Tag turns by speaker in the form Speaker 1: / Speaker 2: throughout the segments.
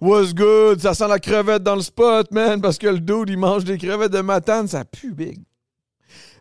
Speaker 1: What's good? Ça sent la crevette dans le spot, man, parce que le dude, il mange des crevettes de matane, ça pue big.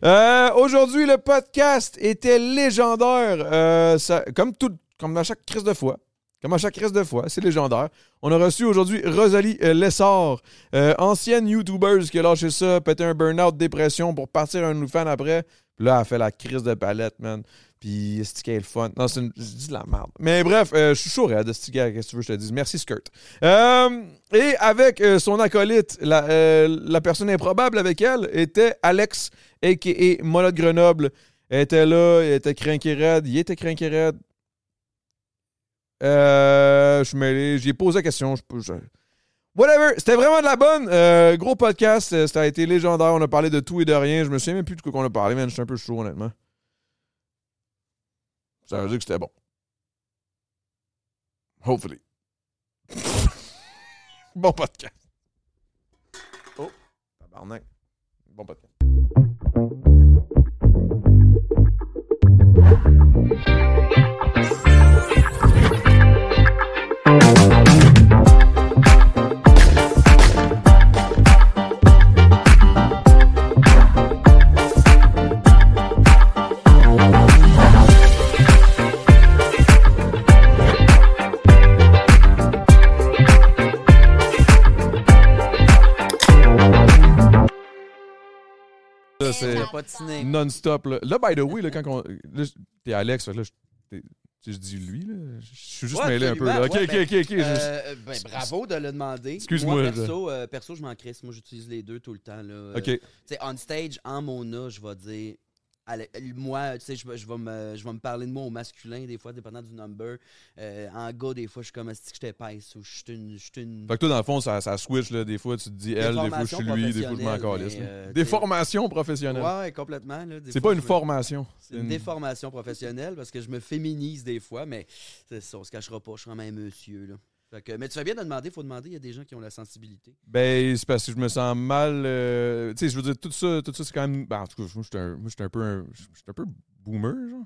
Speaker 1: Euh, Aujourd'hui, le podcast était légendaire. Euh, ça- comme, tout, comme à chaque crise de fois. Comme à chaque crise de fois, c'est légendaire. On a reçu aujourd'hui Rosalie euh, Lessard, euh, ancienne YouTubeuse qui a lâché ça, pété un burn-out, dépression pour partir à un fan après. Puis là, elle a fait la crise de palette, man. Puis, c'est qu'elle est le fun. Non, c'est une- je dis de la merde. Mais bref, euh, je suis chaud, Red, qu'est-ce que tu veux que je te dise? Merci, Skirt. Euh, et avec euh, son acolyte, la, euh, la personne improbable avec elle était Alex, a.k.a. Mola de Grenoble. Elle était là, il était crinqué raide, il était crinqué raide. Euh, je suis mêlé, j'ai posé la question, je peux... je- Whatever, c'était vraiment de la bonne. Euh, gros podcast, euh, ça a été légendaire. On a parlé de tout et de rien. Je me souviens même plus de quoi qu'on a parlé, man. Je suis un peu chaud, honnêtement. Ça veut dire que c'était bon. Hopefully. bon podcast. Oh, tabarnak. Bon podcast. Là, c'est
Speaker 2: Patiné.
Speaker 1: non-stop. Là. Là, by the way, là, quand on. Là, je- t'es Alex, fait que là, je, t'es- tu sais, je dis lui, là. Je suis juste
Speaker 2: Ouais,
Speaker 1: mêlé un peu. là.
Speaker 2: absolument.
Speaker 1: Ok,
Speaker 2: Ouais,
Speaker 1: ok,
Speaker 2: mais,
Speaker 1: ok, ok. je-
Speaker 2: euh, ben, bravo de le demander.
Speaker 1: Excuse-moi, je-
Speaker 2: Moi, perso, euh, perso, je m'en crisse. Moi, j'utilise les deux tout le temps. Là. Euh,
Speaker 1: Ok.
Speaker 2: Tu sais, on stage, en mona, je vais dire. allez, moi, tu sais, je vais- je vais me je vais me parler de moi au masculin, des fois, dépendant du number. Euh, en gars, des fois, je suis comme si j'étais épaisse ou je suis une. Je suis une...
Speaker 1: Fait que toi, dans le fond, ça, ça switch, là. Des fois, tu te dis elle, des fois, je suis lui, des fois, je m'en
Speaker 2: formations
Speaker 1: calisse. là.
Speaker 2: professionnelles, mais, euh,
Speaker 1: des
Speaker 2: t'sais-
Speaker 1: formations professionnelles.
Speaker 2: Ouais, ouais, complètement. là. Des
Speaker 1: c'est
Speaker 2: fois,
Speaker 1: pas une
Speaker 2: je me-
Speaker 1: formation.
Speaker 2: C'est une déformation professionnelle parce que je me féminise des fois, mais c'est ça, on se cachera pas, je suis quand même monsieur. Là. Fait que- mais tu fais bien de demander, il faut demander, il y a des gens qui ont la sensibilité.
Speaker 1: Ben, c'est parce que je me sens mal. euh, tu sais, je veux dire, tout ça, tout ça c'est quand même. Ben, en tout cas, moi, je suis un- moi, je suis un, peu un- je suis un peu boomer, genre.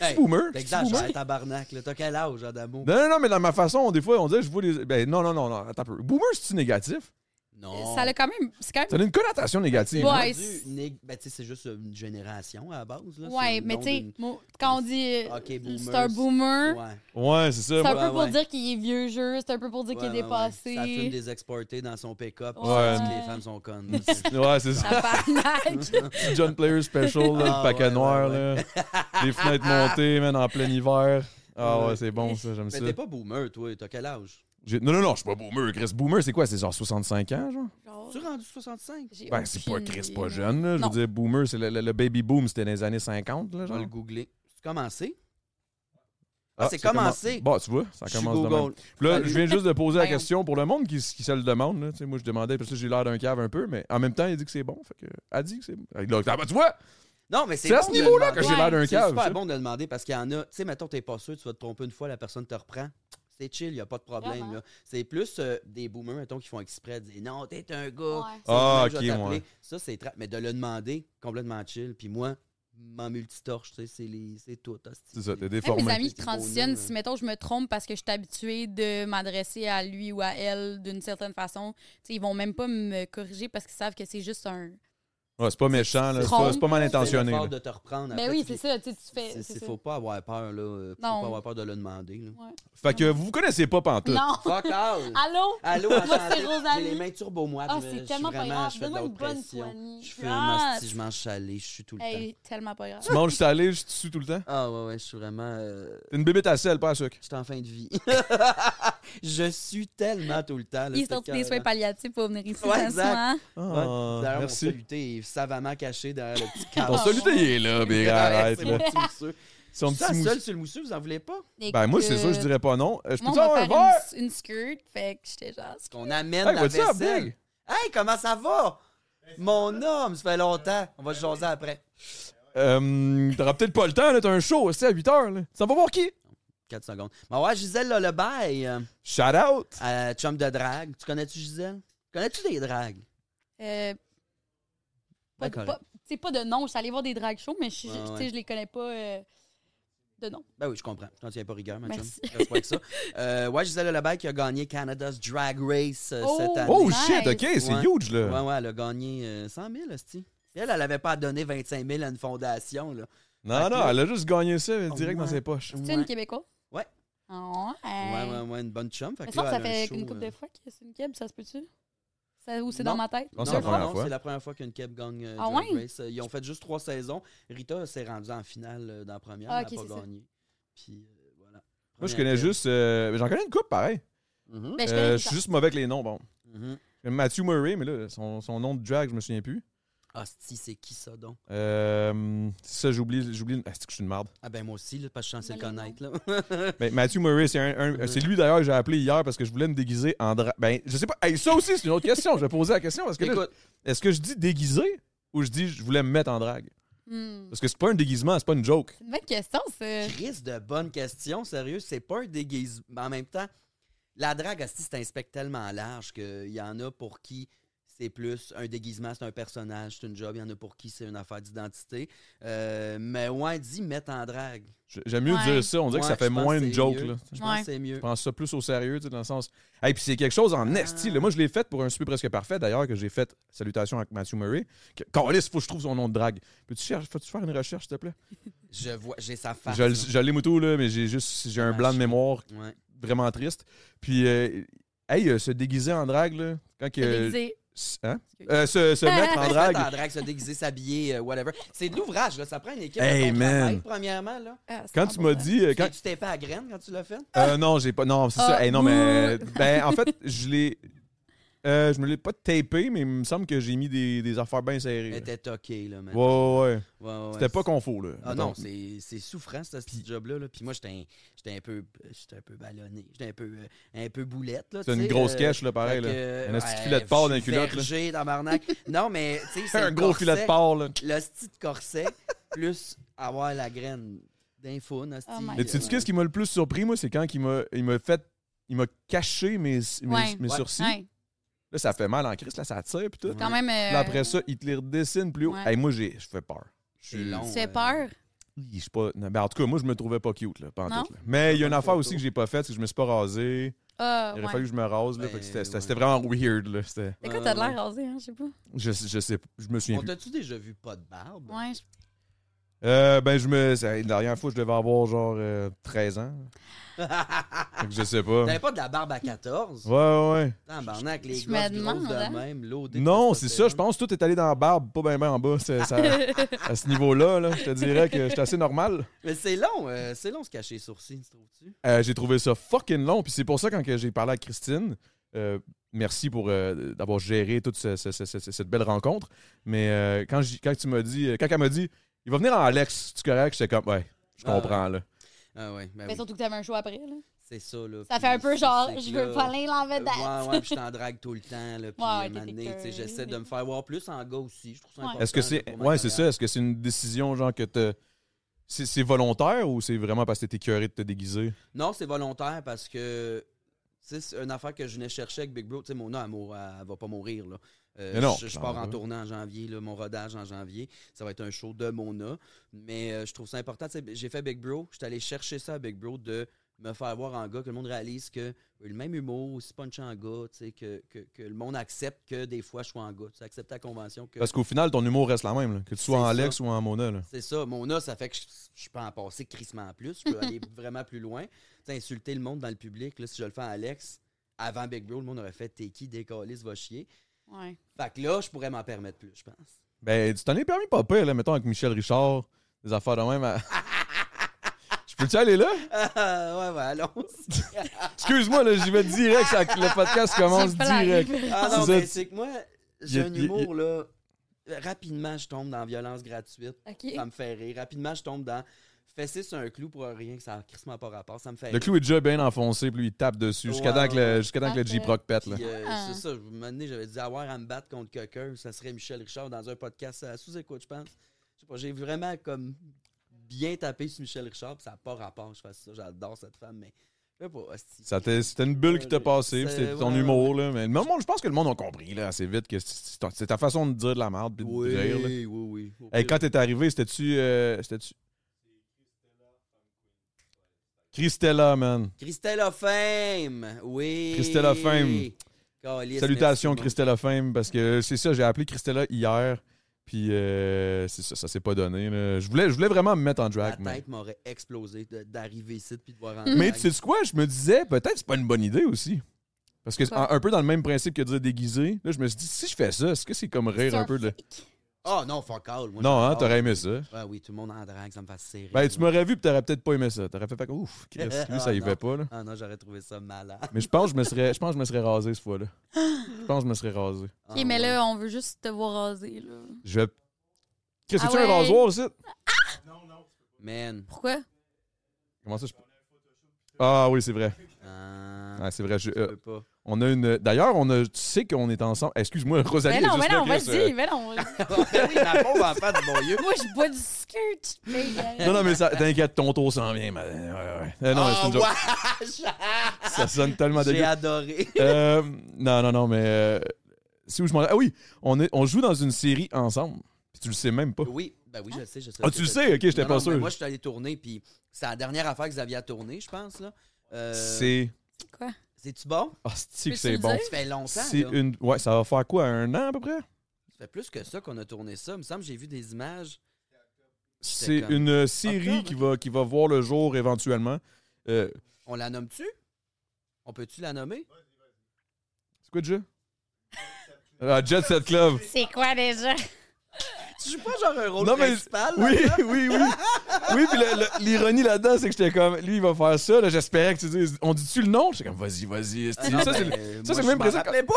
Speaker 2: Hey,
Speaker 1: boomer? Je
Speaker 2: T'exagères,
Speaker 1: suis
Speaker 2: tabarnak, là. t'as quel âge, Adamo?
Speaker 1: Non, non, non, mais dans ma façon, des fois, on dirait, je vois les. Ben, non, non, non, non, attends un peu. Boomer, c'est-tu négatif?
Speaker 2: Non.
Speaker 3: Ça l'a quand même. C'est quand
Speaker 1: Ça
Speaker 3: même.
Speaker 1: a une connotation négative.
Speaker 3: Ouais,
Speaker 1: hein?
Speaker 2: Rendu
Speaker 3: c'est-
Speaker 2: nég- ben, tu sais, c'est juste une génération à la base. Là. C'est
Speaker 3: Ouais,
Speaker 2: le
Speaker 3: mais
Speaker 2: nom
Speaker 3: tu sais,
Speaker 2: d'une-
Speaker 3: moi, quand on dit. euh,
Speaker 2: Ok,
Speaker 3: C'est
Speaker 2: boomer,
Speaker 3: un boomer.
Speaker 2: Ouais.
Speaker 1: Ouais, c'est ça.
Speaker 3: C'est un
Speaker 1: moi-
Speaker 3: peu pour
Speaker 2: ouais.
Speaker 3: dire qu'il est vieux jeu, c'est un peu pour dire qu'il
Speaker 2: Ouais,
Speaker 3: est
Speaker 2: ouais, ouais.
Speaker 3: dépassé.
Speaker 2: Ça fume des exportés dans son pick-up.
Speaker 3: Ouais.
Speaker 2: parce que les femmes sont connes. là, c'est-
Speaker 1: Ouais, c'est ça.
Speaker 3: Tabarnak.
Speaker 1: John Player Special, là,
Speaker 2: Ah,
Speaker 1: le paquet
Speaker 2: ouais,
Speaker 1: noir,
Speaker 2: ouais, ouais.
Speaker 1: là. Les fenêtres montées, man, en plein hiver. Ah ouais,
Speaker 2: Ouais.
Speaker 1: c'est bon, ça, j'aime
Speaker 2: mais
Speaker 1: ça.
Speaker 2: t'es pas boomer, toi, t'as quel âge?
Speaker 1: J'ai- Non, non, non, je suis pas boomer. Chris Boomer, c'est quoi? C'est genre 65 ans, genre?
Speaker 3: Genre,
Speaker 2: Tu es rendu 65?
Speaker 3: j'ai
Speaker 1: Ben, c'est pas
Speaker 3: aucune
Speaker 1: Chris,
Speaker 3: idée.
Speaker 1: pas jeune, là. Je
Speaker 3: Non.
Speaker 1: veux dire, boomer, c'est le, le- le baby boom, c'était dans les années 50, là,
Speaker 2: Je
Speaker 1: genre.
Speaker 2: vais le googler. Tu commencé?
Speaker 1: Ah,
Speaker 2: c'est
Speaker 1: ça commence-
Speaker 2: commencé.
Speaker 1: Bon, tu vois, ça
Speaker 2: Je suis
Speaker 1: commence de même.
Speaker 2: Google.
Speaker 1: Puis Là,
Speaker 2: Salut.
Speaker 1: je viens juste de poser la
Speaker 3: Voyons.
Speaker 1: question pour le monde qui, s- qui se le demande. Là. Tu sais, Moi, je demandais, parce que j'ai l'air d'un cave un peu, mais en même temps, il dit que c'est bon. Fait que, elle dit que c'est bon. Fait que là, ah, bah, tu vois,
Speaker 2: Non, mais c'est
Speaker 1: c'est à
Speaker 2: bon
Speaker 1: ce
Speaker 2: de le
Speaker 1: niveau-là que
Speaker 2: demander.
Speaker 1: j'ai l'air d'un
Speaker 2: C'est
Speaker 1: cave.
Speaker 2: super
Speaker 1: ça.
Speaker 2: bon de le demander parce qu'il y en a. Tu sais, mettons, t'es pas sûr, tu vas te tromper une fois, la personne te reprend. C'est chill, y a pas de problème.
Speaker 3: Vraiment.
Speaker 2: là. C'est plus euh, des boomers, mettons, qui font exprès de dire non, t'es un gars.
Speaker 3: Ouais.
Speaker 2: c'est le
Speaker 1: Ah,
Speaker 2: même que je vais
Speaker 1: ok,
Speaker 2: t'appeler.
Speaker 1: ouais.
Speaker 2: Ça, c'est tra- Mais de le demander, complètement chill. Puis moi, m'en multitorche, tu sais, c'est les... c'est tout. hostie.
Speaker 1: C'est ça, t'es
Speaker 3: Même
Speaker 1: déformé.
Speaker 3: Eh, mes amis qui
Speaker 2: C'est beau,
Speaker 3: transitionnent,
Speaker 2: là.
Speaker 3: si mettons je me trompe parce que je suis habituée de m'adresser à lui
Speaker 2: Ben,
Speaker 3: ou à elle d'une certaine façon, tu sais, ils vont même pas me corriger parce qu'ils savent que c'est juste un,
Speaker 1: Ouais, Ah, c'est pas méchant, là. C'est pas, c'est pas mal intentionné. là.
Speaker 2: C'est l'effort de te reprendre.
Speaker 3: Ben
Speaker 2: après,
Speaker 3: oui,
Speaker 2: puis
Speaker 3: c'est ça. Tu sais, tu
Speaker 2: c'est-
Speaker 3: fais.
Speaker 2: c'est-
Speaker 3: c'est ça.
Speaker 2: Faut pas avoir peur, là. euh, Faut
Speaker 3: Non.
Speaker 2: pas avoir peur de le demander, là.
Speaker 3: Ouais.
Speaker 1: Fait que vous vous connaissez pas pantoute.
Speaker 3: Non.
Speaker 2: Fuck all!
Speaker 3: Allô?
Speaker 2: Allô,
Speaker 3: Moi,
Speaker 2: attendez,
Speaker 3: c'est
Speaker 2: J'ai
Speaker 3: Rosalie.
Speaker 2: les mains turbo moites.
Speaker 3: Ah,
Speaker 2: je-
Speaker 3: c'est
Speaker 2: je suis
Speaker 3: tellement pas
Speaker 2: vraiment-
Speaker 3: grave.
Speaker 2: Je fais de
Speaker 3: Donne-moi une bonne
Speaker 2: l'oppression.
Speaker 3: poignée.
Speaker 2: Je fume,
Speaker 3: Ah,
Speaker 2: hostie, je mange salé, je suis tout le temps.
Speaker 3: Hey, tellement pas grave.
Speaker 1: Tu manges salé, je te sue tout le temps.
Speaker 2: Ah, ouais, ouais, je suis vraiment. euh,
Speaker 1: T'es une bébête à sel, pas à sucre.
Speaker 2: Je suis en fin de vie. je suis tellement tout le temps. là,
Speaker 3: Ils
Speaker 2: c'est
Speaker 3: sortent des soins
Speaker 2: écœurant.
Speaker 3: palliatifs pour venir ici
Speaker 2: Ouais,
Speaker 3: ce
Speaker 2: exact.
Speaker 3: soir.
Speaker 2: Ouais.
Speaker 1: Ah,
Speaker 2: D'ailleurs, mon
Speaker 1: merci.
Speaker 2: soluté est savamment caché derrière le petit cadre.
Speaker 1: Ton soluté, il est
Speaker 3: Oh.
Speaker 1: là, mais arrête,
Speaker 2: C'est mon
Speaker 1: là.
Speaker 2: petit mousseux.
Speaker 1: Son
Speaker 2: Ça,
Speaker 1: petit mousse-
Speaker 2: seul sur le mousseux, vous en voulez pas?
Speaker 1: Ben, moi, c'est sûr, je
Speaker 3: Écoute,
Speaker 1: dirais pas non. Euh, Je peux
Speaker 3: Moi, on
Speaker 1: te avoir
Speaker 3: va
Speaker 1: un
Speaker 3: faire
Speaker 1: verre?
Speaker 3: une, une skirt, fait que j'étais genre...
Speaker 2: Qu'on amène
Speaker 1: Hey,
Speaker 2: la
Speaker 1: what's up,
Speaker 2: vaisselle.
Speaker 1: big?
Speaker 2: Hey, comment ça va? Mon homme, ça fait longtemps. On va se jaser après.
Speaker 1: Euh, T'auras peut-être pas le temps, là. T'as un show, c'est à 8 h là. Tu t'en vas voir qui?
Speaker 2: 4 secondes. Ben ouais, Gisèle là, le bail, euh,
Speaker 1: Shout out!
Speaker 2: à chum de drague. Tu connais-tu Gisèle? Connais-tu des dragues?
Speaker 3: Euh, pas,
Speaker 2: Ben,
Speaker 3: de- pas, tu sais, pas de nom. Je suis allée voir des drag shows, mais je,
Speaker 2: Ouais,
Speaker 3: je- tu sais,
Speaker 2: ouais.
Speaker 3: je les connais pas euh, de nom.
Speaker 2: Ben oui, je comprends. T'en tiens pas rigueur, ma chum.
Speaker 3: Merci.
Speaker 2: Reste pas avec ça. Euh, ouais, Gisèle Lebaille qui a gagné Canada's Drag Race euh,
Speaker 3: Oh!
Speaker 2: cette année.
Speaker 1: Oh
Speaker 3: Nice.
Speaker 1: shit, ok, c'est
Speaker 2: Ouais.
Speaker 1: huge, là.
Speaker 2: Ouais, ouais, elle a gagné euh, 100 000, hostie. Elle, elle avait pas à donner 25 000 à une fondation, là.
Speaker 1: Non,
Speaker 2: Fait que
Speaker 1: non,
Speaker 2: là-
Speaker 1: elle a juste gagné ça euh, direct
Speaker 2: Ouais.
Speaker 1: dans ses poches.
Speaker 3: C'est une Québécoise?
Speaker 2: Ouais.
Speaker 3: Ah
Speaker 2: Ouais, ouais,
Speaker 3: ouais.
Speaker 2: ouais, une bonne chum. Fait
Speaker 3: Mais
Speaker 2: que
Speaker 3: ça,
Speaker 2: là,
Speaker 3: ça
Speaker 2: elle a un
Speaker 3: fait
Speaker 2: show,
Speaker 3: une couple
Speaker 2: euh,
Speaker 3: de fois que c'est une keb, ça se peut-tu? Ça- Ou c'est
Speaker 2: Non.
Speaker 3: dans ma tête?
Speaker 1: Non, c'est
Speaker 2: non,
Speaker 1: la première
Speaker 2: non,
Speaker 1: fois.
Speaker 2: C'est la première fois qu'une Keb gagne euh,
Speaker 3: Ah
Speaker 2: Drag
Speaker 3: ouais?
Speaker 2: Race. Euh, Ils ont fait juste trois saisons. Rita s'est rendue en finale euh, dans la première,
Speaker 3: Ah,
Speaker 2: mais
Speaker 3: ok,
Speaker 2: elle n'a
Speaker 3: c'est
Speaker 2: pas
Speaker 3: ça.
Speaker 2: gagné. Puis euh, voilà.
Speaker 1: Moi, je
Speaker 2: Première
Speaker 1: connais
Speaker 2: Keb.
Speaker 1: juste. euh, J'en connais une coupe, pareil.
Speaker 2: Mhm,
Speaker 3: Ben, je
Speaker 1: Euh,
Speaker 3: connais
Speaker 1: je
Speaker 3: ça.
Speaker 1: suis juste mauvais avec les noms, bon.
Speaker 2: mhm.
Speaker 1: Matthew Murray, mais là, son, son nom de drag, je me souviens plus.
Speaker 2: Hostie, c'est qui ça donc?
Speaker 1: Euh, ça, j'oublie. j'oublie ah, c'est que je suis une marde.
Speaker 2: Ah ben moi aussi, là, parce que je suis censé le
Speaker 3: Mais les
Speaker 2: connaître. Là.
Speaker 1: Ben, Matthew Murray, c'est un, un-
Speaker 2: Ouais.
Speaker 1: c'est lui d'ailleurs que j'ai appelé hier parce que je voulais me déguiser en drag. Ben, je sais pas. Hey, ça aussi, c'est une autre question. Je vais poser la question parce que là,
Speaker 2: Écoute,
Speaker 1: est-ce que je dis déguisé ou je dis je voulais me mettre en drague?
Speaker 3: Hmm.
Speaker 1: Parce que c'est pas un déguisement, c'est pas une joke.
Speaker 3: C'est une bonne question, ça.
Speaker 2: Chris, de bonnes questions, sérieux, c'est pas un déguisement. En même temps, la drague, hostie, c'est un spectre tellement large qu'il y en a pour qui c'est plus un déguisement, c'est un personnage, c'est une job. Il y en a pour qui c'est une affaire d'identité. Euh, mais ouais, dit mettre en drague.
Speaker 1: Je- J'aime mieux
Speaker 3: Ouais.
Speaker 1: dire ça. On dirait que
Speaker 2: Ouais,
Speaker 1: ça fait
Speaker 2: je pense
Speaker 1: moins
Speaker 2: que
Speaker 1: une
Speaker 2: c'est
Speaker 1: joke,
Speaker 2: mieux.
Speaker 1: là.
Speaker 2: Je pense
Speaker 3: Ouais.
Speaker 2: que c'est
Speaker 1: Je
Speaker 2: mieux.
Speaker 1: pense ça plus au sérieux, tu sais, dans le sens. Et puis c'est quelque chose en esti.
Speaker 3: Ah.
Speaker 1: là. Moi, je l'ai fait pour un super presque parfait, d'ailleurs, que j'ai fait Salutations avec Matthew Murray. Quand il faut que je trouve son nom de drague. Peux-tu chercher- Faut-tu faire une recherche, s'il te plaît?
Speaker 2: Je vois, j'ai sa face.
Speaker 1: Je
Speaker 2: là.
Speaker 1: l- je l'ai moutou, là, mais j'ai juste j'ai un
Speaker 2: Ah,
Speaker 1: blanc de
Speaker 2: shit.
Speaker 1: mémoire
Speaker 2: Ouais.
Speaker 1: vraiment triste. Puis, euh, hey, euh, se déguiser en drague, là. Quand que.
Speaker 3: C'est déguisé.
Speaker 1: s- hein? Euh, se, se mettre en
Speaker 2: Se
Speaker 1: drague.
Speaker 3: Ah,
Speaker 2: mettre en drague, se déguiser, s'habiller, euh, whatever. C'est de l'ouvrage, là. Ça prend une équipe.
Speaker 1: Hey,
Speaker 2: de ton
Speaker 1: man.
Speaker 2: travail, premièrement, là.
Speaker 3: Ah, c'est
Speaker 1: Quand
Speaker 3: pas
Speaker 1: tu
Speaker 3: bon,
Speaker 1: m'as
Speaker 3: ça.
Speaker 1: dit. euh,
Speaker 2: Est-ce
Speaker 1: quand,
Speaker 2: que tu t'es pas à graine quand tu l'as fait?
Speaker 1: Euh, non, j'ai pas. Non, c'est ça.
Speaker 3: Ah,
Speaker 1: Hey, non, mais.
Speaker 3: ouh.
Speaker 1: Ben, en fait, je l'ai. euh, je me l'ai pas tapé, mais il me semble que j'ai mis des, des affaires bien serrées.
Speaker 2: Elle
Speaker 1: là.
Speaker 2: était OK, là, man.
Speaker 1: Ouais, ouais, ouais.
Speaker 2: Ouais, ouais,
Speaker 1: C'était pas
Speaker 2: c'est-
Speaker 1: confort, là.
Speaker 2: Ah
Speaker 1: Mettons.
Speaker 2: non, c'est c'est souffrant, ce petit job-là. là. Puis moi, j'étais un, j'étais un peu j'étais un peu ballonné. J'étais un peu, euh, un peu boulette. là,
Speaker 1: C'est
Speaker 2: tu
Speaker 1: une
Speaker 2: sais,
Speaker 1: grosse
Speaker 2: euh,
Speaker 1: cache, là, pareil.
Speaker 2: fait
Speaker 1: Là.
Speaker 2: que,
Speaker 1: Un esti de
Speaker 2: ouais,
Speaker 1: filet de porc dans les
Speaker 2: je suis
Speaker 1: culottes, là.
Speaker 2: vergé dans barnac. non, mais tu sais, c'est
Speaker 1: Un
Speaker 2: le
Speaker 1: gros
Speaker 2: corset,
Speaker 1: filet de porc, là.
Speaker 2: Le esti de corset, plus avoir la graine d'infoune. esti.
Speaker 3: Oh my
Speaker 1: Mais tu sais, qu'est-ce qui m'a le plus surpris, moi, c'est quand il m'a il m'a fait. Il m'a caché mes, mes,
Speaker 3: Ouais.
Speaker 1: mes
Speaker 2: Ouais.
Speaker 1: sourcils.
Speaker 3: Ouais,
Speaker 1: Là, ça fait mal en crise, là, ça tire, puis tout.
Speaker 3: quand même... euh,
Speaker 1: Là, après ça, il te les redessine plus haut.
Speaker 3: Ouais.
Speaker 1: Hey, moi, j'ai- je fais peur. Je
Speaker 2: C'est
Speaker 1: suis-
Speaker 2: long. hein.
Speaker 3: Tu fais peur?
Speaker 1: Hi, Je suis pas. non, ben, en tout cas, moi, je me trouvais pas cute, là, pas en
Speaker 3: Non?
Speaker 1: tout, là. Mais il y a une
Speaker 2: Bonne
Speaker 1: affaire
Speaker 2: photo.
Speaker 1: aussi que j'ai pas faite, c'est que je me suis pas rasé.
Speaker 3: Ah,
Speaker 1: Il aurait fallu
Speaker 3: ouais.
Speaker 1: que je me rase, là.
Speaker 2: Ben,
Speaker 1: fait que c'était- c'était
Speaker 2: ouais.
Speaker 1: c'était vraiment weird, là. C'était-
Speaker 3: C'est quoi, t'as de l'air rasé, hein? Je sais pas.
Speaker 1: Je, je sais, je me souviens
Speaker 2: On
Speaker 1: plus.
Speaker 2: t'a-tu déjà vu pas de barbe?
Speaker 3: Ouais, je-
Speaker 1: Euh, ben, je me. c'est- La dernière fois, je devais avoir genre euh, 13 ans. Fait que je sais pas.
Speaker 2: T'avais pas de la barbe à 14?
Speaker 1: Ouais, ouais, ouais.
Speaker 2: Tabarnak, les
Speaker 3: Je me
Speaker 2: gosses
Speaker 3: demande,
Speaker 2: grosses
Speaker 3: hein.
Speaker 2: de même, loadées de
Speaker 1: Non, c'est ça.
Speaker 2: testostérone.
Speaker 1: Je pense que tout est allé dans la barbe, pas bien ben en bas. c'est- ça- à ce niveau-là, là, je te dirais que j'étais assez normal.
Speaker 2: Mais c'est long, euh, c'est long se cacher les sourcils, tu trouves-tu?
Speaker 1: Euh, j'ai trouvé ça fucking long. Puis c'est pour ça, quand que j'ai parlé à Christine, euh, merci pour euh, d'avoir géré toute ce- ce- ce- ce- cette belle rencontre. Mais euh, quand, j'y- quand tu m'as dit, euh, quand elle m'a dit, il va venir en Alex, tu correct, j'étais comme, ouais, je
Speaker 2: Ah,
Speaker 1: comprends, là.
Speaker 2: Ah ouais, ben
Speaker 3: Mais
Speaker 2: oui,
Speaker 3: surtout que t'avais un choix après, là.
Speaker 2: c'est ça, là.
Speaker 3: Ça
Speaker 2: Puis
Speaker 3: fait un peu
Speaker 2: c'est-
Speaker 3: genre,
Speaker 2: c'est que
Speaker 3: je
Speaker 2: là,
Speaker 3: veux parler en
Speaker 2: euh,
Speaker 3: vedette.
Speaker 2: Ouais, ouais, puis je t'en drague tout le temps, là. Puis
Speaker 3: Ouais,
Speaker 2: à
Speaker 3: ouais,
Speaker 2: un moment
Speaker 3: t'es
Speaker 2: donné, tu sais,
Speaker 3: écoeuré,
Speaker 2: j'essaie de
Speaker 3: mais-
Speaker 2: me faire voir plus en gars aussi. Je trouve ça
Speaker 3: Ouais.
Speaker 2: important.
Speaker 1: Est-ce que
Speaker 2: là,
Speaker 1: c'est.
Speaker 2: pour ma
Speaker 1: Ouais, c'est ça.
Speaker 2: carrière.
Speaker 1: Est-ce que c'est une décision, genre, que t'as- C'est c'est volontaire ou c'est vraiment parce que t'es curé de te déguiser?
Speaker 2: Non, c'est volontaire parce que. tu sais, C'est une affaire que je venais chercher avec Big Bro. Tu sais, mon nom, elle, mour- elle va pas mourir. Là. Euh,
Speaker 1: Mais non,
Speaker 2: je, je
Speaker 1: clairement
Speaker 2: pars en
Speaker 1: pas.
Speaker 2: tournant en janvier, là, mon rodage en janvier. Ça va être un show de Mona. Mais euh, je trouve ça important. Tu sais, J'ai fait Big Bro. Je suis allé chercher ça à Big Bro de me faire voir en gars, que le monde réalise que j'ai le même humour, aussi punch en gars, tu sais, que, que, que le monde accepte que des fois je sois en gars. Tu sais, accepte la convention que.
Speaker 1: Parce qu'au final, ton humour reste la même, là, que tu sois
Speaker 2: C'est
Speaker 1: en
Speaker 2: ça.
Speaker 1: Lex ou en Mona. là.
Speaker 2: C'est ça, mon os, ça fait que je, je peux en passer crissement plus. Je peux aller vraiment plus loin. Tu sais, insulter le monde dans le public, là, si je le fais à Alex, avant Big Bro, le monde aurait fait T'es qui, décaliste, va chier.
Speaker 3: Ouais.
Speaker 2: Fait que là, je pourrais m'en permettre plus, je pense.
Speaker 1: Ben, tu t'en es permis pas pire, là, mettons, avec Michel Richard, des affaires de même. à- Je peux-tu aller là?
Speaker 2: Ah, ouais, ouais, allons-y.
Speaker 1: Excuse-moi, là, j'y vais direct. ça- le podcast commence
Speaker 3: C'est pas la
Speaker 1: direct.
Speaker 3: référence.
Speaker 2: Ah non,
Speaker 1: Vous
Speaker 2: mais
Speaker 1: êtes-
Speaker 2: c'est que moi, j'ai
Speaker 1: Y a-
Speaker 2: un
Speaker 1: y a-
Speaker 2: humour, là. Rapidement, je tombe dans violence gratuite.
Speaker 3: OK.
Speaker 2: Ça me fait rire. Rapidement, je tombe dans fesser sur un clou pour rien, que ça n'a crissement pas rapport. Ça me fait
Speaker 1: Le
Speaker 2: rire.
Speaker 1: clou est déjà bien enfoncé, puis lui, il tape dessus jusqu'à temps
Speaker 2: Ouais,
Speaker 1: que le,
Speaker 2: ouais.
Speaker 1: jusqu'à temps que le
Speaker 3: Parfait.
Speaker 1: J-Proc pète. Là.
Speaker 2: Puis, euh,
Speaker 3: Ah.
Speaker 2: C'est ça, je un moment donné, j'avais dit avoir à me battre contre quelqu'un, ça serait Michel Richard dans un podcast à sous-écoute, je pense. Je sais pas, j'ai vraiment comme bien tapé sur Michel Richard, puis ça n'a pas rapport, je fais ça, j'adore cette femme, mais je sais pas, hostie.
Speaker 1: Ça t'est- C'était une bulle qui t'a passé, puis
Speaker 2: Euh, C'est-
Speaker 1: c'était ton
Speaker 2: ouais,
Speaker 1: humour. Là. Mais le monde, je pense que le monde a compris là, assez vite que c'est c'est ta- c'est ta façon de dire de la merde, puis de
Speaker 2: Oui,
Speaker 1: rire. là.
Speaker 2: oui, oui. Au
Speaker 1: Hey, quand
Speaker 2: pire,
Speaker 1: t'es arrivé, c'était-tu. euh, c'était-tu. Christella, man.
Speaker 2: Christella Fame, oui.
Speaker 1: Christella Fame.
Speaker 2: Caliste,
Speaker 1: Salutations,
Speaker 2: merci,
Speaker 1: Christella Fame, parce que c'est ça, j'ai appelé Christella hier, puis euh, c'est ça, ça s'est pas donné. là. Je, voulais, je voulais vraiment me mettre en
Speaker 2: mon-
Speaker 1: drag,
Speaker 2: La
Speaker 1: mais.
Speaker 2: tête m'aurait explosé de- d'arriver ici puis de voir en
Speaker 1: Mais
Speaker 2: drag.
Speaker 1: tu sais quoi, je me disais, peut-être c'est pas une bonne idée aussi. Parce que, c'est un
Speaker 3: Quoi?
Speaker 1: un peu dans le même principe que de dire déguisé, là, je me suis dit, si je fais ça, est-ce que c'est comme rire un peu de.
Speaker 2: Ah non, fuck all. moi,
Speaker 1: Non, hein,
Speaker 2: j'adore.
Speaker 1: t'aurais aimé ça.
Speaker 2: Ah oui, tout le monde en drague, ça me fait serrer.
Speaker 1: Ben, tu m'aurais vu, puis t'aurais peut-être pas aimé ça. T'aurais fait, fait, ouf, Chris, lui, ça y
Speaker 2: Ah,
Speaker 1: va
Speaker 2: non.
Speaker 1: pas, là.
Speaker 2: Ah non, j'aurais trouvé ça malade.
Speaker 1: Mais je pense que je me serais, je pense que je me serais rasé cette fois-là. Je pense que je me serais rasé.
Speaker 2: Ah,
Speaker 3: OK, mais
Speaker 2: ouais.
Speaker 3: là, on veut juste te voir raser, là.
Speaker 1: Je vais. Qu'est-ce que
Speaker 3: Ah
Speaker 1: tu
Speaker 3: ouais.
Speaker 1: un rasoir aussi?
Speaker 2: Man.
Speaker 3: Pourquoi?
Speaker 1: Comment ça je peux- Ah oui, c'est vrai.
Speaker 2: Ah,
Speaker 1: Ah, c'est vrai. je-
Speaker 2: je
Speaker 1: euh,
Speaker 2: peux pas.
Speaker 1: on a une. D'ailleurs, on a. Tu sais qu'on est ensemble. Excuse-moi, Rosalie.
Speaker 3: Mais non,
Speaker 1: est
Speaker 3: mais
Speaker 1: juste
Speaker 3: non,
Speaker 1: là, Chris,
Speaker 3: vas-y,
Speaker 1: euh,
Speaker 3: mais non. vas-y.
Speaker 2: oui, la pauvre enfant du bon Dieu.
Speaker 3: Moi, je bois du skirt. Mais, euh,
Speaker 1: Non, non, mais ça- t'inquiète, ton tour s'en vient. mais- ouais, ouais. Euh, non, mais
Speaker 3: Ah,
Speaker 1: c'est une joke.
Speaker 2: Oh,
Speaker 1: Ça sonne tellement
Speaker 2: wesh! J'ai
Speaker 1: dégueu.
Speaker 2: adoré.
Speaker 1: Euh, non, non, non, mais. euh, c'est où je m'en. Ah oui, on, est, on joue dans une série ensemble. Puis tu le sais même pas.
Speaker 2: Oui, ben oui, je le sais. Je sais
Speaker 1: Ah, tu le sais? Ok, j'étais
Speaker 2: Non,
Speaker 1: pas
Speaker 2: non, mais
Speaker 1: sûr.
Speaker 2: Moi, je suis allé tourner, puis c'est la dernière affaire que vous aviez à tourner, je pense. là. Euh,
Speaker 1: C'est.
Speaker 3: Quoi?
Speaker 2: C'est-tu bon?
Speaker 1: Ah, c'est que
Speaker 3: Peux-tu
Speaker 1: c'est
Speaker 3: le
Speaker 1: bon.
Speaker 3: dire?
Speaker 2: Ça fait longtemps.
Speaker 1: C'est
Speaker 2: Là.
Speaker 1: une. Ouais, ça va faire quoi, un an à peu près?
Speaker 2: Ça fait plus que ça qu'on a tourné ça. Il me semble que j'ai vu des images.
Speaker 1: C'est
Speaker 2: comme-
Speaker 1: une série
Speaker 2: Octobre,
Speaker 1: qui
Speaker 2: ok.
Speaker 1: va, qui va voir le jour éventuellement. Euh,
Speaker 2: On la nomme-tu? On peut-tu la nommer?
Speaker 1: c'est quoi déjà? Ah, Jet Set Club.
Speaker 3: C'est quoi déjà?
Speaker 2: Tu joues pas genre un rôle
Speaker 1: Non, mais-
Speaker 2: principal? là,
Speaker 1: Oui,
Speaker 2: Ah, là?
Speaker 1: oui, oui. Oui, puis le- le- l'ironie là-dedans, c'est que j'étais comme, lui, il va faire ça. là, J'espérais que tu dises, on dit-tu le nom? J'étais comme, vas-y, vas-y. esti.
Speaker 2: Non,
Speaker 1: Ça, c'est
Speaker 2: mais,
Speaker 1: le-
Speaker 2: euh,
Speaker 1: ça, c'est
Speaker 2: moi,
Speaker 1: le
Speaker 2: je
Speaker 1: même
Speaker 2: m'en
Speaker 1: principe.
Speaker 2: rappelais pas.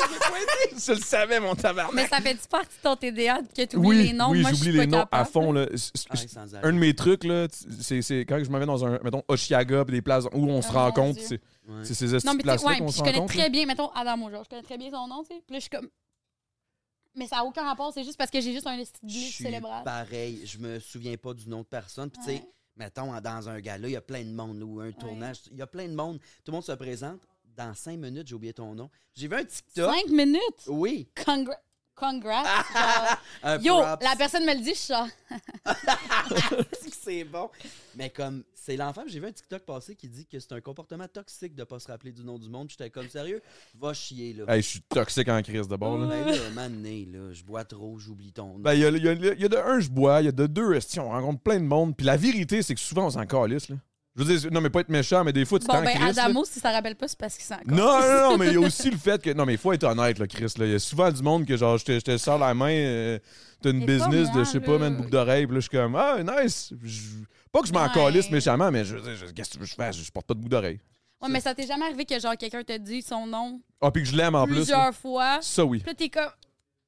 Speaker 1: Je le savais, mon tabarnak.
Speaker 3: Mais ça fait du partie de ton TDA que tu oublies les
Speaker 1: Oui,
Speaker 3: noms.
Speaker 1: oui,
Speaker 3: Moi, je
Speaker 1: j'oublie
Speaker 3: suis pas
Speaker 1: les noms à
Speaker 3: capable.
Speaker 1: fond. Là. C- c-
Speaker 2: Ah, sans arrêt.
Speaker 1: Un de mes trucs, là, t- c'est c'est quand je m'en vais dans un, mettons, Oshiaga, pis des places où on se
Speaker 3: Oh, mon
Speaker 1: rencontre.
Speaker 3: Dieu.
Speaker 1: C'est
Speaker 2: Ouais.
Speaker 1: c'est ces
Speaker 3: Non,
Speaker 1: estis
Speaker 3: mais
Speaker 1: de
Speaker 3: tu sais,
Speaker 1: places-là
Speaker 3: ouais,
Speaker 1: qu'on
Speaker 3: puis je
Speaker 1: se
Speaker 3: connais
Speaker 1: rencontre. là.
Speaker 3: très bien, mettons, Adam Mojor, je connais très bien son nom, tu sais. Puis là, je suis comme. Mais ça n'a aucun rapport, c'est juste parce que j'ai juste un esti de
Speaker 2: Je
Speaker 3: glitch
Speaker 2: suis
Speaker 3: célébral.
Speaker 2: Pareil, je me souviens pas du nom de personne. Puis, tu sais,
Speaker 3: Ouais.
Speaker 2: mettons, dans un gala, il y a plein de monde ou un tournage, il y a plein de monde. Tout le monde se présente. Dans cinq minutes, j'ai oublié ton nom. J'ai vu un TikTok.
Speaker 3: Cinq minutes?
Speaker 2: Oui.
Speaker 3: Congra- Congrats. genre.
Speaker 2: Un
Speaker 3: Yo,
Speaker 2: ah, props.
Speaker 3: la personne me le dit, je suis genre.
Speaker 2: c'est bon. Mais comme, c'est l'enfant, j'ai vu un TikTok passer qui dit que c'est un comportement toxique de pas se rappeler du nom du monde. Puis J'étais comme, sérieux, va chier, là.
Speaker 1: Hey, je suis toxique en crise de bord. là.
Speaker 2: Ben là, mané, là, je bois trop, j'oublie ton nom.
Speaker 1: Ben, il y a, il y a- il y a de un, je bois, il y a de deux, esti, on rencontre plein de monde. Puis la vérité, c'est que souvent, on s'en calisse, là. Je veux dire, non, mais pas être méchant, mais des fois, tu
Speaker 3: Bon,
Speaker 1: t'en
Speaker 3: ben,
Speaker 1: crisses, là.
Speaker 3: Adamo, si ça rappelle pas, c'est parce qu'il s'en
Speaker 1: Non, non, non, mais il y a aussi le fait que. Non, mais il faut être honnête, là, Chris. Là. Il y a souvent du monde que, genre, je te, je te sors la main, euh, t'as une
Speaker 3: Mais
Speaker 1: business
Speaker 3: pas
Speaker 1: de,
Speaker 3: moi,
Speaker 1: je sais pas,
Speaker 3: là.
Speaker 1: man, boucle d'oreille, puis là, je suis comme, ah, nice. Je- Pas que je m'en
Speaker 3: Ouais.
Speaker 1: calisse méchamment, mais je veux dire, je- qu'est-ce que tu veux que je fasse? Je porte pas de boucle d'oreille.
Speaker 3: Ouais, mais ça t'est jamais arrivé que genre quelqu'un te dit son nom
Speaker 1: Ah, puis que je l'aime en plus. là.
Speaker 3: plusieurs fois.
Speaker 1: Ça, oui.
Speaker 3: Puis là, t'es comme.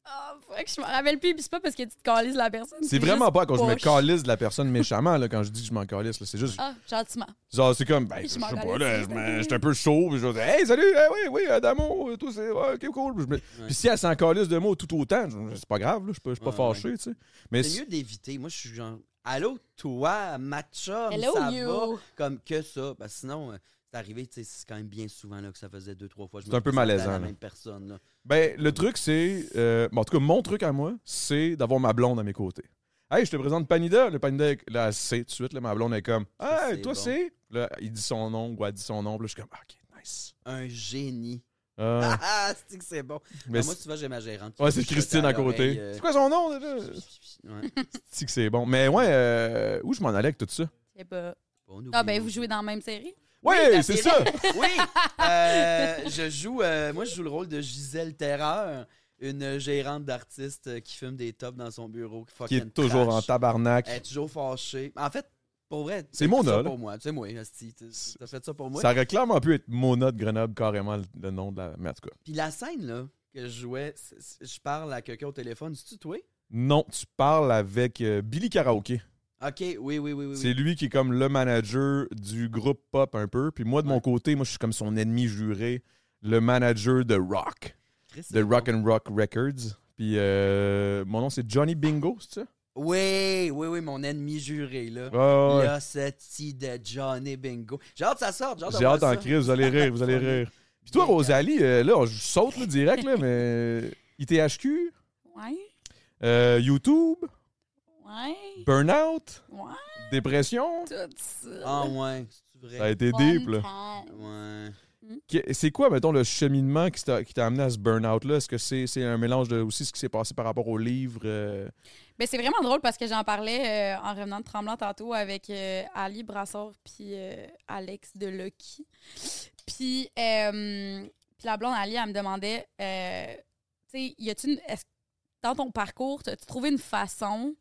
Speaker 3: Ah, faudrait que je m'en rappelle plus. Puis c'est pas parce que tu te calises la personne.
Speaker 1: C'est vraiment
Speaker 3: juste
Speaker 1: pas quand je me
Speaker 3: poche.
Speaker 1: calisse de la personne méchamment, là, quand je dis que je m'en calisse. là. C'est juste,
Speaker 3: Ah, gentiment.
Speaker 1: Genre, c'est comme, ben, je
Speaker 3: Je
Speaker 1: sais
Speaker 3: m'en
Speaker 1: pas,
Speaker 3: allais
Speaker 1: là,
Speaker 3: dire,
Speaker 1: je
Speaker 3: salut.
Speaker 1: me- j'étais un peu chaud, puis je dis, hey, salut, eh oui, oui, Adamo, euh, tout c'est, ouais, ok, cool. Puis, je me- puis si elle s'en calisse de moi tout autant, je- c'est pas grave, là, je suis pas, je suis pas
Speaker 2: Ouais,
Speaker 1: fâché, tu sais. Mais
Speaker 2: C'est mieux d'éviter. Moi, je suis genre, allô, toi, matcha,
Speaker 3: Hello,
Speaker 2: ça
Speaker 3: you.
Speaker 2: va? Comme que ça. Parce que sinon, euh, c'est arrivé, tu sais, c'est quand même bien souvent là, que ça faisait deux, trois fois. je
Speaker 1: C'est
Speaker 2: me
Speaker 1: un peu
Speaker 2: présentais à
Speaker 1: malaisant,
Speaker 2: la
Speaker 1: là.
Speaker 2: même personne. là.
Speaker 1: Ben, le truc, c'est. euh, bon, en tout cas, mon truc à moi, c'est d'avoir ma blonde à mes côtés. Hey, je te présente Panida. Le Panida, là, c'est tout de suite, là, ma blonde est comme
Speaker 2: Ça,
Speaker 1: Hey,
Speaker 2: c'est
Speaker 1: toi,
Speaker 2: bon.
Speaker 1: c'est. Là, il dit son nom, ou elle dit son nom. Puis Là, je suis comme Ah, Ok, nice.
Speaker 2: Un génie.
Speaker 1: Ah,
Speaker 2: Ah, ah, c'est que c'est bon.
Speaker 1: mais
Speaker 2: Ah, moi,
Speaker 1: c'est-
Speaker 2: tu vois, j'ai ma gérante. qui
Speaker 1: ouais,
Speaker 2: me
Speaker 1: c'est
Speaker 2: chuchote
Speaker 1: Christine à
Speaker 2: l'oreille,
Speaker 1: côté.
Speaker 2: euh,
Speaker 1: C'est quoi son nom? là?
Speaker 2: Ouais.
Speaker 1: C'est que c'est bon. Mais ouais, euh, où je m'en allais avec tout ça?
Speaker 3: Je sais pas.
Speaker 2: Bon,
Speaker 3: Ah,
Speaker 2: oublie-
Speaker 3: ben, vous jouez dans la même série?
Speaker 1: Ouais,
Speaker 2: la
Speaker 1: c'est
Speaker 2: série.
Speaker 1: ça!
Speaker 2: Oui, euh, je joue. euh, moi, je joue le rôle de Gisèle Terreur, une gérante d'artiste euh, qui fume des tops dans son bureau. Qui,
Speaker 1: Qui
Speaker 2: fucking
Speaker 1: est toujours en
Speaker 2: trash.
Speaker 1: tabarnak.
Speaker 2: Elle est toujours fâchée. En fait, pour vrai,
Speaker 1: C'est
Speaker 2: t'as
Speaker 1: mon
Speaker 2: fait ça
Speaker 1: ol.
Speaker 2: pour moi. Tu sais, moi, hostie, t'as- t'as fait ça pour moi.
Speaker 1: Ça aurait clairement pu être Mona de Grenoble, carrément, le, le nom de la. Mais en tout cas.
Speaker 2: Puis la scène là que je jouais, c'est- c'est- je parle à quelqu'un au téléphone. C'est-tu toi?
Speaker 1: Non, tu parles avec euh, Billy Karaoke.
Speaker 2: Ok, oui, oui, oui, oui. oui.
Speaker 1: C'est lui qui est comme le manager du groupe pop un peu. Puis moi, de mon
Speaker 2: Ouais.
Speaker 1: côté, moi, je suis comme son ennemi juré, le manager de rock,
Speaker 2: Chris, c'est
Speaker 1: de Rock
Speaker 2: bon.
Speaker 1: and Rock Records. Puis euh, mon nom, c'est Johnny Bingo, c'est ça?
Speaker 2: Oui, oui, oui, mon ennemi juré là.
Speaker 1: Ouais, ouais.
Speaker 2: Là, cette idée de Johnny Bingo. J'ai hâte que ça sorte.
Speaker 1: J'ai hâte en crise, vous allez rire, vous allez rire. Puis toi, Rosalie, euh, là, on- je saute là, direct, là, mais euh, ITHQ,
Speaker 3: Ouais.
Speaker 1: euh, YouTube,
Speaker 3: Ouais.
Speaker 1: Burnout,
Speaker 3: Ouais.
Speaker 1: Dépression.
Speaker 3: Tout ça.
Speaker 2: Ah, ouais, c'est
Speaker 1: Ça a
Speaker 2: vrai.
Speaker 1: été deep, là.
Speaker 2: Ouais.
Speaker 1: Que- C'est quoi, mettons, le cheminement qui t'a qui t'a amené à ce burn-out-là? Est-ce que c'est c'est un mélange de aussi ce qui s'est passé par rapport au livre? euh,
Speaker 3: Ben, c'est vraiment drôle parce que j'en parlais euh, en revenant de Tremblant tantôt avec euh, Ali Brassard puis euh, Alex de Lucky. Puis, euh, puis la blonde Ali, elle me demandait euh, Tu sais, y a-tu une. est-ce- dans ton parcours, as-tu trouvé une façon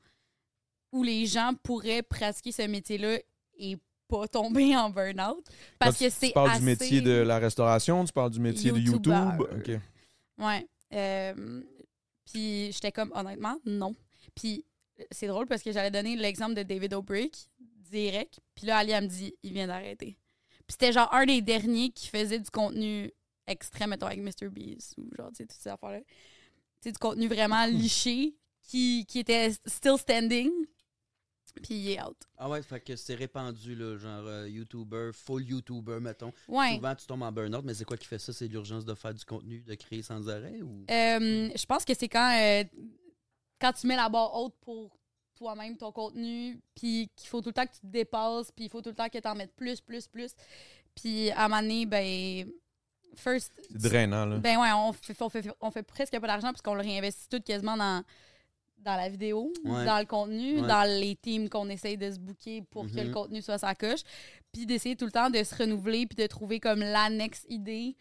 Speaker 3: où les gens pourraient pratiquer ce métier-là et pas tomber en burn-out? Parce
Speaker 1: quand
Speaker 3: que
Speaker 1: tu-
Speaker 3: c'est.
Speaker 1: Tu parles
Speaker 3: assez-
Speaker 1: du métier de la restauration, tu parles du métier de
Speaker 3: YouTubeur.
Speaker 1: YouTube. OK.
Speaker 3: Ouais. Euh, puis j'étais comme, honnêtement, non. Puis euh, c'est drôle parce que j'allais donner l'exemple de David O'Brick, direct. Puis là, Ali, elle me dit, il vient d'arrêter. Puis c'était genre un des derniers qui faisait du contenu extrême, mettons, avec Mr. Beast ou genre, tu sais, toutes ces affaires-là. Tu sais, du contenu vraiment liché qui, qui était still standing. Puis il est out.
Speaker 2: Ah ouais, fait que c'est répandu, là, genre euh, YouTuber, full YouTuber, mettons.
Speaker 3: Ouais.
Speaker 2: Souvent, tu tombes en burn-out, mais c'est quoi qui fait ça? C'est l'urgence de faire du contenu, de créer sans arrêt? Ou...
Speaker 3: Euh, je pense que c'est quand, euh, quand tu mets la barre haute pour toi-même, ton contenu, puis qu'il faut tout le temps que tu te dépasses, puis il faut tout le temps que tu en mettes plus, plus, plus. Puis à un moment donné, ben, first,
Speaker 1: C'est drainant, là.
Speaker 3: ben ouais, on fait, on fait, on fait presque pas d'argent parce qu'on le réinvestit tout quasiment dans, dans la vidéo,
Speaker 2: Ouais.
Speaker 3: dans le contenu,
Speaker 2: Ouais.
Speaker 3: dans les teams qu'on essaye de se booker pour que le
Speaker 2: Mhm.
Speaker 3: contenu soit sa coche. Puis d'essayer tout le temps de se renouveler puis de trouver comme l'annexe idée.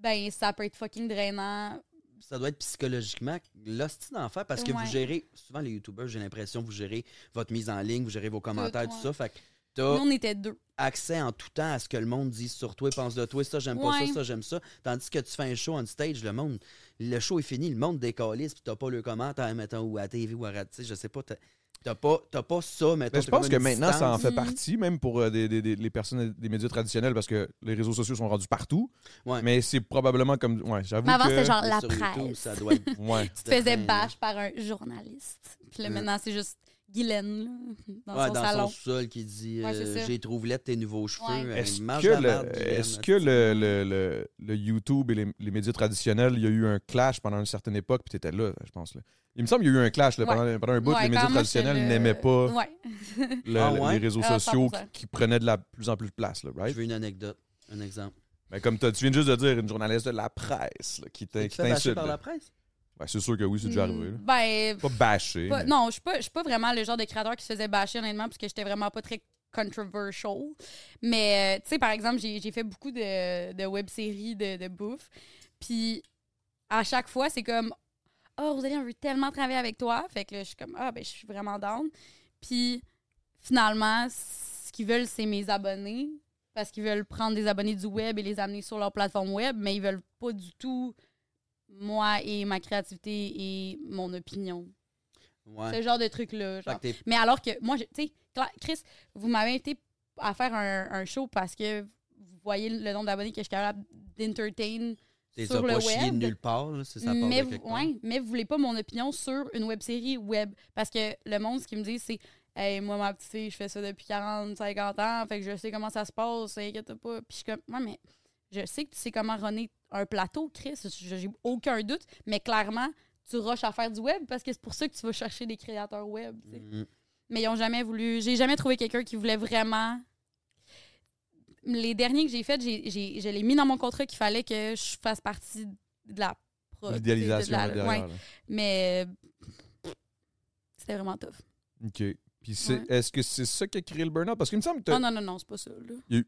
Speaker 3: Ben, ça peut être fucking drainant.
Speaker 2: Ça doit être psychologiquement l'hostie d'en faire parce que
Speaker 3: Ouais.
Speaker 2: vous gérez, souvent les YouTubers, j'ai l'impression, vous gérez votre mise en ligne, vous gérez vos commentaires, tout,
Speaker 3: ouais.
Speaker 2: ça. Fait que
Speaker 3: Nous,
Speaker 1: Ah.
Speaker 2: t'as
Speaker 3: on était deux.
Speaker 2: accès en tout temps à ce que le monde dit sur toi, pense de toi, ça, j'aime pas
Speaker 3: Ouais.
Speaker 2: ça, ça, j'aime ça. Tandis que tu fais un show on stage, le monde, le show est fini, le monde décalisse, puis t'as pas le commentaire, mettons, ou à la TV, ou à la radio, tu sais, je sais pas, t'as- t'as pas, t'as pas ça, mettons.
Speaker 1: Mais Ben, je
Speaker 2: t'as
Speaker 1: pense
Speaker 2: comme
Speaker 1: que
Speaker 2: une
Speaker 1: maintenant, ça en
Speaker 2: distance.
Speaker 1: fait
Speaker 3: Mm.
Speaker 1: partie, même pour euh, des, des- des- les personnes des médias traditionnels, parce que les réseaux sociaux sont rendus partout.
Speaker 2: Ouais.
Speaker 1: Mais c'est probablement comme. Ouais, j'avoue.
Speaker 3: Mais avant,
Speaker 1: que-
Speaker 3: c'était genre la
Speaker 2: Sur YouTube,
Speaker 3: presse.
Speaker 2: ça doit être-
Speaker 1: Ouais.
Speaker 3: Tu te faisais
Speaker 2: Ben,
Speaker 3: bâche par un journaliste. Puis là,
Speaker 2: Ouais.
Speaker 3: maintenant, c'est juste Guylaine, là, dans
Speaker 2: Ouais,
Speaker 3: son
Speaker 2: dans
Speaker 3: salon.
Speaker 2: son sol qui dit
Speaker 3: Ouais, c'est
Speaker 2: euh,
Speaker 3: ça.
Speaker 2: J'ai trouvé là tes nouveaux
Speaker 3: Ouais.
Speaker 2: cheveux.
Speaker 1: Est-ce
Speaker 2: Elle mange
Speaker 1: que,
Speaker 2: la
Speaker 1: le,
Speaker 2: marde,
Speaker 1: est-ce
Speaker 2: Guylaine.
Speaker 1: que le, le- le- le YouTube et les, les médias traditionnels, il y a eu un clash pendant une certaine époque, puis t'étais là, je pense. là. Il me semble qu'il y a eu un clash là,
Speaker 3: Ouais.
Speaker 1: pendant, pendant un bout.
Speaker 3: Ouais,
Speaker 1: les médias
Speaker 3: quand moi, j'étais
Speaker 1: traditionnels
Speaker 3: le-
Speaker 1: n'aimaient pas
Speaker 3: Ouais.
Speaker 1: le-
Speaker 2: Ah
Speaker 1: le-
Speaker 2: ouais?
Speaker 1: les réseaux
Speaker 3: Ah,
Speaker 1: sociaux
Speaker 3: 100%.
Speaker 1: qui, qui prenaient de la plus en plus de place, là,
Speaker 2: Je
Speaker 1: right?
Speaker 2: veux une anecdote, un exemple.
Speaker 1: Mais comme t'as- tu viens juste de dire, une journaliste de la presse là, qui t'in-
Speaker 2: Tu
Speaker 1: qui
Speaker 2: te fais bâcher
Speaker 1: t'insulte.
Speaker 2: par
Speaker 1: là.
Speaker 2: la presse
Speaker 1: Ouais, c'est sûr que oui, c'est déjà arrivé. là.
Speaker 3: Ben,
Speaker 1: Pas bâché.
Speaker 3: pas-
Speaker 1: mais-
Speaker 3: non, je suis pas, je suis pas vraiment le genre de créateur qui se faisait bâcher, honnêtement, parce que j'étais vraiment pas très controversial. Mais, euh, tu sais, par exemple, j'ai j'ai fait beaucoup de, de web-séries de, de bouffe. Puis, à chaque fois, c'est comme Oh, Rosalie, on veut tellement travailler avec toi. Fait que là, je suis comme Ah, ben, je suis vraiment down. Puis, finalement, ce qu'ils veulent, c'est mes abonnés. Parce qu'ils veulent prendre des abonnés du web et les amener sur leur plateforme web, mais ils veulent pas du tout moi et ma créativité et mon opinion.
Speaker 2: Ouais.
Speaker 3: Ce genre de truc-là.
Speaker 2: Fait
Speaker 3: genre.
Speaker 2: que t'es-
Speaker 3: Mais alors que moi, je- tu sais, Cla- Chris, vous m'avez invité à faire un, un show parce que vous voyez le nombre d'abonnés que je suis capable d'entertain.
Speaker 2: t'es
Speaker 3: sur le
Speaker 2: pas chié
Speaker 3: web,
Speaker 2: de nulle part, là, c'est ça part de
Speaker 3: Mais, vous-
Speaker 2: quelque part.
Speaker 3: ouais, mais vous voulez pas mon opinion sur une web série web. Parce que le monde, ce qu'ils me disent, c'est Hey, moi, ma petite fille, je fais ça depuis 40, 50 ans, fait que je sais comment ça se passe, inquiète pas. Puis je suis comme, ouais, mais je sais que tu sais comment runner un plateau, Chris, je- j'ai aucun doute, mais clairement, tu rushes à faire du web parce que c'est pour ça que tu vas chercher des créateurs web. tu sais.
Speaker 2: Mhm.
Speaker 3: Mais ils ont jamais voulu. J'ai jamais trouvé quelqu'un qui voulait vraiment. Les derniers que j'ai faits, j'ai, j'ai- je l'ai mis dans mon contrat qu'il fallait que je fasse partie de la pro-
Speaker 1: L'idéalisation
Speaker 3: de la-
Speaker 1: là, derrière.
Speaker 3: ouais.
Speaker 1: là.
Speaker 3: Mais euh, c'était vraiment tough.
Speaker 1: OK. Puis c'est-
Speaker 3: Ouais.
Speaker 1: est-ce que c'est ça qui a créé le burn-out? Parce qu'il me semble que
Speaker 3: Ah, Non,
Speaker 1: t'as-
Speaker 3: non, non, non, c'est pas ça. là.
Speaker 1: il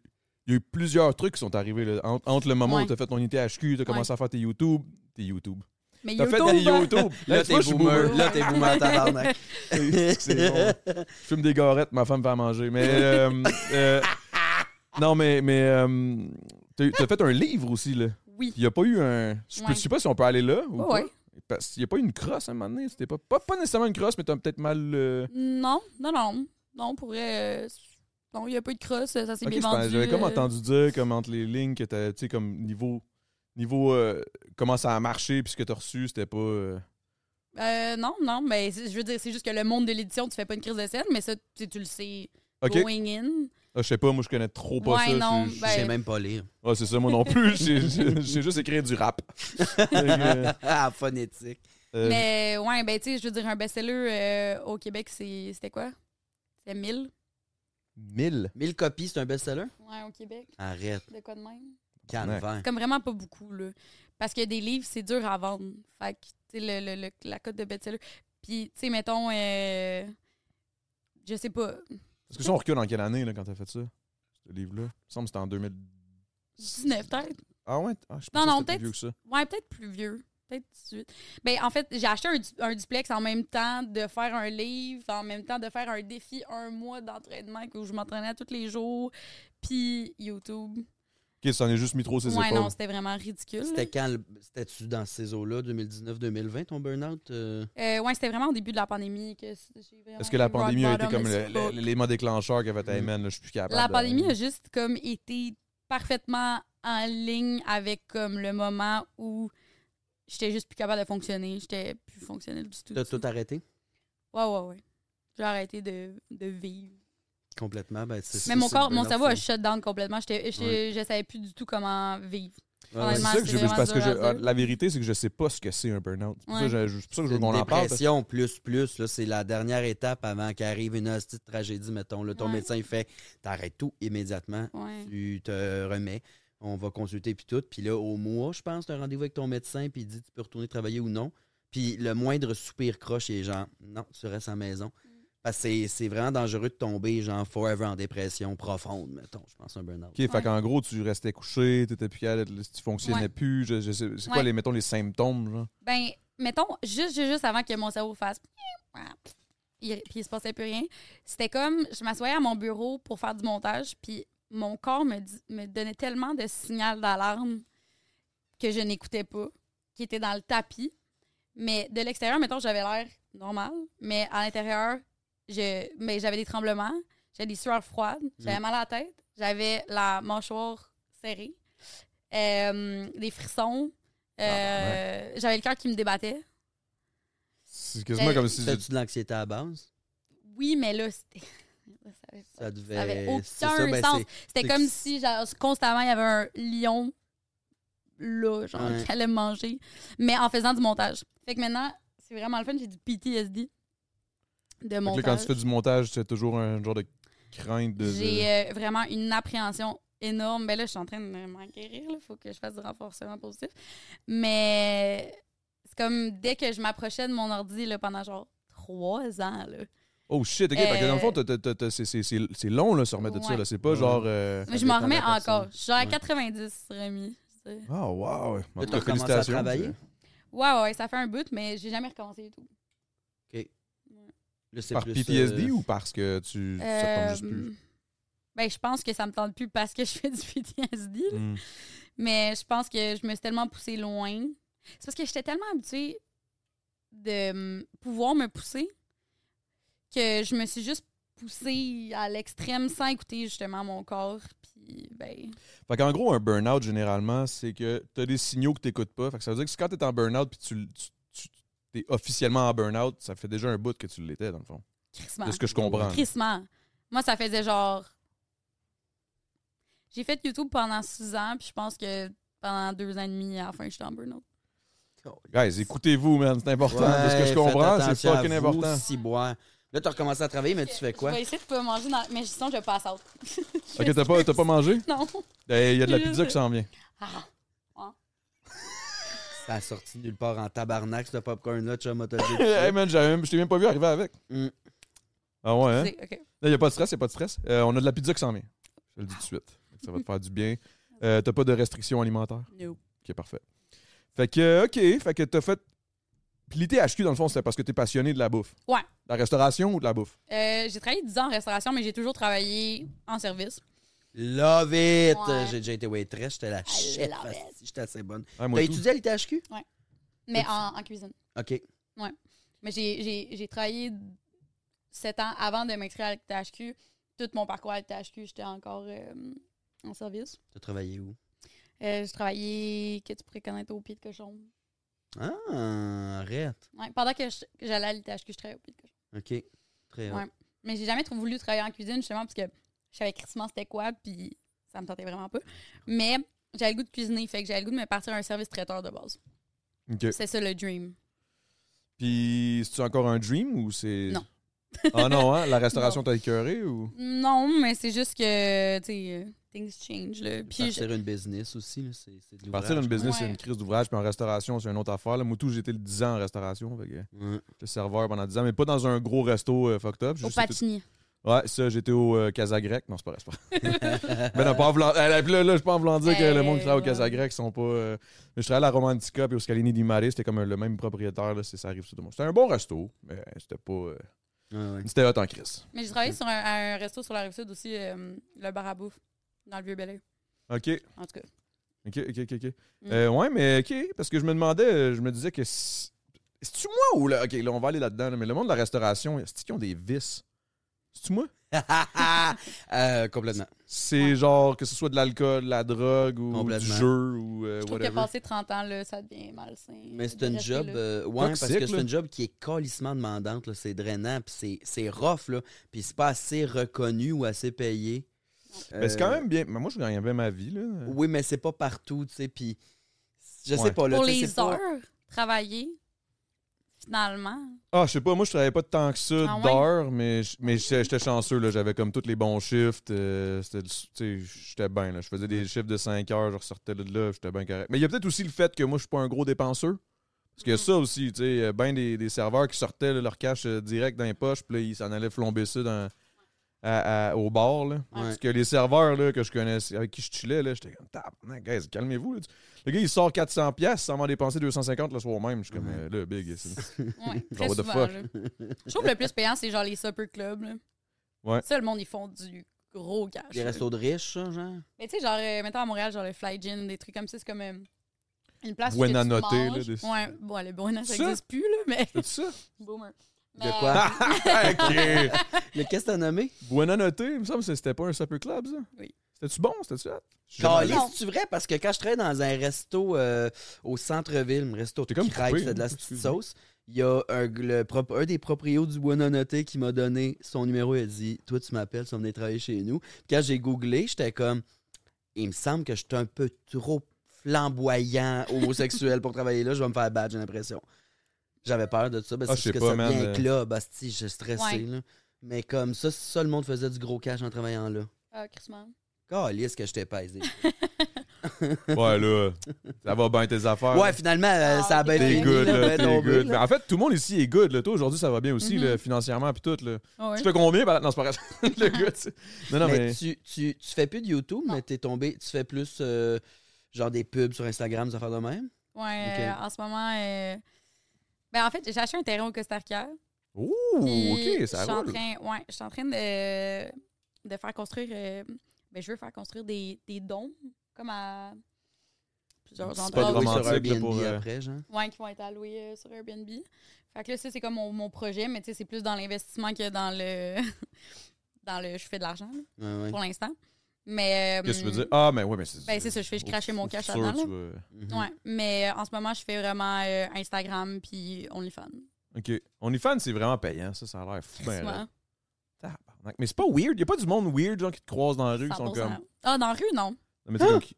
Speaker 1: y a eu plusieurs trucs qui sont arrivés là, entre, entre le moment
Speaker 3: Ouais.
Speaker 1: où tu as fait ton ITHQ, tu as commencé à faire tes YouTube. Tes YouTube.
Speaker 3: Mais
Speaker 1: T'as fait
Speaker 3: YouTube,
Speaker 1: des
Speaker 3: hein.
Speaker 1: YouTube.
Speaker 2: Là,
Speaker 1: tu vois,
Speaker 2: t'es
Speaker 1: je suis
Speaker 2: boomer.
Speaker 3: boomer.
Speaker 2: Là, t'es boomer, tabarnak.
Speaker 1: C'est Je fume des garettes, ma femme fait à manger. Mais. euh, euh, non, mais. mais euh, t'as t'as fait un livre aussi, là.
Speaker 3: Oui.
Speaker 1: Il n'y a pas eu un. Je ne
Speaker 3: Ouais.
Speaker 1: sais pas si on peut aller là. Ou
Speaker 3: Ouais,
Speaker 1: pas.
Speaker 3: ouais.
Speaker 1: Parce qu'il n'y a pas eu une crosse à un moment donné. C'était pas, pas, pas nécessairement une crosse, mais t'as peut-être mal. euh,
Speaker 3: Non, non, non. Non, pour vrai, euh, non, il n'y a pas eu de cross, ça s'est
Speaker 1: Ok,
Speaker 3: bien
Speaker 1: c'est pas-
Speaker 3: vendu.
Speaker 1: J'avais comme
Speaker 3: euh,
Speaker 1: entendu dire, comme entre les lignes, que t'as, tu sais, comme niveau, niveau euh, comment ça a marché, puis ce que t'as reçu, c'était pas. euh,
Speaker 3: euh, non, non, mais c'est- je veux dire, c'est juste que le monde de l'édition, tu fais pas une crise de scène, mais ça, tu, tu le sais
Speaker 1: Ok,
Speaker 3: going in.
Speaker 1: Ah, je sais pas, moi je connais trop pas
Speaker 3: Ouais,
Speaker 1: ça.
Speaker 3: non,
Speaker 1: je- je-
Speaker 2: Je sais
Speaker 3: Ben-
Speaker 2: même pas lire.
Speaker 1: Ah, c'est ça, moi non plus. J'ai j'ai- j'ai juste écrit du rap. Fait que,
Speaker 2: ah, phonétique.
Speaker 1: euh,
Speaker 3: Mais ouais, ben tu sais, je veux dire, un best-seller euh, au Québec, c'est- c'était quoi? C'était 1000?
Speaker 1: 1000.
Speaker 2: 1000 copies, c'est un best-seller?
Speaker 3: Ouais, au Québec.
Speaker 2: Arrête,
Speaker 3: De quoi de même?
Speaker 2: calvaire.
Speaker 3: Comme vraiment pas beaucoup, là. Parce que des livres, c'est dur à vendre. Fait que, tu sais, le, le- le- la cote de best-seller. Puis, tu sais, mettons, euh, je sais pas,
Speaker 1: Parce que ça, on recule en quelle année là, quand t'as fait ça, ce livre-là? Il me semble que c'était en 2000.
Speaker 3: 19 peut-être.
Speaker 1: Ah ouais? Ah, je pensais
Speaker 3: Non,
Speaker 1: que
Speaker 3: non,
Speaker 1: c'était plus
Speaker 3: peut-être-
Speaker 1: vieux que ça.
Speaker 3: Ouais, peut-être plus vieux. Peut-être 18. Ben, en fait, j'ai acheté un, du- un duplex en même temps de faire un livre, en même temps de faire un défi un mois d'entraînement où je m'entraînais tous les jours, puis YouTube.
Speaker 1: Ok, ça en est juste mis trop ses
Speaker 3: Ouais,
Speaker 1: épaules.
Speaker 3: non, c'était vraiment ridicule.
Speaker 2: C'était quand? le- C'était-tu dans ces eaux-là, 2019-2020, ton burn-out? euh?
Speaker 3: Euh, ouais, c'était vraiment au début de la pandémie que c- j'ai vraiment
Speaker 1: Est-ce que la
Speaker 3: eu rock
Speaker 1: pandémie a été
Speaker 3: bottom
Speaker 1: comme
Speaker 3: as
Speaker 1: le- le- euh,
Speaker 3: fuck.
Speaker 1: l'élément déclencheur qui a fait Hey man, là, je suis plus capable.
Speaker 3: Mm. La
Speaker 1: de-
Speaker 3: pandémie a juste comme été parfaitement en ligne avec comme le moment où j'étais juste plus capable de fonctionner, j'étais plus fonctionnelle du tout.
Speaker 2: T'as tout arrêté?
Speaker 3: Ouais, ouais, ouais. J'ai arrêté de, de vivre.
Speaker 2: Complètement, ben c'est
Speaker 3: Mais
Speaker 2: c'est-
Speaker 3: mon
Speaker 2: c'est
Speaker 3: corps,
Speaker 2: le
Speaker 3: mon
Speaker 2: burn-out,
Speaker 3: cerveau a
Speaker 2: ça.
Speaker 3: shut down complètement. J'étais- j'étais- Je savais plus du tout comment vivre.
Speaker 2: Ah ouais,
Speaker 1: C'est
Speaker 3: Vraiment,
Speaker 1: ça que
Speaker 3: c'est
Speaker 1: je veux,
Speaker 3: vraiment
Speaker 1: parce que
Speaker 3: dur à
Speaker 1: je- ah,
Speaker 3: dire.
Speaker 1: la vérité, c'est que je sais pas ce que c'est un burn-out. C'est pour ça que je- c'est pour ça que je veux
Speaker 2: C'est
Speaker 1: qu'on
Speaker 2: une
Speaker 1: en parle. parce-
Speaker 2: dépression plus plus là, c'est la dernière étape avant qu'arrive une hostie de tragédie mettons là, ton
Speaker 3: Ouais.
Speaker 2: médecin il fait t'arrêtes tout immédiatement,
Speaker 3: Ouais.
Speaker 2: tu te remets, on va consulter puis tout, puis là au mois je pense tu as rendez-vous avec ton médecin puis il dit tu peux retourner travailler ou non, puis le moindre soupir croche et genre non, tu restes à la maison. Parce que c'est- c'est vraiment dangereux de tomber genre forever en dépression profonde mettons, je pense un burn-out.
Speaker 1: Ok, fait
Speaker 3: Ouais.
Speaker 1: qu'en gros, tu restais couché, t'étais plus capable, d'être- tu fonctionnais
Speaker 3: Ouais.
Speaker 1: plus. je- je sais- c'est quoi
Speaker 3: Ouais.
Speaker 1: les, mettons, les symptômes, genre?
Speaker 3: Ben, mettons, juste, juste, juste avant que mon cerveau fasse. il- Puis il se passait plus rien. C'était comme, je m'assoyais à mon bureau pour faire du montage, puis mon corps me, di- me donnait tellement de signaux d'alarme que je n'écoutais pas, qui était dans le tapis. Mais de l'extérieur, mettons, j'avais l'air normal, mais à l'intérieur, je, mais j'avais des tremblements, j'avais des sueurs froides, j'avais mal à la tête, j'avais la mâchoire serrée, euh, des frissons, euh, j'avais le cœur qui me débattait.
Speaker 1: C'est quasiment
Speaker 3: Ben,
Speaker 1: comme si.
Speaker 2: T'as-tu de l'anxiété à la base?
Speaker 3: Oui, mais là, c'était. ça avait pas-
Speaker 2: Ça devait
Speaker 3: ça avait aucun
Speaker 2: c'est ça, ben,
Speaker 3: sens.
Speaker 2: c'est-
Speaker 3: C'était
Speaker 2: c'est
Speaker 3: comme
Speaker 2: que-
Speaker 3: si genre, constamment il y avait un lion là, genre,
Speaker 2: Ouais.
Speaker 3: qui allait me manger, mais en faisant du montage. Fait que maintenant, c'est vraiment le fun, j'ai du PTSD de
Speaker 1: Fait que là,
Speaker 3: montage.
Speaker 1: quand tu fais du montage, tu as toujours un genre de crainte de. de-
Speaker 3: J'ai euh, vraiment une appréhension énorme. Ben là, je suis en train de m'en guérir. Il faut que je fasse du renforcement positif. Mais c'est comme dès que je m'approchais de mon ordi là, pendant genre trois ans, là,
Speaker 1: Oh shit, ok, fait que dans le fond, t'as- t'as- t'as- t'as- c'est- c'est- c'est c'est long, là, se remettre de ça.
Speaker 3: euh, Ouais.
Speaker 1: là. C'est pas
Speaker 2: Ouais.
Speaker 1: genre. euh,
Speaker 3: Mais je
Speaker 2: dépend
Speaker 3: m'en
Speaker 2: de la
Speaker 3: remets
Speaker 2: personne.
Speaker 3: encore. Je suis genre à
Speaker 2: Ouais.
Speaker 3: 90 remis. je sais.
Speaker 1: Ah, wow! En tout cas,
Speaker 2: Là, t'as recommencé à
Speaker 1: félicitations.
Speaker 2: travailler?
Speaker 3: Ouais, ouais, ça fait un bout, mais j'ai jamais recommencé du tout.
Speaker 2: Là, c'est
Speaker 1: Par
Speaker 2: plus,
Speaker 1: PTSD
Speaker 2: euh,
Speaker 1: ou parce que tu. Ça te
Speaker 3: Euh,
Speaker 1: tombe juste plus?
Speaker 3: ben, je pense que ça me tente plus parce que je fais du PTSD. là.
Speaker 1: Hmm.
Speaker 3: Mais je pense que je me suis tellement poussée loin. C'est parce que j'étais tellement habituée de hum, pouvoir me pousser que je me suis juste poussée à l'extrême sans écouter justement mon corps. Puis, ben,
Speaker 1: Fait qu'en gros, un burn-out, généralement, c'est que tu as des signaux que tu n'écoutes pas. Fait que ça veut dire que c'est quand tu es en burn-out puis tu, es officiellement en burn-out, ça fait déjà un bout que tu l'étais, dans le fond.
Speaker 3: crissement.
Speaker 1: C'est ce que je comprends. là.
Speaker 3: Crissement. Moi, ça faisait genre. J'ai fait YouTube pendant six ans, puis je pense que pendant deux ans et demi, à la fin, j'étais en burn-out.
Speaker 1: Guys, écoutez-vous, man, c'est important. parce que ce qu'on prend, c'est fucking important.
Speaker 2: boire. Là, t'as recommencé à travailler, mais tu fais quoi?
Speaker 3: Je vais essayer de pas manger, dans... mais sinon, je passe out. Je
Speaker 1: Ok, t'as pas, t'as pas mangé?
Speaker 3: Non.
Speaker 1: Ben, Il y a de la pizza qui s'en vient.
Speaker 3: Ah.
Speaker 2: Ça a sorti nulle part en tabarnak, ce popcorn-là, chum, t'as dit.
Speaker 1: hey, man, j'avais même- je t'ai même pas vu arriver avec.
Speaker 2: Mm.
Speaker 1: Ah ouais, hein?
Speaker 3: c'est- ok.
Speaker 1: Il n'y a pas de stress, il a pas de stress. Euh, on a de la pizza qui s'en vient. Je te le dis tout de suite. Ça va te faire du bien. Euh, t'as pas de restrictions alimentaires?
Speaker 3: No.
Speaker 1: Ok, parfait. Fait que, OK, fait que t'as fait... Puis l'ITHQ, dans le fond, c'est parce que t'es passionné de la bouffe.
Speaker 3: Ouais.
Speaker 1: De la restauration ou de la bouffe?
Speaker 3: Euh, j'ai travaillé 10 ans en restauration, mais j'ai toujours travaillé en service.
Speaker 2: Love it!
Speaker 3: Ouais.
Speaker 2: J'ai déjà été waitress, j'étais la chef.
Speaker 3: love
Speaker 2: asti, J'étais assez bonne.
Speaker 1: Ah, moi
Speaker 3: Ben,
Speaker 2: T'as
Speaker 1: tout.
Speaker 2: étudié à l'ITHQ?
Speaker 3: Mais en, en cuisine.
Speaker 2: OK.
Speaker 3: Mais j'ai- j'ai j'ai travaillé 7 ans avant de m'inscrire à la THQ. Tout mon parcours à la THQ, j'étais encore euh, en service.
Speaker 2: T'as travaillé où?
Speaker 3: Euh, j'ai travaillé, que tu pourrais connaître, au pied de cochon.
Speaker 2: Ah, arrête.
Speaker 3: Ouais, pendant que je- que j'allais à l'ITHQ, je travaillais au pied de cochon.
Speaker 2: OK. Très
Speaker 3: Ouais.
Speaker 2: bien.
Speaker 3: Mais j'ai jamais trop voulu travailler en cuisine, justement, parce que je savais crissement c'était quoi, puis ça me tentait vraiment pas. Mais j'avais le goût de cuisiner, fait que j'avais le goût de me partir à un service traiteur de base.
Speaker 1: OK.
Speaker 3: C'est ça le dream.
Speaker 1: Puis, c'est-tu encore un dream ou c'est...
Speaker 3: Non.
Speaker 1: ah non, hein? La restauration t'a écœuré ou...
Speaker 3: Non, mais c'est juste que, tu sais, euh, things change, là. Puis je-
Speaker 2: Partir une business aussi, là, c'est c'est de l'ouvrage.
Speaker 1: Partir d'une business, c'est
Speaker 3: Ouais.
Speaker 1: une crise d'ouvrage, puis en restauration, c'est une autre affaire. Là. Moi, tout, j'étais le 10 ans en restauration. Fait que
Speaker 2: Ouais.
Speaker 1: j'étais serveur pendant 10 ans, mais pas dans un gros resto euh, fucked up.
Speaker 3: au
Speaker 1: Juste-
Speaker 3: patini.
Speaker 1: Ouais, ça, j'étais au euh, Casa Grec. Non, c'est pas vrai, c'est pas. mais non, pas en voulant. Eh, là, puis là, là, je peux en voulant dire que le monde qui travaille au
Speaker 3: Eh,
Speaker 1: Casa
Speaker 3: ouais.
Speaker 1: Grec sont pas. euh, Mais je travaillais à la Romantica puis au Scalini di Mare. C'était comme euh, le même propriétaire. Là, c'est- ça arrive sur tout le monde. C'était un bon resto, mais c'était pas. euh,
Speaker 2: Ouais, ouais.
Speaker 1: C'était hot en crise.
Speaker 3: Mais j'ai travaillé sur un, à un resto sur la rive sud aussi, euh, le bar à bouffe, dans le vieux Bel
Speaker 1: OK.
Speaker 3: en tout cas.
Speaker 1: OK, OK, OK. ok.
Speaker 3: Mm.
Speaker 1: Euh, ouais, mais OK, parce que je me demandais, euh, je me disais que. si- C'est-tu moi ou là? OK, là, on va aller là-dedans, là, mais le monde de la restauration, c'est-tu qui ont des vices? C'est-tu moi?
Speaker 2: Euh, complètement.
Speaker 1: C'est genre que ce soit de l'alcool, de la drogue ou du
Speaker 2: Complètement.
Speaker 1: jeu ou euh,
Speaker 3: Je trouve que
Speaker 1: whatever.
Speaker 3: passer 30 ans, là, ça devient malsain.
Speaker 2: Mais c'est
Speaker 3: de
Speaker 2: un
Speaker 3: rester
Speaker 2: job,
Speaker 3: là.
Speaker 2: euh, ouais, parce
Speaker 1: Toxique,
Speaker 2: que c'est
Speaker 1: là.
Speaker 2: un job qui est calissement demandante, là, c'est drainant, puis c'est- c'est rough, là, puis c'est pas assez reconnu ou assez payé.
Speaker 1: Mais Ben, c'est quand
Speaker 2: Euh,
Speaker 1: même bien. Mais moi, je gagnais bien ma vie, là.
Speaker 2: Oui, mais c'est pas partout, tu sais, puis je
Speaker 1: Ouais.
Speaker 2: sais pas, là,
Speaker 3: Pour
Speaker 2: tu sais,
Speaker 3: les
Speaker 2: c'est pas-
Speaker 3: heures, travailler, finalement.
Speaker 1: Ah, je sais pas, moi, je travaillais pas tant que ça
Speaker 3: Ah ouais?
Speaker 1: d'heures, mais, je- mais j'étais j'étais chanceux, là. J'avais comme tous les bons shifts. euh, c'était du- tu sais, j'étais bien, là. Je faisais des chiffres de 5 heures, je ressortais de là, j'étais bien correct. Mais il y a peut-être aussi le fait que moi, je suis pas un gros dépenseur. Parce que ça aussi, tu sais, ben des, des serveurs qui sortaient là, leur cash euh, direct dans les poches, puis là, ils s'en allaient flomber ça dans- à- à- au bar, là.
Speaker 2: Ouais.
Speaker 1: Parce que les serveurs là, que je connaissais, avec qui je chillais, là, j'étais comme, tabarnak, guys, calmez-vous. là. Le gars, il sort 400$ piastres sans m'en dépenser 250$ le soir même. Je suis comme,
Speaker 2: Ouais.
Speaker 1: euh, là, big. c'est-
Speaker 3: Ouais, très
Speaker 1: what the
Speaker 3: souvent.
Speaker 1: fuck?
Speaker 3: là. Je trouve que le plus payant, c'est genre les supper clubs. là.
Speaker 1: Ouais.
Speaker 3: Ça, le monde, ils font du gros cash.
Speaker 2: Des
Speaker 3: là.
Speaker 2: restos de riches, ça, genre.
Speaker 3: Mais tu sais, genre, euh, mettons à Montréal, genre le Fly Gin, des trucs comme ça, c'est comme euh, une place où que tu
Speaker 1: Buena Notte, là,
Speaker 3: manges.
Speaker 1: des-
Speaker 3: Ouais, bon, le Buena, ça
Speaker 1: Ça?
Speaker 3: n'existe plus, là, mais...
Speaker 1: C'est ça?
Speaker 3: Boomer. Mais-
Speaker 2: De quoi?
Speaker 3: ah!
Speaker 1: Ah, OK.
Speaker 2: Mais qu'est-ce que t'as nommé?
Speaker 1: Buena Notte, il me semble que c'était pas un supper club, ça?
Speaker 3: Oui.
Speaker 1: C'était-tu bon? C'était-tu hot? J'ai jamais
Speaker 2: Calé,
Speaker 1: allé.
Speaker 2: c'est-tu vrai? Parce que quand je travaillais dans un resto euh, au centre-ville, un resto
Speaker 1: T'es
Speaker 2: de
Speaker 1: comme
Speaker 2: crêpes,
Speaker 1: coupé,
Speaker 2: c'était de la
Speaker 1: hein,
Speaker 2: petite
Speaker 1: excuse-moi.
Speaker 2: sauce, il y a un, le prop- un des proprios du Buonanotte qui m'a donné son numéro. Il a dit Toi, tu m'appelles, tu vas venir travailler chez nous. Puis quand j'ai googlé, j'étais comme Il me semble que je suis un peu trop flamboyant homosexuel pour travailler là, je vais me faire battre, j'ai l'impression. J'avais peur de ça, parce
Speaker 1: Ah,
Speaker 2: que
Speaker 1: je sais
Speaker 2: que
Speaker 1: pas,
Speaker 2: ça
Speaker 1: man,
Speaker 2: devient
Speaker 1: euh.
Speaker 2: un club, asti, je suis stressé.
Speaker 3: Ouais.
Speaker 2: là. Mais comme ça, ça, le monde faisait du gros cash en travaillant là.
Speaker 3: Ah, crissement.
Speaker 2: Calisse que je t'ai paisé.
Speaker 1: Ouais, là, ça va bien tes affaires.
Speaker 2: Ouais, finalement, euh,
Speaker 3: Ah,
Speaker 2: ça a bien
Speaker 3: t'es
Speaker 1: T'es
Speaker 2: fini.
Speaker 1: good,
Speaker 2: là,
Speaker 1: là,
Speaker 2: ben
Speaker 1: t'es
Speaker 2: tombé,
Speaker 1: good. Mais
Speaker 2: là.
Speaker 1: en fait, tout le monde ici est good, là. Toi, aujourd'hui, ça va bien aussi,
Speaker 3: Mhm.
Speaker 1: là, financièrement, puis tout, là.
Speaker 3: Ah ouais.
Speaker 1: Je te combien? par- Non, c'est pas vrai. le gars, tu sais. Non, non,
Speaker 2: mais
Speaker 1: mais...
Speaker 2: Tu, tu, tu fais plus de YouTube,
Speaker 3: Non.
Speaker 2: mais t'es tombé. Tu fais plus euh, genre des pubs sur Instagram, des affaires de même.
Speaker 3: Ouais,
Speaker 2: Ok.
Speaker 3: euh, en ce moment... euh, Ben, en fait, j'ai acheté un terrain au Costa Rica.
Speaker 1: Ouh,
Speaker 3: Puis,
Speaker 1: OK, ça
Speaker 3: je suis en
Speaker 1: roule.
Speaker 3: train- ouais, je suis en train de, de faire construire. euh, ben, je veux faire construire des, des dômes, comme à plusieurs
Speaker 1: C'est
Speaker 3: endroits.
Speaker 1: pas
Speaker 2: Ah oui, sur
Speaker 1: romantique, là,
Speaker 2: Airbnb
Speaker 1: pour, euh,
Speaker 2: après, genre.
Speaker 3: où- ouais, qui vont être alloués euh, sur Airbnb. Fait que là, ça, c'est comme mon, mon projet, mais tu sais, c'est plus dans l'investissement que dans le. dans le. Je fais de l'argent, là,
Speaker 2: Ouais, ouais.
Speaker 3: pour l'instant. Mais. euh,
Speaker 1: Qu'est-ce que tu veux dire? Ah, mais ouais, mais c'est...
Speaker 3: Ben, c'est ça, je fais- je crachais mon cash
Speaker 1: Sûr,
Speaker 3: là-dedans,
Speaker 1: tu vas-
Speaker 2: Mhm.
Speaker 3: Ouais, mais euh, en ce moment, je fais vraiment euh, Instagram puis OnlyFans.
Speaker 1: OK. OnlyFans, c'est vraiment payant, ça, ça a l'air fou. ben,
Speaker 3: souvent.
Speaker 1: là. Tabarnak. Mais c'est pas weird. Y a pas du monde weird, genre, qui te croise dans la rue, qui sont
Speaker 3: 100%.
Speaker 1: comme...
Speaker 3: Ah, dans la rue, non.
Speaker 1: Non, mais tu sais, comme qui-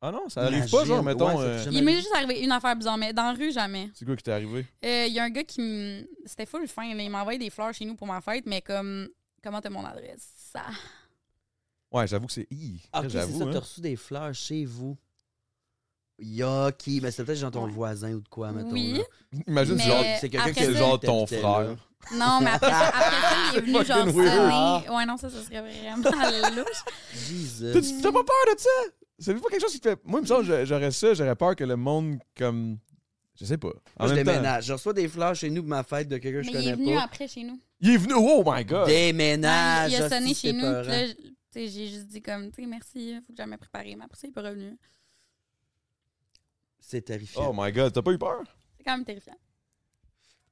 Speaker 1: Ah non, ça arrive pas, genre,
Speaker 2: Imagine,
Speaker 1: mettons.
Speaker 2: ouais, ça,
Speaker 1: euh,
Speaker 2: jamais-
Speaker 3: Il m'est juste arrivé une affaire bizarre, mais dans la rue, jamais.
Speaker 1: C'est quoi qui t'est arrivé?
Speaker 3: Euh, Il y a un gars qui me. C'était full fin, là. Il m'envoyait des fleurs chez nous pour ma fête, mais comme. Comment t'as mon adresse? Ça.
Speaker 1: Ouais, j'avoue que c'est. Hi,
Speaker 2: Ah, Ok, c'est
Speaker 1: j'avoue.
Speaker 2: ça, t'as
Speaker 1: hein.
Speaker 2: reçu des fleurs chez vous. Yoki, mais c'est peut-être genre ton
Speaker 3: Ouais.
Speaker 2: voisin ou de quoi, mettons.
Speaker 3: Oui.
Speaker 2: là.
Speaker 1: Imagine,
Speaker 3: Mais
Speaker 1: genre,
Speaker 2: c'est quelqu'un
Speaker 3: après
Speaker 2: qui est
Speaker 3: ça-
Speaker 1: genre ton
Speaker 2: T'habitais
Speaker 1: frère.
Speaker 2: là.
Speaker 3: Non, mais après ça, après ça, il est
Speaker 1: C'est
Speaker 3: venu genre
Speaker 1: fucking weird.
Speaker 3: sonner. Ouais, non, ça, ça serait vraiment louche.
Speaker 2: Jesus.
Speaker 1: T'as- T'as pas peur de ça? C'est pas quelque chose qui te fait. Moi, il me semble que j'aurais ça, j'aurais peur que le monde, comme. Je sais pas. En
Speaker 2: Moi, je
Speaker 1: même temps.
Speaker 2: déménage. Je reçois des fleurs chez nous pour ma fête de quelqu'un que
Speaker 3: Mais
Speaker 2: je
Speaker 3: il est
Speaker 2: connais
Speaker 3: venu
Speaker 2: pas.
Speaker 3: après chez nous.
Speaker 1: Il est venu. Oh my god!
Speaker 2: Déménage.
Speaker 3: il a sonné
Speaker 2: hostie,
Speaker 3: chez
Speaker 2: c'est
Speaker 3: nous.
Speaker 2: peurant.
Speaker 3: Puis là, je- tu sais, j'ai juste dit comme, tu sais, merci, faut que j'aille me préparer. Mais après ça, il est pas revenu.
Speaker 2: C'est terrifiant.
Speaker 1: Oh my god, t'as pas eu peur?
Speaker 3: C'est quand même terrifiant.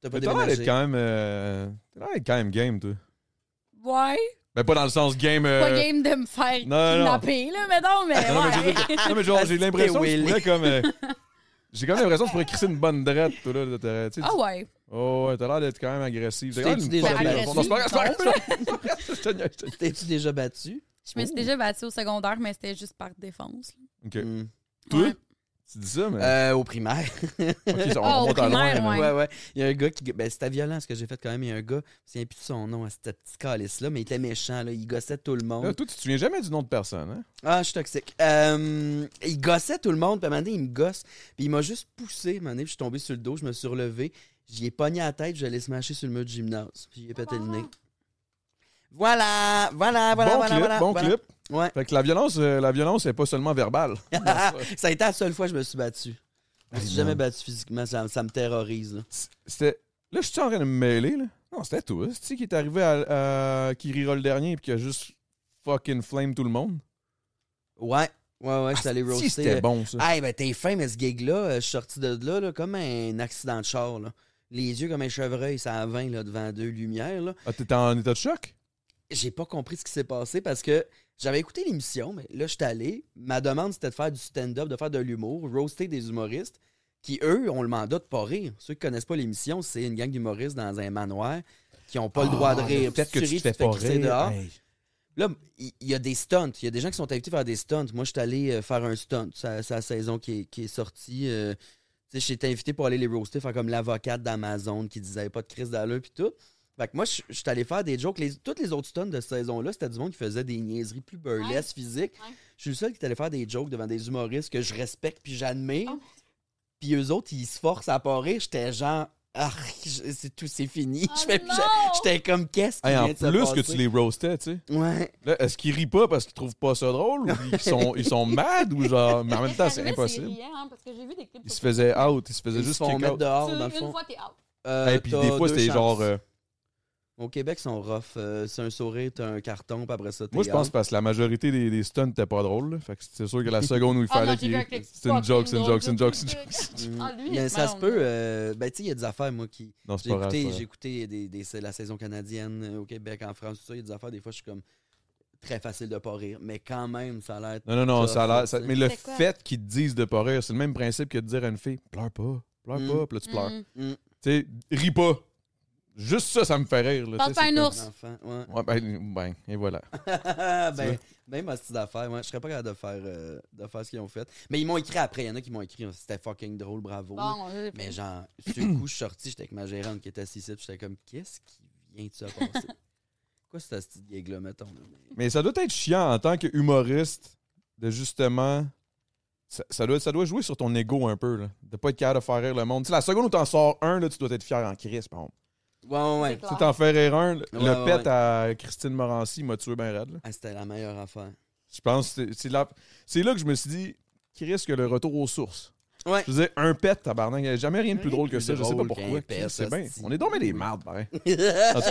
Speaker 2: T'as pas
Speaker 1: Mais T'as l'air d'être
Speaker 2: déménagé.
Speaker 1: quand même. euh, T'as l'air d'être quand même game, toi.
Speaker 3: Ouais,
Speaker 1: Mais pas dans le sens game. euh,
Speaker 3: pas game de me faire
Speaker 1: non, non, non.
Speaker 3: kidnapper, là, mais non, mais
Speaker 1: Non, non, mais je veux
Speaker 3: ouais.
Speaker 1: dire que- non, mais genre, j'ai
Speaker 2: Parce que
Speaker 1: l'impression que tu
Speaker 2: Willy.
Speaker 1: pourrais comme. euh, J'ai quand même l'impression que tu pourrais crisser une bonne drette, toi, là. de te- tu sais,
Speaker 3: Ah ouais.
Speaker 1: Oh, ouais, t'as l'air d'être quand même agressif. T'as quand même
Speaker 2: T'es-tu déjà
Speaker 1: une bonne
Speaker 3: agressif?
Speaker 1: personne. Non, c'est pas grave, c'est pas grave. Je te niaise, je te niaise.
Speaker 2: T'es-tu déjà battu?
Speaker 3: Je me suis déjà battue au secondaire, mais c'était juste par défense. là.
Speaker 1: Ok.
Speaker 2: Mm.
Speaker 1: Toi,
Speaker 3: Ouais.
Speaker 1: tu dis ça, mais.
Speaker 2: Euh, oh. au primaire.
Speaker 1: Ok, ça, on
Speaker 3: Ah, au
Speaker 1: remonte à
Speaker 3: primaire,
Speaker 1: loin. là.
Speaker 3: Ouais.
Speaker 2: Ouais, ouais. Il y a un gars qui. Ben, c'était violent ce que j'ai fait quand même. Il y a un gars, je me souviens plus de son nom à ce petit calice-là, mais il était méchant, là. Il gossait tout le monde.
Speaker 1: Là, Euh, toi, tu te souviens jamais du nom de personne, hein?
Speaker 2: Ah, je suis toxique. Euh, il gossait tout le monde. Puis à un moment donné, il me gosse. Puis il m'a juste poussé. À un moment donné, puis je suis tombé sur le dos. Je me suis relevé. J'y ai pogné la tête. Je l'ai smashé sur le mur du gymnase. Puis j'ai pété le nez.
Speaker 3: Ah.
Speaker 2: Voilà, voilà, voilà,
Speaker 1: bon
Speaker 2: voilà.
Speaker 1: clip,
Speaker 2: voilà,
Speaker 1: bon
Speaker 2: voilà.
Speaker 1: clip.
Speaker 2: Ouais.
Speaker 1: Fait que la violence, euh, la violence n'est pas seulement verbale.
Speaker 2: ça a été la seule fois que je me suis battu. Je me suis
Speaker 1: Hey,
Speaker 2: jamais
Speaker 1: man.
Speaker 2: battu physiquement. Ça, ça me terrorise. Là.
Speaker 1: C'était. Là, je suis en train de me mêler, là. Non, c'était toi, tu sais, qui est arrivé à. à- qui rira le dernier et qui a juste fucking flame tout le monde.
Speaker 2: Ouais, ouais, ouais. Je suis allé
Speaker 1: Ah, si,
Speaker 2: roaster.
Speaker 1: c'était bon, ça.
Speaker 2: Hey, ben t'es fin, mais ce gig-là, euh, je suis sorti de là, là, comme un accident de char. Là. Les yeux comme un chevreuil, ça a 20 là, devant deux lumières. Là.
Speaker 1: Ah, t'étais en état de choc?
Speaker 2: J'ai pas compris ce qui s'est passé parce que j'avais écouté l'émission, mais là, je suis allé. Ma demande, c'était de faire du stand-up, de faire de l'humour, roaster des humoristes qui, eux, ont le mandat de pas rire. Ceux qui connaissent pas l'émission, c'est une gang d'humoristes dans un manoir qui ont pas le droit de rire.
Speaker 1: Ah, Peut-être
Speaker 2: Si
Speaker 1: que tu
Speaker 2: ris,
Speaker 1: te fais
Speaker 2: fais
Speaker 1: pas
Speaker 2: crisser
Speaker 1: rire. Ben,
Speaker 2: dehors.
Speaker 1: Hey.
Speaker 2: Là, il il y a des stunts. Il y a des gens qui sont invités à faire des stunts. Moi, je suis allé euh, faire un stunt. C'est la- c'est la saison qui est, qui est sortie. euh, tu sais, j'étais invité pour aller les roaster, faire comme l'avocate d'Amazon qui disait pas de crise d'allure puis tout. Fait que moi, je je suis allé faire des jokes. Les, toutes les autres stunts de cette saison-là, c'était du monde qui faisait des niaiseries plus burlesques, physiques.
Speaker 3: Ouais.
Speaker 2: Je suis le seul qui est allé faire des jokes devant des humoristes que je respecte puis j'admire.
Speaker 3: Oh.
Speaker 2: Puis eux autres, ils se forcent à pas rire. J'étais genre, ah, je- c'est tout, c'est fini.
Speaker 3: Oh
Speaker 2: Je fais plus-
Speaker 3: non!
Speaker 2: J'étais comme, qu'est-ce qui
Speaker 1: Hey, en
Speaker 2: vient de se
Speaker 1: plus que
Speaker 2: passer?
Speaker 1: tu les roastais, tu sais.
Speaker 2: Ouais.
Speaker 1: Là, est-ce qu'ils rient pas parce qu'ils trouvent pas ça drôle ou ils sont, ils sont mad ou genre. Mais en même temps, c'est impossible.
Speaker 3: parce que j'ai vu des clips.
Speaker 1: Ils se faisaient out, ils se faisaient
Speaker 2: Ils se
Speaker 1: juste
Speaker 2: font
Speaker 1: kick
Speaker 2: mettre
Speaker 1: out.
Speaker 2: dehors, dans le fond.
Speaker 3: t'es out.
Speaker 2: Euh,
Speaker 1: Et puis des
Speaker 2: t'as
Speaker 1: fois,
Speaker 2: deux
Speaker 1: c'était
Speaker 2: chances.
Speaker 1: genre. euh,
Speaker 2: Au Québec, ils sont rough. Euh, c'est un sourire, t'as un carton, puis après ça, t'es
Speaker 1: Moi, je pense
Speaker 2: out.
Speaker 1: parce que la majorité des, des stunts n'étaient pas drôles. là. Fait que c'est sûr que la seconde où il fallait qu'il. C'est une joke, c'est une joke, c'est une joke, c'est une joke.
Speaker 2: Mm.
Speaker 3: Ah, lui,
Speaker 2: Mais ça
Speaker 3: ben
Speaker 2: se
Speaker 3: non.
Speaker 2: peut. euh, ben, tu sais, il y a des affaires, moi, qui.
Speaker 1: Non, c'est
Speaker 2: J'ai
Speaker 1: pas grave.
Speaker 2: écouté,
Speaker 1: c'est pas
Speaker 2: j'ai écouté des, des- c'est la saison canadienne euh, au Québec, en France, tout ça. Il y a des affaires, des fois, je suis comme très facile de pas rire. Mais quand même, ça a l'air.
Speaker 1: grave. Non, non, non,
Speaker 2: Ça,
Speaker 1: ça a l'air.
Speaker 2: faut-
Speaker 1: ça- Mais le
Speaker 3: C'est quoi?
Speaker 1: fait qu'ils te disent de pas rire, c'est le même principe que de dire à une fille pleure pas, pleure
Speaker 2: Mm.
Speaker 1: pas, puis là tu pleures.
Speaker 3: Mm.
Speaker 1: Tu sais, ris pas. Juste ça, ça me fait rire. Là,
Speaker 3: Pense
Speaker 1: tu sais,
Speaker 3: pas à
Speaker 1: c'est
Speaker 3: un
Speaker 1: comme-
Speaker 3: ours.
Speaker 2: Enfant, ouais.
Speaker 1: Ouais, ben, ben, et voilà.
Speaker 2: ben, même à cette affaire, ouais, je serais pas capable de faire, euh, de faire ce qu'ils ont fait. Mais ils m'ont écrit après. Il y en a qui m'ont écrit. C'était fucking drôle, bravo.
Speaker 3: Bon, euh, je sais pas.
Speaker 2: Mais genre, sur le coup, je suis sorti, j'étais avec ma gérante qui était assise ici, puis j'étais comme, qu'est-ce qui vient de se passer? Quoi, c'est cette petite gig-là, mettons? là?
Speaker 1: Mais ça doit être chiant en tant qu'humoriste de justement. Ça, ça doit, ça doit jouer sur ton ego un peu, là, de pas être capable de faire rire le monde. Tu sais, la seconde où t'en sors un, là, tu dois être fier en crise, par exemple.
Speaker 2: Ouais, ouais, ouais.
Speaker 3: C'est
Speaker 1: Si t'en fais rire un, le
Speaker 2: ouais,
Speaker 1: pet
Speaker 2: ouais.
Speaker 1: à Christine Morancy m'a tué bien raide. là.
Speaker 2: Ah, c'était la meilleure affaire.
Speaker 1: Je pense que c'est- c'est là, c'est là que je me suis dit, qui risque le retour aux sources.
Speaker 2: Ouais.
Speaker 1: Je disais, un pet, tabarnak, il n'y a jamais rien de plus
Speaker 2: Rien
Speaker 1: drôle que
Speaker 2: plus
Speaker 1: ça, je sais pas
Speaker 2: drôle
Speaker 1: pourquoi.
Speaker 2: qu'un pet,
Speaker 1: C'est bien.
Speaker 2: hostie.
Speaker 1: On est tombé des mardes, pareil. En
Speaker 2: Pas
Speaker 1: tout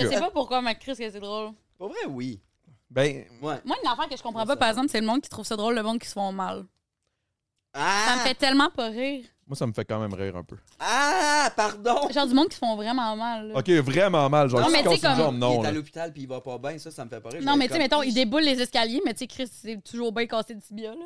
Speaker 3: Je sais
Speaker 1: cas,
Speaker 3: pas pourquoi, ma crise, que c'est drôle.
Speaker 2: vrai, oui.
Speaker 1: ben,
Speaker 2: Ouais.
Speaker 3: Moi, une affaire que je comprends
Speaker 2: Ouais,
Speaker 3: pas,
Speaker 2: ça
Speaker 3: par
Speaker 2: va.
Speaker 3: exemple, c'est le monde qui trouve ça drôle, le monde qui se font mal. Ça me
Speaker 2: Ah!
Speaker 3: fait tellement pas rire.
Speaker 1: moi, ça me fait quand même rire un peu.
Speaker 2: Ah! Pardon!
Speaker 3: Genre du monde qui se font vraiment mal. là.
Speaker 1: Ok, vraiment mal. Genre,
Speaker 3: Non,
Speaker 1: si
Speaker 3: mais
Speaker 1: tu
Speaker 3: tu sais,
Speaker 1: casses une jambe,
Speaker 3: comme-
Speaker 1: non.
Speaker 2: il est à
Speaker 1: là.
Speaker 2: l'hôpital puis il va pas bien, ça, ça me fait pas rire. Je
Speaker 3: Non,
Speaker 2: vais
Speaker 3: mais
Speaker 2: être
Speaker 3: tu sais,
Speaker 2: comme,
Speaker 3: mettons, il déboule les escaliers, mais tu sais, Chris, c'est toujours bien cassé de tibia, là.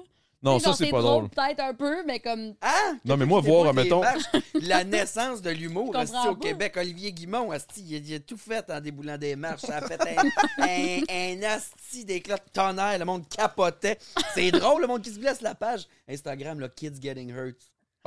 Speaker 1: Non,
Speaker 3: Tu sais,
Speaker 1: ça,
Speaker 3: genre,
Speaker 1: c'est pas
Speaker 3: drôle,
Speaker 1: drôle.
Speaker 3: Peut-être un peu, mais comme.
Speaker 2: Hein?
Speaker 1: Non, mais moi, voir, mettons.
Speaker 2: mettons... La naissance de l'humour
Speaker 3: Je comprends
Speaker 2: asti, au
Speaker 3: pas.
Speaker 2: Québec. Olivier Guimont, asti, il, a- il a tout fait en déboulant des marches. Ça a fait un, un, un asti d'éclat de tonnerre. Le monde capotait. C'est drôle, le monde qui se blesse la page Instagram, là, Kids Getting Hurt.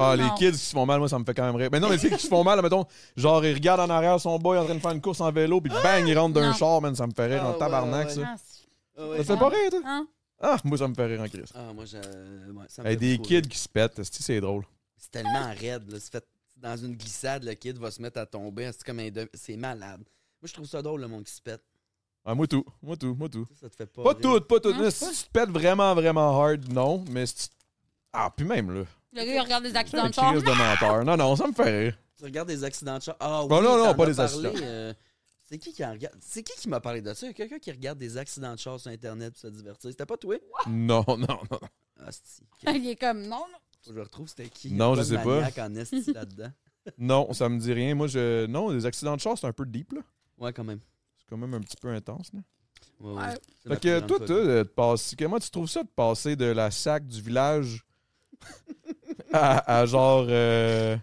Speaker 1: Ah,
Speaker 3: Non.
Speaker 1: les kids qui se font mal, moi, ça me fait quand même rire. Mais non, mais tu sais, qui se font mal, mettons, genre, ils regardent en arrière son boy en train de faire une course en vélo, puis bang, ils rentrent d'un
Speaker 3: Non.
Speaker 1: char, man, ça me fait rire
Speaker 2: Ah,
Speaker 1: en
Speaker 2: ouais,
Speaker 1: tabarnak,
Speaker 2: ouais,
Speaker 1: ça.
Speaker 3: Ah, c'est-
Speaker 2: Ah,
Speaker 1: Ça
Speaker 2: ouais.
Speaker 1: te fait pas rire, toi?
Speaker 3: hein?
Speaker 1: Ah, moi, ça me fait rire en crise.
Speaker 2: Ah, moi, je... ouais, ça me
Speaker 1: Hey,
Speaker 2: fait
Speaker 1: des
Speaker 2: beaucoup
Speaker 1: kids
Speaker 2: rire.
Speaker 1: qui se pètent, esti, c'est drôle.
Speaker 2: C'est tellement raide. Là. C'est fait dans une glissade, le kid va se mettre à tomber. asti, comme un de- C'est malade. Moi, je trouve ça drôle, le monde qui se pète.
Speaker 1: Ah, moi, tout. Moi, tout. Moi, tout.
Speaker 2: Ça, ça te fait pas
Speaker 1: Pas
Speaker 2: rire.
Speaker 1: toutes, pas toutes.
Speaker 3: Non,
Speaker 1: si
Speaker 3: c'est
Speaker 1: tu te pètes vraiment, vraiment hard, non. Mais si tu- Ah, puis même, là.
Speaker 3: Le gars, il regarde les accidents
Speaker 1: Un
Speaker 3: de char.
Speaker 1: crise de menteur. Non, non, ça me fait rire.
Speaker 2: Tu regardes des accidents de char. Ah oui,
Speaker 1: Bon, non, non,
Speaker 2: t'en
Speaker 1: pas
Speaker 2: as
Speaker 1: des
Speaker 2: parlé,
Speaker 1: accidents.
Speaker 2: euh, c'est qui qui en regarde C'est qui qui m'a parlé de ça Il y a quelqu'un qui regarde des accidents de char sur internet pour se divertir. C'était pas toi
Speaker 1: Non, non, non.
Speaker 2: Asti. ok.
Speaker 3: Il est comme, non, non.
Speaker 2: Faut que Je retrouve c'était qui
Speaker 1: Non,
Speaker 2: Pas
Speaker 1: je
Speaker 2: de
Speaker 1: sais pas.
Speaker 2: maniaque en esti là-dedans.
Speaker 1: Non, ça me dit rien. Moi, je. Non, les accidents de char, c'est un peu deep, là.
Speaker 2: Ouais, quand même.
Speaker 1: C'est quand même un petit peu intense, là.
Speaker 2: Ouais, ouais.
Speaker 3: Ouais.
Speaker 2: C'est ma
Speaker 1: Fait
Speaker 2: plus
Speaker 1: que
Speaker 2: grande
Speaker 1: toi,
Speaker 2: phobie.
Speaker 1: toi, de te passer- comment tu trouves ça de passer de la sac du village à, à genre euh,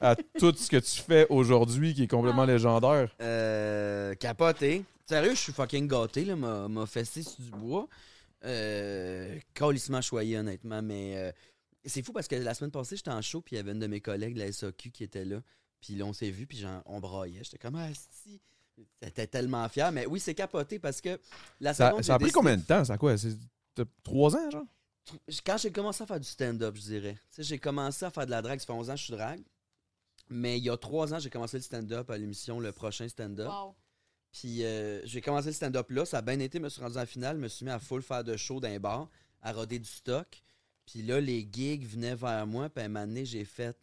Speaker 1: à tout ce que tu fais aujourd'hui qui est complètement légendaire?
Speaker 2: Euh, capoté. Sérieux, je suis fucking gâté, là. M'a m'a fessé sur du bois. Euh, calissement choyé, honnêtement. Mais euh, c'est fou parce que la semaine passée, j'étais en show, puis il y avait une de mes collègues de la SAQ qui était là. Puis là, on s'est vu, puis genre, on braillait. J'étais comme, ah, si. J'étais tellement fier. Mais oui, c'est capoté parce que la
Speaker 1: Ça,
Speaker 2: seconde,
Speaker 1: ça a
Speaker 2: j'ai
Speaker 1: pris
Speaker 2: décidé-
Speaker 1: combien de temps? Ça a quoi? C'est t'as trois ans, genre?
Speaker 2: quand j'ai commencé à faire du stand-up, je dirais. Tu sais, j'ai commencé à faire de la drague. Ça fait 11 ans que je suis drague. Mais il y a trois ans, j'ai commencé le stand-up à l'émission Le Prochain Stand-up.
Speaker 3: Wow.
Speaker 2: Puis euh, j'ai commencé le stand-up là. Ça a bien été, me suis rendu en finale, me suis mis à full faire de show d'un bar, à roder du stock. Puis là, les gigs venaient vers moi. Puis à un moment donné, j'ai fait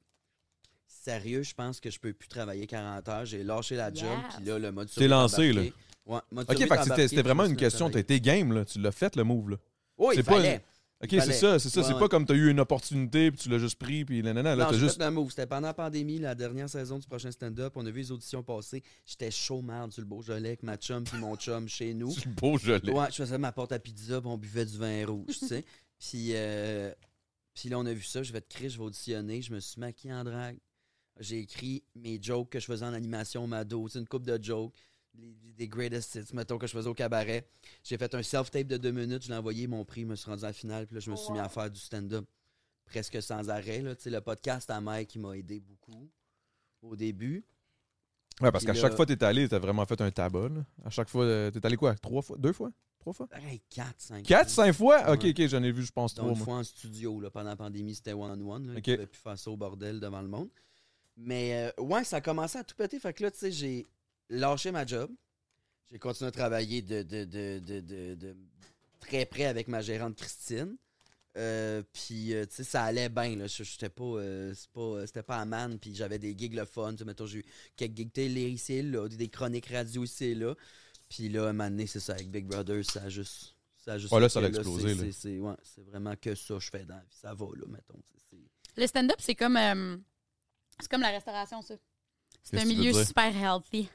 Speaker 2: sérieux, je pense que je peux plus travailler 40 heures. J'ai lâché la job.
Speaker 3: Yes.
Speaker 2: Puis là, le mode
Speaker 1: T'es lancé, là.
Speaker 2: Ouais, mode
Speaker 1: Ok, fait que
Speaker 2: survie est
Speaker 1: c'était-
Speaker 2: embarqué,
Speaker 1: c'était
Speaker 2: puis
Speaker 1: vraiment
Speaker 2: je me
Speaker 1: une
Speaker 2: suis mis à
Speaker 1: question. T'as
Speaker 2: travailler.
Speaker 1: été game, là. Tu l'as fait, le move, là.
Speaker 2: Oui,
Speaker 1: c'est
Speaker 2: il
Speaker 1: pas une-
Speaker 2: fallait.
Speaker 1: Ok,
Speaker 2: Il
Speaker 1: c'est
Speaker 2: fallait.
Speaker 1: ça, c'est ça.
Speaker 2: Ouais,
Speaker 1: c'est
Speaker 2: ouais.
Speaker 1: pas comme t'as eu une opportunité, puis tu l'as juste pris, puis nanana. Là,
Speaker 2: non,
Speaker 1: t'as
Speaker 2: j'ai
Speaker 1: juste.
Speaker 2: fait le move. C'était pendant la pandémie, la dernière saison du prochain stand-up. On a vu les auditions passer. J'étais chaud marde sur le Beaujolais avec ma chum puis mon chum chez nous.
Speaker 1: Du beau gelé.
Speaker 2: Ouais, je faisais ma porte à pizza, puis on buvait du vin rouge, tu sais. Puis, euh, puis là, on a vu ça, je vais te crier, je vais auditionner, je me suis maquillé en drague. J'ai écrit mes jokes que je faisais en animation, ma dos, une coupe de jokes, les- des greatest hits, mettons, que je faisais au cabaret. J'ai fait un self-tape de deux minutes, je l'ai envoyé, mon prix, je me suis rendu à la finale, puis là, je me suis mis à faire du stand-up presque sans arrêt, là. Tu sais, le podcast à Mike, qui m'a aidé beaucoup au début.
Speaker 1: Ouais, parce qu'à
Speaker 2: Puis là-
Speaker 1: chaque fois t'es allé, t'as vraiment fait un tabac, là. À chaque fois, euh, t'es allé quoi? Trois fois? Deux fois? Trois fois?
Speaker 2: Hey, 4, 5.
Speaker 1: Quatre, cinq fois? Ok,
Speaker 2: Ouais.
Speaker 1: ok, j'en ai vu, je pense,
Speaker 2: Donc,
Speaker 1: trois,
Speaker 2: une
Speaker 1: moi.
Speaker 2: fois en studio, là, pendant la pandémie, c'était one-on-one. là.
Speaker 1: Ok.
Speaker 2: Tu pouvais plus faire ça au bordel devant le monde. Mais euh, ouais, ça a commencé à tout péter. Fait que là, tu sais, j'ai lâché ma job. J'ai continué à travailler de, de- de- de- de- de très près avec ma gérante Christine. Euh, puis, euh, tu sais, ça allait bien. là. Je- J'étais pas, euh, c'est pas, euh, c'était pas à man. Puis j'avais des gigs le fun. Tu sais, mettons, j'ai eu quelques gigs télé ici et là, des chroniques radio ici et là. Puis là, à un moment donné, c'est ça, avec Big Brother, ça a juste. Ça a juste
Speaker 1: Ouais, là, ça
Speaker 2: été,
Speaker 1: l'a explosé,
Speaker 2: c'est-
Speaker 1: là.
Speaker 2: c'est- c'est- ouais, c'est vraiment que ça je fais dans la vie. Ça va, là, mettons. tu sais, c'est-
Speaker 3: Le stand-up, c'est comme. euh, c'est comme la restauration, ça. C'est
Speaker 1: Qu'est-ce
Speaker 3: un
Speaker 1: que tu veux
Speaker 3: milieu
Speaker 1: dire?
Speaker 3: super healthy.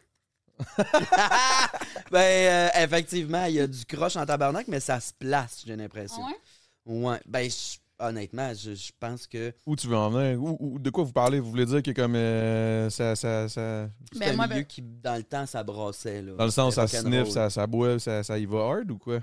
Speaker 2: ben, euh, effectivement, il y a du croche en tabarnak, mais ça se place, j'ai l'impression.
Speaker 3: Ouais.
Speaker 2: Ouais. Ben, je- honnêtement, je, je pense que
Speaker 1: Où tu veux en venir? Où- où- de quoi vous parlez? Vous voulez dire que comme euh, ça, ça, ça-
Speaker 2: c'est
Speaker 3: Ben,
Speaker 2: un
Speaker 3: moi,
Speaker 2: milieu
Speaker 3: ben-
Speaker 2: qui, dans le temps, ça brassait. Là.
Speaker 1: Dans le sens, ça
Speaker 2: C'était
Speaker 1: sniff,
Speaker 2: rock'n'roll.
Speaker 1: ça, ça boit, ça, ça y va hard ou quoi?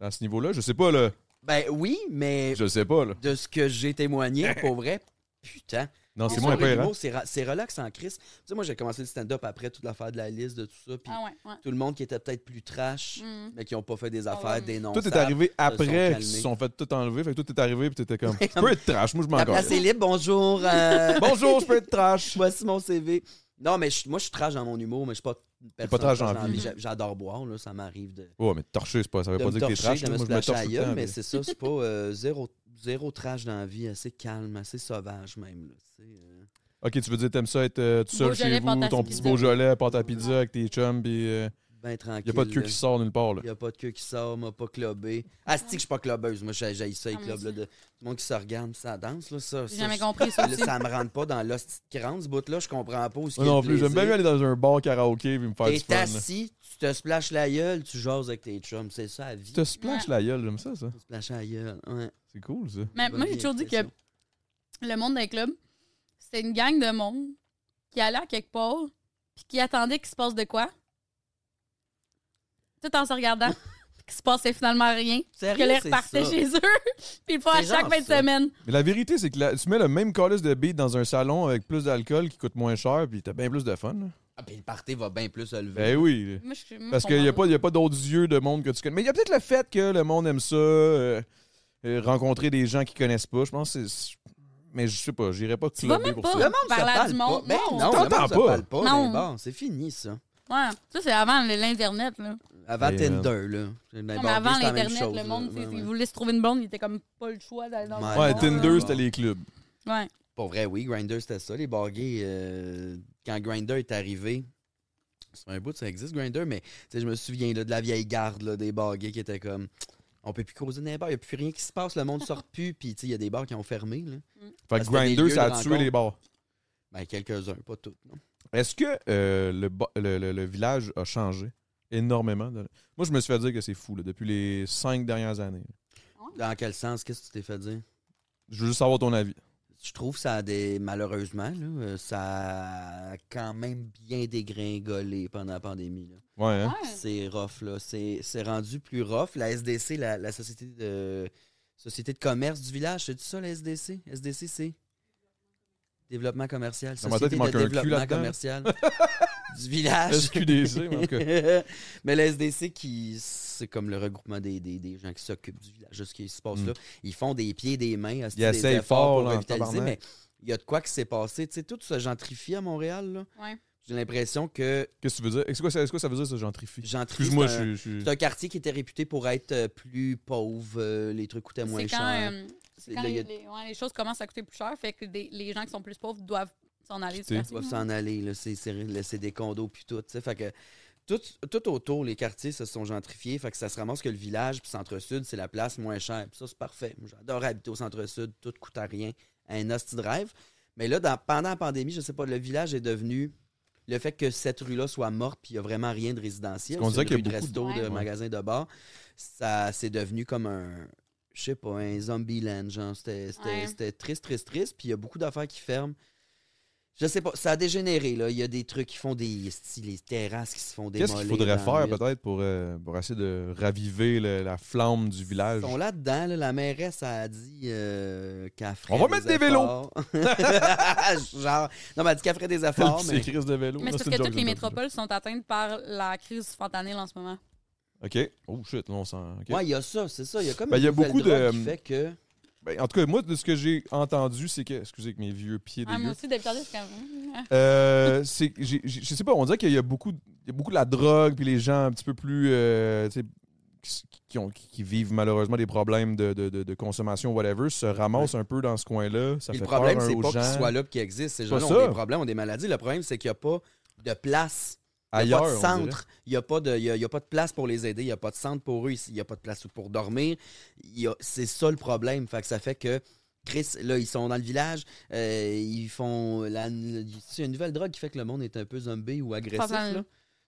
Speaker 1: À ce niveau-là? Je sais pas, là.
Speaker 2: Ben oui, mais
Speaker 1: Je sais pas, là.
Speaker 2: de ce que j'ai témoigné, pour vrai, putain.
Speaker 1: Non, c'est
Speaker 2: Sur
Speaker 1: moins
Speaker 2: les
Speaker 1: pire, hein?
Speaker 2: mots, c'est ra- C'est relax en crise. Tu sais, moi, j'ai commencé le stand-up après toute l'affaire de la liste, de tout ça. Puis
Speaker 3: Ah ouais, ouais.
Speaker 2: tout le monde qui était peut-être plus trash,
Speaker 3: Mm.
Speaker 2: mais qui n'ont pas fait des affaires,
Speaker 3: ouais.
Speaker 2: des noms.
Speaker 1: Tout est arrivé après
Speaker 2: calmés.
Speaker 1: qu'ils se sont fait tout enlever. Fait que tout est arrivé, puis t'étais comme. Je peux être trash, moi, je m'en
Speaker 2: La place
Speaker 1: calisse.
Speaker 2: est libre, bonjour. euh,
Speaker 1: Bonjour, je peux être trash.
Speaker 2: Voici mon CV. Non, mais je- moi, je suis trash dans mon humour, mais je suis pas une personne
Speaker 1: pas trash en
Speaker 2: dans la
Speaker 1: vie.
Speaker 2: J'a- J'adore boire, là, ça m'arrive de,
Speaker 1: Ouais, mais torcher, c'est pas, ça veut
Speaker 2: de
Speaker 1: pas
Speaker 2: me
Speaker 1: dire que t'es trash.
Speaker 2: torcher, de
Speaker 1: là.
Speaker 2: me
Speaker 1: Moi, je me
Speaker 2: splasher
Speaker 1: torche
Speaker 2: à
Speaker 1: tout le
Speaker 2: gueule,
Speaker 1: temps,
Speaker 2: mais
Speaker 1: là.
Speaker 2: c'est ça, c'est pas euh, zéro, zéro trash dans la vie, assez calme, assez sauvage même. là, tu sais, euh.
Speaker 1: Ok, tu veux dire, t'aimes ça être euh, tout seul
Speaker 3: Beaujolais,
Speaker 1: chez
Speaker 3: pâte
Speaker 1: vous,
Speaker 3: à
Speaker 1: ton petit
Speaker 3: pizza.
Speaker 1: Beaujolais, pâte à pizza avec tes chums, pis euh,
Speaker 2: ben tranquille.
Speaker 1: y a pas de queue qui sort nulle part, là.
Speaker 2: Il a pas de queue qui sort, m'a pas clubé. Ah, c'est que je suis pas clubeuse, moi j'ai j'ai ça, les
Speaker 3: Ah, mon
Speaker 2: clubs, là,
Speaker 3: Dieu.
Speaker 2: de tout le monde qui se regarde, puis ça danse, là, ça.
Speaker 3: J'ai
Speaker 2: ça,
Speaker 3: jamais
Speaker 2: je-
Speaker 3: compris ça
Speaker 2: Là,
Speaker 3: aussi.
Speaker 2: ça me rentre pas dans l'hostie de crâne, ce bout-là, je comprends pas où ce
Speaker 1: Moi
Speaker 2: qu'il y a
Speaker 1: non
Speaker 2: de
Speaker 1: plus, j'aime bien
Speaker 2: plaisir.
Speaker 1: mieux aller dans un bar karaoké et me faire du fun.
Speaker 2: T'es
Speaker 1: là.
Speaker 2: assis, tu te splashes la gueule, tu jases avec tes chums. C'est ça la vie.
Speaker 1: Tu te splashes la gueule, j'aime ça, ça.
Speaker 2: Tu te splashes la gueule. Ouais.
Speaker 1: C'est C'est cool, ça.
Speaker 3: Mais moi, j'ai toujours dit que le monde d'un club, c'était une gang de monde qui allait à quelque part puis qui attendait qu'il se passe de quoi. Tout en se regardant. puis qu'il se passait finalement rien. Que les repartaient chez eux. puis ils le font à
Speaker 2: C'est
Speaker 3: chaque
Speaker 2: genre
Speaker 3: fin de
Speaker 2: ça.
Speaker 3: semaine.
Speaker 1: Mais la vérité, c'est que la- tu mets le même callus de beat dans un salon avec plus d'alcool qui coûte moins cher, puis t'as bien plus de fun. là.
Speaker 2: Ah, puis le party va bien plus se lever.
Speaker 1: Ben oui.
Speaker 3: Moi, je- moi,
Speaker 1: Parce
Speaker 3: Mm, je
Speaker 1: qu'il n'y a
Speaker 3: comprends
Speaker 1: pas, y a pas d'autres yeux de monde que tu connais. Mais il y a peut-être le fait que le monde aime ça, euh, euh, rencontrer des gens qui connaissent pas. Je pense que c'est. Mais je sais pas, j'irai pas
Speaker 3: Tu vas
Speaker 1: clubber
Speaker 3: même
Speaker 1: pour
Speaker 3: pas.
Speaker 1: ça.
Speaker 2: Le monde
Speaker 3: Parler
Speaker 2: se
Speaker 3: à
Speaker 2: parle
Speaker 3: du
Speaker 2: pas.
Speaker 3: monde,
Speaker 2: Ben
Speaker 3: non.
Speaker 2: non, le
Speaker 1: T'entends
Speaker 2: monde se
Speaker 1: pas.
Speaker 2: parle pas. Non.
Speaker 3: Non.
Speaker 2: Bon, c'est fini, ça.
Speaker 3: Ouais. Ça, c'est avant le- l'Internet, là.
Speaker 2: Avant
Speaker 1: Hey, man.
Speaker 2: Tinder, là. Dans les
Speaker 3: Non, mais
Speaker 2: bars gays,
Speaker 3: avant
Speaker 2: Ben, c'est la même
Speaker 3: l'Internet,
Speaker 2: chose,
Speaker 3: le monde,
Speaker 2: là.
Speaker 3: s'il
Speaker 2: Ouais, ouais.
Speaker 3: voulait se trouver une blonde, il était comme pas le choix d'aller dans le
Speaker 2: Ouais,
Speaker 3: bar,
Speaker 1: Ouais,
Speaker 3: là.
Speaker 1: Tinder, c'était les clubs.
Speaker 3: Ouais.
Speaker 2: Pour vrai, oui, Grinder, c'était ça. Les barguets, quand Grinder est arrivé, c'est un bout, ça existe, Grinder, mais tu sais, je me souviens là, de la vieille garde là, des barguets qui étaient comme. On peut plus causer dans les bars, il n'y a plus rien qui se passe, le monde sort plus, puis tu sais, il y a des bars qui ont fermé. Là.
Speaker 1: Fait
Speaker 2: Parce
Speaker 1: que
Speaker 2: que c'était des lieux
Speaker 1: Grindr, ça
Speaker 2: de
Speaker 1: a tué
Speaker 2: rencontre.
Speaker 1: les bars.
Speaker 2: Ben, quelques-uns, pas toutes. Non?
Speaker 1: Est-ce que euh, le, ba- le, le- le village a changé énormément? dans- Moi, je me suis fait dire que c'est fou là, depuis les cinq dernières années.
Speaker 3: Ah.
Speaker 2: Dans quel sens, qu'est-ce que tu t'es fait dire?
Speaker 1: Je veux juste savoir ton avis.
Speaker 2: Je trouve que ça a des. Malheureusement, là, euh, ça a quand même bien dégringolé pendant la pandémie. là.
Speaker 1: Ouais, hein?
Speaker 3: Ouais.
Speaker 2: C'est rough, là. C'est c'est rendu plus rough. La SDC, la, la société de société de commerce du village, c'est ça, la SDC? SDC, c'est développement commercial.
Speaker 1: Dans ma tête,
Speaker 2: Société
Speaker 1: il manque
Speaker 2: de
Speaker 1: un cul
Speaker 2: développement
Speaker 1: là-dedans.
Speaker 2: commercial du village.
Speaker 1: SQDC, mais en tout cas.
Speaker 2: Mais la SDC, qui, c'est comme le regroupement des, des, des gens qui s'occupent du village, de ce qui se passe
Speaker 1: Mm.
Speaker 2: là. Ils font des pieds, des mains, hostie,
Speaker 1: Ils
Speaker 2: des
Speaker 1: essayent
Speaker 2: efforts
Speaker 1: fort,
Speaker 2: pour
Speaker 1: là, en
Speaker 2: revitaliser, mais
Speaker 1: tabarnak.
Speaker 2: il y a de quoi qui s'est passé. Tu sais, tout se gentrifie à Montréal, là.
Speaker 3: Ouais.
Speaker 2: J'ai l'impression que
Speaker 1: Qu'est-ce que tu veux dire? Est-ce que, ça- est-ce que ça veut dire ça gentrifie?
Speaker 2: Gentrifie,
Speaker 1: Excuse-moi,
Speaker 2: c'est un-
Speaker 1: je suis. je
Speaker 2: C'est
Speaker 1: suis-
Speaker 2: un quartier qui était réputé pour être euh, plus pauvre, euh, les trucs coûtaient moins
Speaker 3: C'est quand,
Speaker 2: cher.
Speaker 3: euh, c'est
Speaker 2: Et
Speaker 3: quand
Speaker 2: là, il y
Speaker 3: les,
Speaker 2: a-
Speaker 3: ouais, les choses commencent à coûter plus cher, fait que des- les gens qui sont plus pauvres doivent s'en aller du
Speaker 1: Quitter.
Speaker 2: Ils
Speaker 3: quartier.
Speaker 2: doivent s'en aller, là, c'est, c'est- là, c'est des condos puis tout, tu sais, fait que tout, tout autour, les quartiers se sont gentrifiés, fait que ça se ramasse que le village puis centre-sud, c'est la place moins chère. Puis ça, c'est parfait. Moi, J'adore habiter au centre-sud, tout coûte à rien, un hostie de rêve. Mais là, dans- pendant la pandémie, je sais pas, le village est devenu le fait que cette rue-là soit morte, puis il n'y a vraiment rien de résidentiel.
Speaker 1: Parce qu'on
Speaker 2: c'est
Speaker 1: dirait
Speaker 2: une
Speaker 1: qu'il y a
Speaker 2: rue de
Speaker 3: beaucoup de-
Speaker 2: resto, de
Speaker 1: Ouais.
Speaker 2: magasin de bar, ça c'est devenu comme un, je sais pas, un zombie land, genre. C'était c'était-
Speaker 3: Ouais.
Speaker 2: c'était triste, triste, triste. Puis il y a beaucoup d'affaires qui ferment. Je sais pas, ça a dégénéré, là. Il y a des trucs qui font des esti, les terrasses qui se font démolir.
Speaker 1: Qu'est-ce qu'il faudrait
Speaker 2: dans
Speaker 1: faire
Speaker 2: le-
Speaker 1: peut-être pour, euh, pour essayer de raviver le- la flamme du
Speaker 2: Ils
Speaker 1: village?
Speaker 2: sont là-dedans, là. La mairesse a dit euh, qu'elle ferait
Speaker 1: On va mettre des
Speaker 2: efforts. genre, non, mais elle dit qu'elle ferait des efforts,
Speaker 1: C'est
Speaker 2: mais
Speaker 1: crise de vélo.
Speaker 3: Mais
Speaker 1: Ça, une
Speaker 3: c'est parce que
Speaker 1: joke,
Speaker 3: toutes
Speaker 1: c'est
Speaker 3: les
Speaker 1: une joke.
Speaker 3: métropoles sont atteintes par la crise fentanyl en ce moment.
Speaker 1: OK. Oh shit, non, on sent. OK.
Speaker 2: ouais, il y a ça, c'est ça. Il y a comme
Speaker 1: Ben, il y a
Speaker 2: nouvelle
Speaker 1: beaucoup
Speaker 2: drogue
Speaker 1: de-
Speaker 2: qui fait que...
Speaker 1: Ben, en tout cas, moi, de ce que j'ai entendu, c'est que. Excusez avec mes vieux pieds
Speaker 3: Ah, moi
Speaker 1: dégueux.
Speaker 3: aussi, d'habitude, je suis comme. hum,
Speaker 1: Euh, c'est- j'ai- j'ai- je sais pas, on dirait qu'il y a beaucoup, il y a beaucoup de la drogue, puis les gens un petit peu plus. euh, tu sais, qui, qui ont, qui, qui vivent malheureusement des problèmes de, de, de, de consommation, whatever, se ramassent un peu dans ce coin-là. Ça
Speaker 2: Puis
Speaker 1: fait
Speaker 2: le problème,
Speaker 1: peur un
Speaker 2: c'est
Speaker 1: aux
Speaker 2: pas
Speaker 1: gens.
Speaker 2: qu'ils soient là et qu'ils existent. Ces
Speaker 1: Pas
Speaker 2: gens-là
Speaker 1: ça.
Speaker 2: ont des problèmes, ont des maladies. Le problème, c'est qu'il n'y a pas de place. Il n'y a
Speaker 1: ailleurs.
Speaker 2: pas de
Speaker 1: on dirait.
Speaker 2: centre. Il n'y a, pas de- il y a- il y a pas de place pour les aider. Il n'y a pas de centre pour eux. Il n'y a pas de place pour dormir. Il y a- C'est ça le problème. Fait que ça fait que. Chris, là, ils sont dans le village, euh, ils font. la- C'est une nouvelle drogue qui fait que le monde est un peu zombie ou agressif.
Speaker 3: Fentanyl.
Speaker 2: là.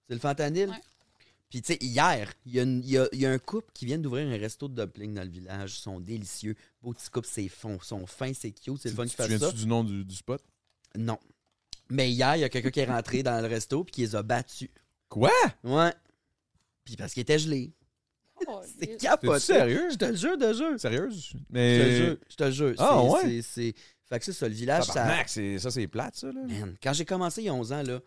Speaker 2: C'est le fentanyl.
Speaker 3: Ouais.
Speaker 2: Puis, tu sais, hier, il y, a une- il y a- il y a un couple qui vient d'ouvrir un resto de dumpling dans le village. Ils sont délicieux. Beau petit couple, c'est fond. sont fins, c'est cute. C'est le fun
Speaker 1: Tu
Speaker 2: qu'ils
Speaker 1: tu
Speaker 2: fassent ça.
Speaker 1: viens-tu du nom du, du spot?
Speaker 2: Non. Mais hier, il y a quelqu'un qui est rentré dans le resto puis qui les a battus.
Speaker 1: Quoi?
Speaker 2: Ouais. Puis parce qu'il était gelé.
Speaker 3: oh,
Speaker 2: C'est
Speaker 3: Dieu.
Speaker 1: T'es
Speaker 2: capoté.
Speaker 1: sérieux?
Speaker 2: Je te le jure de jeu.
Speaker 1: Sérieuse?
Speaker 2: Je te le
Speaker 1: Mais.
Speaker 2: jure. Je te le jure.
Speaker 1: Ah,
Speaker 2: C'est-
Speaker 1: ouais?
Speaker 2: c'est- c'est- Fait que c'est ça, le village, ça...
Speaker 1: Tabarnak, c'est- ça, c'est plate, ça, là.
Speaker 2: Man, quand j'ai commencé il y a 11 ans, là,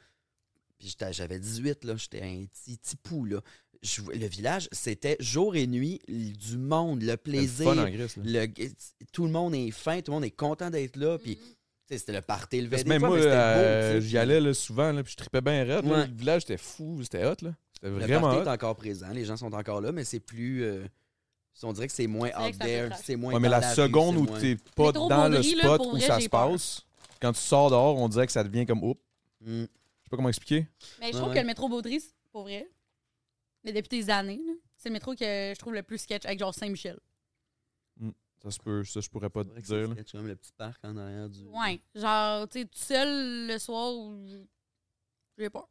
Speaker 2: puis j'étais- j'avais 18, là, j'étais un petit, petit pou, là. Je- le village, c'était jour et nuit l- du monde, le
Speaker 1: C'est le
Speaker 2: plaisir.
Speaker 1: fun en Grèce, là.
Speaker 2: le- tout le monde est fin, tout le monde est content d'être là. Puis, tu
Speaker 3: Mhm.
Speaker 2: sais, c'était le party, le
Speaker 1: Parce
Speaker 2: verre
Speaker 1: que même moi,
Speaker 2: mais c'était
Speaker 1: euh,
Speaker 2: beau, tu sais.
Speaker 1: j'y allais là, souvent, là, puis je tripais bien raide. là.
Speaker 2: Ouais.
Speaker 1: Le village, c'était fou, c'était hot, là. C'était
Speaker 2: Le
Speaker 1: vraiment
Speaker 2: party
Speaker 1: hot.
Speaker 2: est encore présent, les gens sont encore là, mais c'est plus. euh, on dirait que c'est moins
Speaker 3: vrai
Speaker 2: out
Speaker 3: que ça fait
Speaker 2: there,
Speaker 3: trash.
Speaker 2: c'est moins.
Speaker 1: Ouais, mais
Speaker 2: dans
Speaker 1: la,
Speaker 2: rue,
Speaker 1: seconde
Speaker 2: c'est
Speaker 1: où
Speaker 2: moins-
Speaker 1: t'es pas
Speaker 3: Métro
Speaker 1: dans le
Speaker 3: Bondry, là,
Speaker 1: spot
Speaker 3: pour
Speaker 1: où
Speaker 3: vrai,
Speaker 1: ça
Speaker 3: j'ai
Speaker 1: se
Speaker 3: peur.
Speaker 1: passe, quand tu sors dehors, on dirait que ça devient comme oups.
Speaker 2: Mm.
Speaker 1: Je sais pas comment expliquer.
Speaker 3: Mais je
Speaker 2: Ouais,
Speaker 3: trouve
Speaker 2: ouais.
Speaker 3: que le métro Baudry, c'est pour vrai, mais depuis des années, là, c'est le métro que je trouve le plus sketch avec genre Saint-Michel.
Speaker 1: Ça se peut, ça je pourrais pas
Speaker 2: C'est
Speaker 1: te
Speaker 2: vrai que
Speaker 1: dire. là.
Speaker 2: c'est sketch, comme le petit parc en arrière du.
Speaker 3: Ouais. Genre, tu sais, tout seul le soir, où j'ai peur.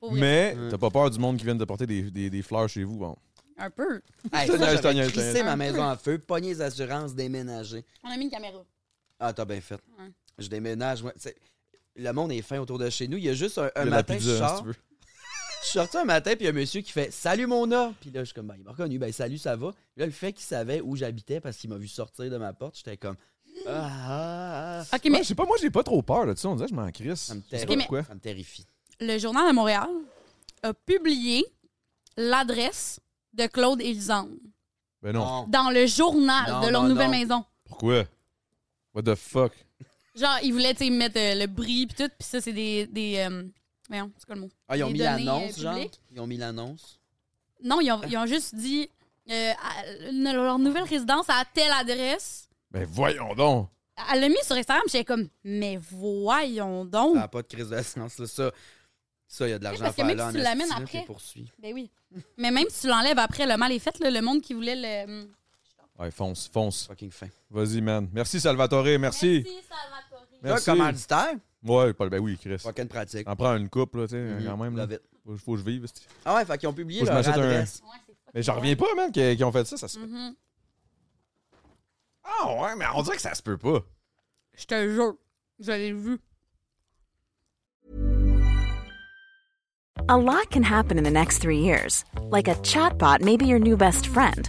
Speaker 3: pour vrai.
Speaker 1: Mais
Speaker 2: Ouais.
Speaker 1: t'as pas peur du monde qui vient de porter des, des- des fleurs chez vous. Bon.
Speaker 3: Un peu.
Speaker 2: Hey,
Speaker 1: Je te
Speaker 2: ça,
Speaker 1: niaise, je te
Speaker 2: j'aurais
Speaker 1: niaise, je te
Speaker 2: crissé
Speaker 3: niaise.
Speaker 2: ma
Speaker 3: Un
Speaker 2: maison
Speaker 3: peu.
Speaker 2: en feu, pogné les assurances, déménager.
Speaker 3: On a mis une caméra.
Speaker 2: Ah, t'as bien fait.
Speaker 3: Ouais.
Speaker 2: Je déménage. moi, tu sais, le monde est fin autour de chez nous. Il y a juste un, un
Speaker 1: Il y a la
Speaker 2: matin, je
Speaker 1: pizza, si
Speaker 2: sors.
Speaker 1: tu veux.
Speaker 2: Je suis sorti un matin, puis il y a un monsieur qui fait Salut mon homme. Puis là, je suis comme, ben, il m'a reconnu, ben salut, ça va. Puis là, le fait qu'il savait où j'habitais parce qu'il m'a vu sortir de ma porte, j'étais comme, ah, ah, ah.
Speaker 3: OK,
Speaker 1: Ouais,
Speaker 3: mais
Speaker 1: je sais pas, moi, j'ai pas trop peur là, de ça. On dirait que je m'en crisse.
Speaker 2: Ça me
Speaker 1: Je sais
Speaker 2: terrifie.
Speaker 1: pas
Speaker 3: Ok, mais-
Speaker 1: pourquoi.
Speaker 2: Ça me terrifie.
Speaker 3: le Journal de Montréal a publié l'adresse de Claude et Lisanne
Speaker 1: Ben non.
Speaker 2: Non.
Speaker 3: dans le journal
Speaker 2: Non,
Speaker 3: de leur
Speaker 2: non,
Speaker 3: nouvelle
Speaker 2: non.
Speaker 3: maison.
Speaker 1: Pourquoi? What the fuck?
Speaker 3: Genre, ils voulaient, tu sais, mettre euh, le bris puis tout, puis ça, c'est des... des euh, voyons, c'est quoi le mot?
Speaker 2: Ah, ils ont
Speaker 3: Les
Speaker 2: mis
Speaker 3: données,
Speaker 2: l'annonce,
Speaker 3: euh,
Speaker 2: genre.
Speaker 3: publiques?
Speaker 2: Ils ont mis l'annonce.
Speaker 3: Non, ils ont, ils ont juste dit euh, à- ne- leur nouvelle résidence à telle adresse.
Speaker 1: Ben voyons donc.
Speaker 3: Elle l'a mis sur Instagram, j'étais comme, mais voyons donc.
Speaker 2: Ça n'a pas de crise de sens, là. Ça, ça, il y a de l'argent à
Speaker 3: parce que
Speaker 2: faire
Speaker 3: même
Speaker 2: là.
Speaker 3: si
Speaker 2: en
Speaker 3: tu l'amènes
Speaker 2: esti, là,
Speaker 3: après-
Speaker 2: t'es poursuivi.
Speaker 3: Ben oui. mais même si tu l'enlèves après, le mal est fait, là, le monde qui voulait le.
Speaker 1: Ouais, fonce, fonce.
Speaker 2: Fucking fin.
Speaker 1: Vas-y, man. Merci, Salvatore. Merci.
Speaker 3: Salvatore.
Speaker 2: Là,
Speaker 1: Merci.
Speaker 2: commanditaire,
Speaker 1: Ouais, Paul, ben oui, Chris.
Speaker 2: fucking pratique.
Speaker 1: T'en prends une coupe, là, tu sais,
Speaker 2: Mhm.
Speaker 1: quand même. Là.
Speaker 2: Love it.
Speaker 1: Faut, faut que je vive. c'est-
Speaker 2: Ah ouais, fait qu'ils ont publié
Speaker 1: Faut que je
Speaker 2: leur
Speaker 1: m'achète un-
Speaker 2: adresse.
Speaker 3: Ouais, c'est fucking
Speaker 1: Mais j'en
Speaker 3: bon.
Speaker 1: reviens pas, man, qu'ils qu'ils ont fait ça. ça se...
Speaker 3: Mhm.
Speaker 1: Ah ouais, mais on dirait que ça se peut pas.
Speaker 3: Je te jure, vous avez vu.
Speaker 4: A lot can happen in the next three years. Like a chatbot may be your new best friend.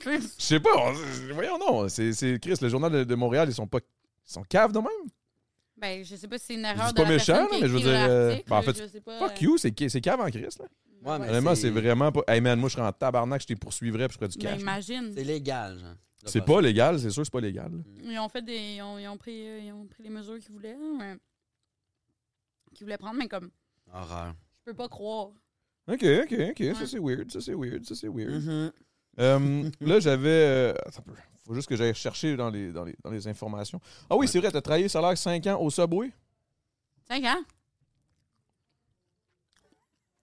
Speaker 3: Chris,
Speaker 1: Je sais pas. on- Voyons non. C'est c'est- Chris, le journal de, de Montréal, ils sont pas. Ils sont caves de même.
Speaker 3: ben, je sais pas si c'est une
Speaker 1: Je
Speaker 3: erreur
Speaker 1: dis
Speaker 3: de
Speaker 1: pas
Speaker 3: la
Speaker 1: méchant,
Speaker 3: personne qui
Speaker 1: là,
Speaker 3: a
Speaker 1: mais je veux
Speaker 3: écrit
Speaker 1: dire. euh,
Speaker 3: l'article,
Speaker 1: ben, en
Speaker 3: là,
Speaker 1: fait,
Speaker 3: je sais pas,
Speaker 1: fuck
Speaker 3: euh,
Speaker 1: you, c'est ca- c'est cave en Chris, là.
Speaker 2: Ouais, mais
Speaker 1: Honnêtement, Ben, c'est vraiment pas. Hey, man, moi, je serais en tabarnak, je t'ai poursuivrais, puis je ferais du
Speaker 3: Ben,
Speaker 1: cash.
Speaker 3: imagine.
Speaker 2: C'est légal, genre.
Speaker 1: C'est pas légal, c'est sûr, c'est pas légal. là.
Speaker 3: Ils ont fait des. Ils ont, ils ont pris, euh, ils ont pris les mesures qu'ils voulaient. hein, mais- Qu'ils voulaient prendre, mais comme.
Speaker 2: Horreur.
Speaker 3: Je peux pas croire.
Speaker 1: Ok, ok, ok. Ça, c'est weird. Ça, c'est weird. Ça, c'est weird.
Speaker 3: Mm-hmm.
Speaker 2: Mhm.
Speaker 1: Euh, là, j'avais. euh, attends un peu. Faut juste que j'aille chercher dans les, dans les, dans les informations. Ah oui, c'est vrai, t'as travaillé salaire 5 ans au Subway?
Speaker 3: 5 ans?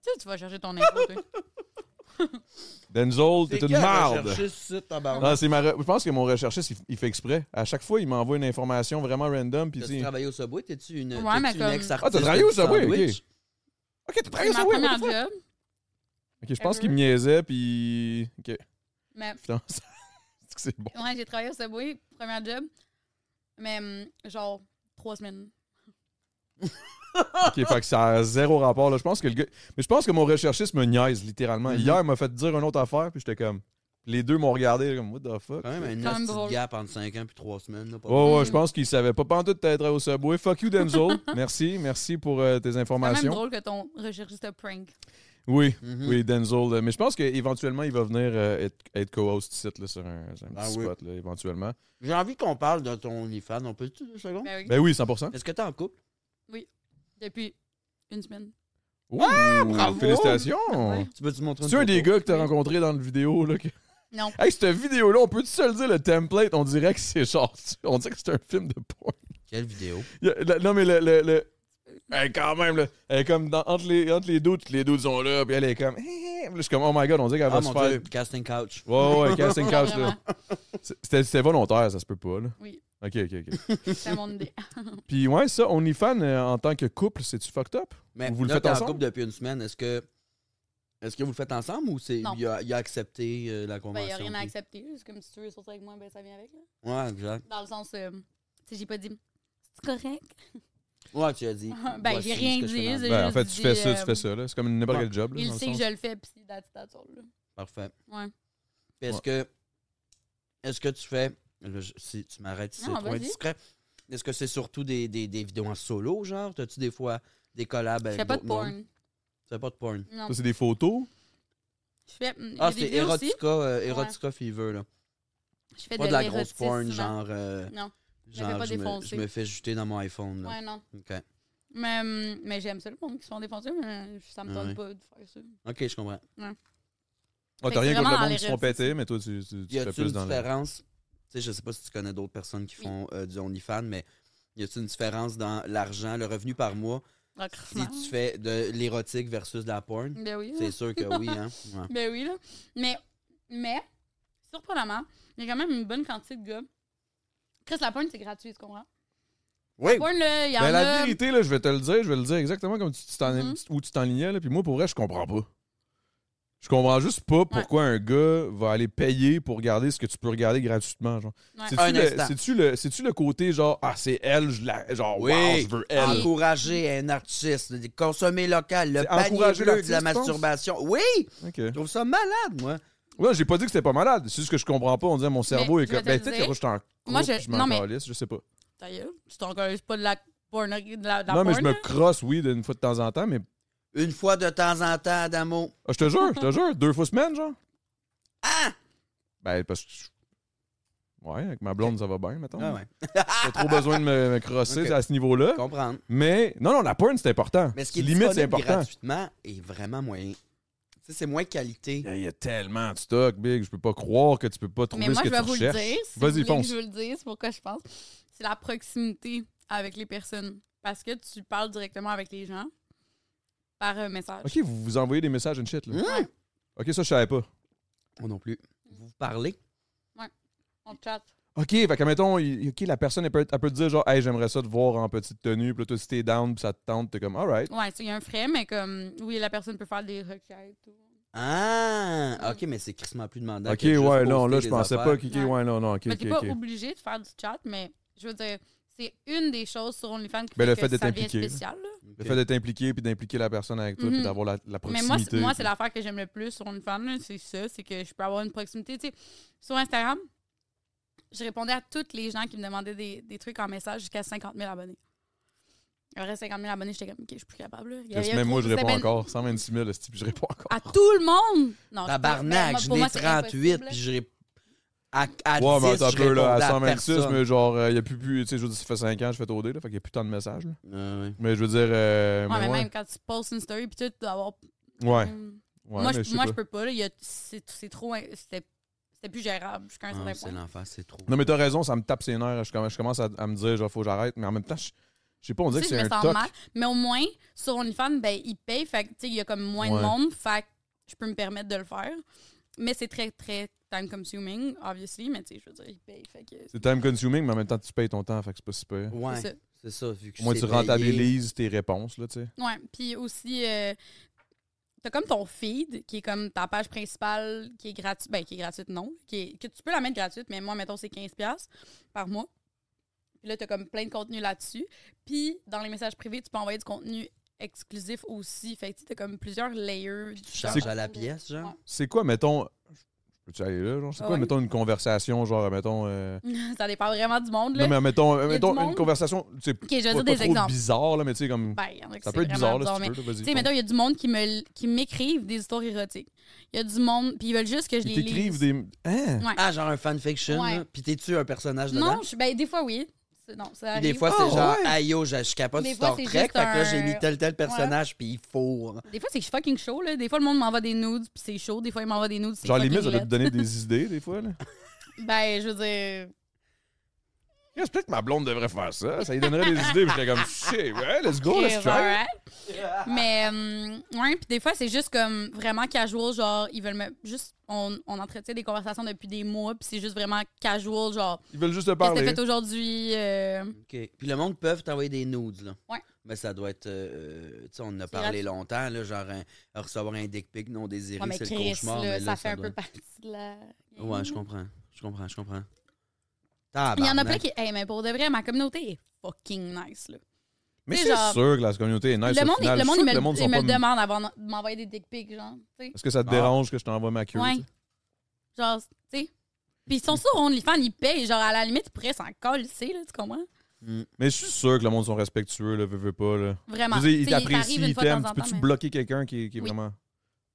Speaker 3: Tu sais, tu vas chercher ton info, toi.
Speaker 1: Denzel, t'es
Speaker 2: C'est
Speaker 1: une
Speaker 2: qui à
Speaker 1: marde!
Speaker 2: rechercher ce tabarnak?
Speaker 1: Ah, c'est ma re- Je pense que mon recherchiste, il, il fait exprès. À chaque fois, il m'envoie une information vraiment random. Puis
Speaker 2: T'as-tu
Speaker 1: tu sais-
Speaker 2: travaillé au Subway? T'es-tu une,
Speaker 3: Ouais,
Speaker 2: t'es-tu
Speaker 3: mais
Speaker 2: une
Speaker 3: comme-
Speaker 2: ex-artiste
Speaker 1: Ah, t'as travaillé au
Speaker 2: du
Speaker 1: Subway,
Speaker 2: sandwich?
Speaker 1: Ok, t'as travaillé
Speaker 3: C'est
Speaker 1: au
Speaker 3: ma
Speaker 1: Subway! what
Speaker 3: première
Speaker 1: the fuck?
Speaker 3: job.
Speaker 1: Ok, je pense
Speaker 3: ever.
Speaker 1: qu'il me niaisait, puis. Ok,
Speaker 3: Mais,
Speaker 1: finalement, c'est- c'est bon.
Speaker 3: ouais, j'ai travaillé au Subway, première job. Mais, hum, genre, trois semaines.
Speaker 1: Ok, fait que ça a zéro rapport. Là. Je pense que le gars. Mais je pense que mon recherchiste me niaise littéralement.
Speaker 2: Mhm.
Speaker 1: Hier, il m'a fait dire une autre affaire, puis j'étais comme. Les deux m'ont regardé comme What the fuck?
Speaker 2: Quand même
Speaker 3: Quand
Speaker 2: un
Speaker 3: même
Speaker 2: hostie
Speaker 3: drôle.
Speaker 2: de gap entre 5 ans puis 3 semaines. Là, pas
Speaker 1: Ouais, ouais, je pense qu'il savait pas pantoute d'être au Subway. Fuck you, Denzel. merci, merci pour euh, tes
Speaker 3: C'est quand même
Speaker 1: informations.
Speaker 3: drôle que ton recherchiste te prank.
Speaker 1: Oui,
Speaker 2: Mhm.
Speaker 1: oui, Denzel. euh, Mais je pense qu'éventuellement, il va venir euh, être, être co-host ici, là, sur un, sur un
Speaker 2: Ah
Speaker 1: petit
Speaker 2: oui.
Speaker 1: spot, là, éventuellement.
Speaker 2: J'ai envie qu'on parle de ton OnlyFans. On peut-tu deux secondes?
Speaker 3: Ben oui.
Speaker 1: Ben oui, 100%.
Speaker 2: Est-ce que t'es en couple?
Speaker 3: Depuis une semaine.
Speaker 1: Ouh,
Speaker 2: bravo!
Speaker 1: Félicitations!
Speaker 3: Ah, Ouais.
Speaker 2: Tu peux-tu montrer une
Speaker 1: C'est un des
Speaker 2: photo?
Speaker 1: gars que t'as rencontré dans le vidéo, là. que-
Speaker 3: Non.
Speaker 1: Hey, cette vidéo-là, on peut-tu se le dire, le template? On dirait que c'est genre... On dirait que c'est un film de porn.
Speaker 2: Quelle vidéo?
Speaker 1: Il y a- la- non, mais le. le, le- elle est quand même, là, elle est comme dans- entre, les, entre les doutes, les doutes sont là, puis elle est comme. Hé, hé. Puis là, Je suis comme, oh my god, on dirait qu'elle
Speaker 2: Ah,
Speaker 1: va se
Speaker 2: mon
Speaker 1: faire.
Speaker 2: Dieu, casting couch.
Speaker 1: Ouais, ouais, casting couch,
Speaker 3: Vraiment.
Speaker 1: là. C'est- C'était c'était volontaire, ça se peut pas, là.
Speaker 3: Oui,
Speaker 1: Ok, ok, ok.
Speaker 3: c'est mon idée.
Speaker 1: puis ouais, ça, OnlyFans, euh, en tant que couple, c'est-tu fucked up?
Speaker 2: Mais
Speaker 1: Ou vous le
Speaker 2: là,
Speaker 1: faites
Speaker 2: t'es
Speaker 1: ensemble?
Speaker 2: en couple depuis une semaine. Est-ce que est-ce que vous le faites ensemble ou c'est
Speaker 3: Non.
Speaker 2: il a, il a accepté euh, la
Speaker 3: Ben,
Speaker 2: convention?
Speaker 3: y a rien à
Speaker 2: puis-
Speaker 3: accepter. C'est comme si tu veux sortir avec moi, ben ça vient avec. Là.
Speaker 2: Ouais, exact.
Speaker 3: Dans le sens, euh, tu sais, j'ai pas dit, c'est correct.
Speaker 2: Ouais, tu as dit.
Speaker 3: Ben,
Speaker 2: voici
Speaker 3: j'ai rien
Speaker 2: ce que je fais
Speaker 3: dit,
Speaker 2: dans-
Speaker 3: c'est-
Speaker 1: Ben, en
Speaker 3: juste
Speaker 1: fait, tu
Speaker 3: dit,
Speaker 1: fais ça,
Speaker 3: euh,
Speaker 1: tu fais ça, là. C'est comme n'importe
Speaker 2: ouais.
Speaker 1: quel job, là.
Speaker 3: Il
Speaker 1: dans le
Speaker 3: sait que
Speaker 1: sens.
Speaker 3: je le fais, pis c'est that's, that's all, là.
Speaker 2: Parfait.
Speaker 3: Ouais.
Speaker 2: Puis Est-ce que est-ce que tu fais là, je- si tu m'arrêtes si c'est
Speaker 3: Non,
Speaker 2: trop
Speaker 3: vas-y.
Speaker 2: indiscret. Est-ce que c'est surtout des, des, des vidéos en solo, genre? T'as-tu des fois des collabs
Speaker 3: Je
Speaker 2: avec
Speaker 3: fais pas de
Speaker 2: Ben, d'autres mondes?
Speaker 3: porn.
Speaker 2: Tu fais pas de porn.
Speaker 3: Non.
Speaker 1: Ça, c'est des photos.
Speaker 3: Je fais, mm,
Speaker 2: Ah,
Speaker 3: il y a des
Speaker 2: c'était
Speaker 3: vidéos aussi.
Speaker 2: Erotica, euh, Erotica Fever, là.
Speaker 3: Je fais
Speaker 2: Pas de la grosse porn,
Speaker 3: l'érotisme.
Speaker 2: genre. euh,
Speaker 3: Non. Je me fais
Speaker 2: genre,
Speaker 3: pas
Speaker 2: je, me,
Speaker 3: défoncer.
Speaker 2: je me fais jeter dans mon iPhone, là.
Speaker 3: Ouais, non.
Speaker 2: OK.
Speaker 3: Mais, hum, mais j'aime ça, le monde qui se font défoncer, mais ça me
Speaker 2: Ah
Speaker 3: tente
Speaker 2: ouais.
Speaker 3: pas de faire ça.
Speaker 2: OK, je comprends.
Speaker 1: Ah,
Speaker 3: Fait
Speaker 1: t'as
Speaker 3: que
Speaker 1: rien contre
Speaker 3: c'est
Speaker 1: le
Speaker 3: vraiment
Speaker 1: monde qui se font
Speaker 3: dans les
Speaker 1: péter, mais toi, tu, tu, tu
Speaker 2: Y
Speaker 1: fais
Speaker 2: a-t-il
Speaker 1: plus
Speaker 2: une
Speaker 1: dans le.
Speaker 2: différence? Tu sais, je sais pas si tu connais d'autres personnes qui
Speaker 3: Oui.
Speaker 2: font euh, du OnlyFans, mais y a-t-il une différence dans l'argent, le revenu par mois,
Speaker 3: Ah,
Speaker 2: si
Speaker 3: crissement.
Speaker 2: tu fais de l'érotique versus de la porn?
Speaker 3: Ben oui.
Speaker 2: C'est sûr que oui, hein? Ouais.
Speaker 3: Ben oui, là. Mais, mais, surprenamment, il y a quand même une bonne quantité de gars. Chris la porn, c'est gratuit, tu comprends?
Speaker 1: Oui.
Speaker 3: La porn, là, il y en
Speaker 1: Ben, la
Speaker 3: a.
Speaker 1: vérité, là, je vais te le dire, je vais le dire exactement comme tu tu t'en
Speaker 3: Mhm.
Speaker 1: où tu t'enlignais. là, Puis moi, pour vrai, je comprends pas. Je comprends juste pas pourquoi un gars va aller payer pour regarder ce que tu peux regarder gratuitement. Genre.
Speaker 3: Ouais.
Speaker 1: C'est-tu,
Speaker 2: Un
Speaker 1: le,
Speaker 2: instant.
Speaker 1: c'est-tu le, c'est-tu le côté genre, ah, c'est elle, je la, genre,
Speaker 2: Oui. Ah,
Speaker 1: wow, je veux elle.
Speaker 2: Encourager un artiste, de consommer local, le
Speaker 1: C'est
Speaker 2: panier
Speaker 1: encourager
Speaker 2: bleu de la
Speaker 1: l'artiste, tu penses?
Speaker 2: masturbation. Oui!
Speaker 1: Ok.
Speaker 2: Je trouve ça malade, moi.
Speaker 1: Ouais, j'ai pas dit que c'était pas malade. C'est juste que je comprends pas. On dirait mon cerveau
Speaker 3: Mais
Speaker 1: est
Speaker 3: je vais
Speaker 1: comme.
Speaker 3: te
Speaker 1: Ben,
Speaker 3: le
Speaker 1: peut-être
Speaker 3: dire.
Speaker 1: que je t'en
Speaker 3: Moi,
Speaker 1: coupe,
Speaker 3: je-
Speaker 1: je m'en
Speaker 3: non, mais-
Speaker 1: calisse, je sais pas.
Speaker 3: Ta gueule, tu t'encourages pas de la porn. De la, de la
Speaker 1: non, mais je
Speaker 3: porn,
Speaker 1: me
Speaker 3: là?
Speaker 1: crosse, oui, d'une fois de temps en temps, mais.
Speaker 2: Une fois de temps en temps, Adamo.
Speaker 1: Ah, je te jure, je te jure, deux fois semaine, genre.
Speaker 2: Ah!
Speaker 1: Ben, parce que. Ouais, avec ma blonde, ça va bien, mettons.
Speaker 2: Ah ouais.
Speaker 1: J'ai pas trop besoin de me, me crosser
Speaker 2: Ok.
Speaker 1: à ce niveau-là.
Speaker 2: Comprendre.
Speaker 1: Mais, non, non, la porn, c'est important.
Speaker 2: Mais ce qui est
Speaker 1: Limite, c'est
Speaker 2: disponible
Speaker 1: important.
Speaker 2: gratuitement est vraiment moyen. Tu sais, c'est moins qualité.
Speaker 1: Il y a tellement de stock, Big. Je peux pas croire que tu peux pas trouver
Speaker 3: Mais moi,
Speaker 1: ce que
Speaker 3: je vais
Speaker 1: tu
Speaker 3: vous
Speaker 1: recherches.
Speaker 3: le dire. si vous
Speaker 1: Vas-y,
Speaker 3: voulez que
Speaker 1: fonce.
Speaker 3: Je vais vous le dire, c'est pourquoi je pense. C'est la proximité avec les personnes. Parce que tu parles directement avec les gens par euh, message.
Speaker 1: Ok, vous vous envoyez des messages and shit, là.
Speaker 3: Ouais,
Speaker 1: Ok, ça, je savais pas.
Speaker 2: Moi non plus. Vous parlez.
Speaker 3: on chat.
Speaker 1: OK, fait que, mettons, il- OK, la personne, elle peut, elle peut te dire, genre, « Hey, j'aimerais ça te voir en petite tenue. » Puis là, toi, si t'es down, puis ça te tente, t'es comme, « All right.
Speaker 3: Ouais, ça, il y a un frais, mais comme, oui, la personne peut faire des requêtes. ou-
Speaker 2: Ah! OK, mais c'est crissement plus demandant. »
Speaker 1: OK,
Speaker 2: que juste
Speaker 1: ouais, non,
Speaker 2: poster
Speaker 1: là, je
Speaker 2: des
Speaker 1: pensais
Speaker 2: affaires.
Speaker 1: pas. OK, OK,
Speaker 3: Ouais.
Speaker 1: ouais, non, non, OK,
Speaker 3: mais
Speaker 1: OK,
Speaker 3: t'es pas
Speaker 1: OK.
Speaker 3: obligé de faire du chat, mais je veux dire, c'est une des choses sur OnlyFans qui
Speaker 1: Ben,
Speaker 3: fait
Speaker 1: le
Speaker 3: que
Speaker 1: fait d'être
Speaker 3: ça devient
Speaker 1: impliqué, là.
Speaker 3: spécial. là.
Speaker 1: Le fait d'être impliqué, puis d'impliquer la personne avec toi, puis
Speaker 3: Mhm.
Speaker 1: d'avoir la, la
Speaker 3: Mais
Speaker 1: proximité.
Speaker 3: moi, c'est- moi c'est
Speaker 1: puis-
Speaker 3: l'affaire que j'aime le plus sur OnlyFans, là, c'est ça, c'est que je peux avoir une proximité. Tu sais, sur Instagram, je répondais à toutes les gens qui me demandaient des, des trucs en message jusqu'à 50 000 abonnés. Après 50 000 abonnés, j'étais comme, OK, je suis plus capable. là. Il y a- il y a
Speaker 1: Même
Speaker 3: trop- Ah,
Speaker 1: moi, je
Speaker 3: c'était
Speaker 1: réponds
Speaker 3: ben-
Speaker 1: encore. 126 000, esti, puis je réponds encore.
Speaker 3: À tout le monde! Non, je- ben,
Speaker 2: Tabarnak,
Speaker 3: moi,
Speaker 2: je
Speaker 3: pour
Speaker 2: n'ai
Speaker 3: moi, c'est
Speaker 2: 38,
Speaker 3: impossible, là.
Speaker 2: puis j'ai... À, à
Speaker 1: Ouais,
Speaker 2: 10,
Speaker 1: mais attends un
Speaker 2: je
Speaker 1: peu, là, à
Speaker 2: répondais
Speaker 1: 126,
Speaker 2: personne.
Speaker 1: mais genre, euh, il y a plus, plus, tu sais, je veux dire, ça fait 5 ans, je fais OD, là, fait qu'il y a plus tant de messages, là.
Speaker 2: Ah ouais.
Speaker 1: Mais je veux dire, euh,
Speaker 3: Mm. Ouais, mais
Speaker 1: ouais.
Speaker 3: même quand tu postes une story, puis tout, tu dois avoir.
Speaker 1: ouais,
Speaker 3: Hum.
Speaker 1: ouais,
Speaker 3: moi,
Speaker 1: mais
Speaker 3: je,
Speaker 1: sais
Speaker 3: moi,
Speaker 1: pas.
Speaker 3: je peux pas. là. Il y a- C'est c'est trop. hein, C'était c'était plus gérable jusqu'à un
Speaker 2: Ah,
Speaker 3: certain
Speaker 2: c'est
Speaker 3: point.
Speaker 2: l'enfer, c'est trop.
Speaker 1: Non, mais t'as raison, ça me tape ses nerfs, je commence, je commence à, à me dire, genre, faut que j'arrête, mais en même temps, je je sais pas, on dirait
Speaker 3: Tu
Speaker 1: que
Speaker 3: sais,
Speaker 1: c'est
Speaker 3: je me
Speaker 1: un
Speaker 3: sens
Speaker 1: toc.
Speaker 3: mal. Mais au moins, sur OnlyFans, ben, ils payent. Fait que, tu sais, il y a comme moins
Speaker 1: Ouais.
Speaker 3: de monde. Fait que je peux me permettre de le faire. Mais c'est très, très time consuming, obviously. Mais tu sais, je veux dire, ils payent. Fait que.
Speaker 1: C'est time consuming, mais en même temps, tu payes ton temps, fait que c'est pas si pire.
Speaker 2: Ouais,
Speaker 3: C'est ça.
Speaker 2: c'est ça, vu que
Speaker 1: Au moins,
Speaker 2: c'est
Speaker 1: tu
Speaker 2: payé.
Speaker 1: rentabilises tes réponses, là, tu sais.
Speaker 3: Ouais. Puis aussi, euh, t'as comme ton feed, qui est comme ta page principale, qui est gratuite. Ben, qui est gratuite, non. Qui est- que tu peux la mettre gratuite, mais moi, mettons, c'est 15$ par mois. Puis là, t'as comme plein de contenu là-dessus. Puis dans les messages privés, tu peux envoyer du contenu exclusif aussi. Fait que tu sais, t'as comme plusieurs layers.
Speaker 2: Tu charges à la pièce, genre?
Speaker 1: C'est quoi, mettons. Peux-tu aller là, genre? C'est
Speaker 3: Ah
Speaker 1: quoi,
Speaker 3: ouais.
Speaker 1: mettons, une conversation, genre, mettons. euh,
Speaker 3: Ça dépend vraiment du monde, là.
Speaker 1: Non, mais mettons, euh,
Speaker 3: du
Speaker 1: mettons une
Speaker 3: monde.
Speaker 1: conversation, tu sais,
Speaker 3: OK, je vais
Speaker 1: pas,
Speaker 3: dire
Speaker 1: pas
Speaker 3: des
Speaker 1: trop
Speaker 3: exemples.
Speaker 1: bizarre, là, mais tu sais, comme.
Speaker 3: Ben, il y en a qui
Speaker 1: ça
Speaker 3: c'est
Speaker 1: peut être bizarre,
Speaker 3: vraiment
Speaker 1: là, si tu veux,
Speaker 3: mais-
Speaker 1: là, vas-y.
Speaker 3: Tu sais, mettons, il y a du monde qui me l- qui m'écrivent des histoires érotiques. Il y a du monde, puis ils veulent juste que je
Speaker 1: Ils
Speaker 3: les
Speaker 1: t'écrivent
Speaker 3: lise.
Speaker 1: des. Hein?
Speaker 3: Ouais.
Speaker 2: Ah, genre un fanfiction,
Speaker 3: Ouais.
Speaker 2: là? Puis t'es-tu un personnage dedans?
Speaker 3: Non, je, ben, des fois, oui. C'est- Non, ça
Speaker 2: Puis
Speaker 3: arrive.
Speaker 2: des fois,
Speaker 1: Ah,
Speaker 2: c'est genre,
Speaker 1: ouais.
Speaker 2: aïe, yo, je, je capote
Speaker 3: Des
Speaker 2: sur
Speaker 3: fois,
Speaker 2: Star
Speaker 3: c'est
Speaker 2: Trek, fait
Speaker 3: juste
Speaker 2: que là,
Speaker 3: un-
Speaker 2: j'ai mis tel, tel personnage, puis il fourre.
Speaker 3: Des fois, c'est que je suis fucking chaud, là. Des fois, le monde m'envoie des nudes, puis c'est chaud. Des fois, il m'envoie des nudes, c'est
Speaker 1: Genre,
Speaker 3: fucking
Speaker 1: limite, ça doit te
Speaker 3: laid.
Speaker 1: donner des idées, des fois, là.
Speaker 3: Ben, je veux dire...
Speaker 1: Yeah, c'est peut-être que ma blonde devrait faire ça. Ça lui donnerait des idées. Puis j'étais comme, shit, ouais, let's go, let's
Speaker 3: Chris,
Speaker 1: try.
Speaker 3: alright. Mais, euh, ouais, puis des fois, c'est juste comme vraiment casual, genre, ils veulent me... Juste, on, on entretient des conversations depuis des mois, puis c'est juste vraiment casual, genre,
Speaker 1: Ils veulent juste te
Speaker 3: qu'est-ce que
Speaker 1: parler.
Speaker 3: t'as fait aujourd'hui? euh,
Speaker 2: OK. Puis le monde peut t'envoyer des nudes, là.
Speaker 3: Ouais.
Speaker 2: Mais ça doit être. euh, tu sais, on en a parlé
Speaker 3: gratuit.
Speaker 2: longtemps, là, genre un- recevoir un dick pic non désiré,
Speaker 3: Ouais, mais
Speaker 2: c'est
Speaker 3: Chris,
Speaker 2: le cauchemar.
Speaker 3: là,
Speaker 2: mais là,
Speaker 3: ça fait un
Speaker 2: doit-
Speaker 3: peu partie de la.
Speaker 2: Ouais, je comprends. Je comprends, je comprends.
Speaker 3: Il y en a
Speaker 2: Tabarnak.
Speaker 3: plein qui. Hey, mais pour de vrai, ma communauté est fucking nice, là.
Speaker 1: Mais
Speaker 3: Tu sais,
Speaker 1: c'est
Speaker 3: genre,
Speaker 1: sûr que la communauté est nice.
Speaker 3: le,
Speaker 1: au
Speaker 3: monde,
Speaker 1: final.
Speaker 3: le
Speaker 1: Je
Speaker 3: monde,
Speaker 1: suis sûr
Speaker 3: il
Speaker 1: que
Speaker 3: me, le-
Speaker 1: le monde
Speaker 3: il
Speaker 1: sont
Speaker 3: me
Speaker 1: pas
Speaker 3: le demande avant de m'envoyer des dick pics, genre. tu sais.
Speaker 1: Est-ce que ça te
Speaker 2: Ah.
Speaker 1: dérange que je t'envoie ma queue?
Speaker 3: Ouais.
Speaker 1: tu sais?
Speaker 3: Genre, tu sais. Puis ils sont sur OnlyFans, ils payent. Genre, à la limite, ils pourraient s'en colisser, là, tu comprends?
Speaker 1: Mais je suis sûr que le monde sont respectueux, là, veut, veut pas, là.
Speaker 3: Vraiment.
Speaker 1: Je veux dire, ils
Speaker 3: Tu sais, il t'arrive
Speaker 1: t'apprécient,
Speaker 3: une
Speaker 1: ils
Speaker 3: fois de
Speaker 1: t'aiment.
Speaker 3: temps en
Speaker 1: Tu peux-tu
Speaker 3: temps, mais-
Speaker 1: bloquer quelqu'un qui, qui est
Speaker 3: Oui.
Speaker 1: vraiment.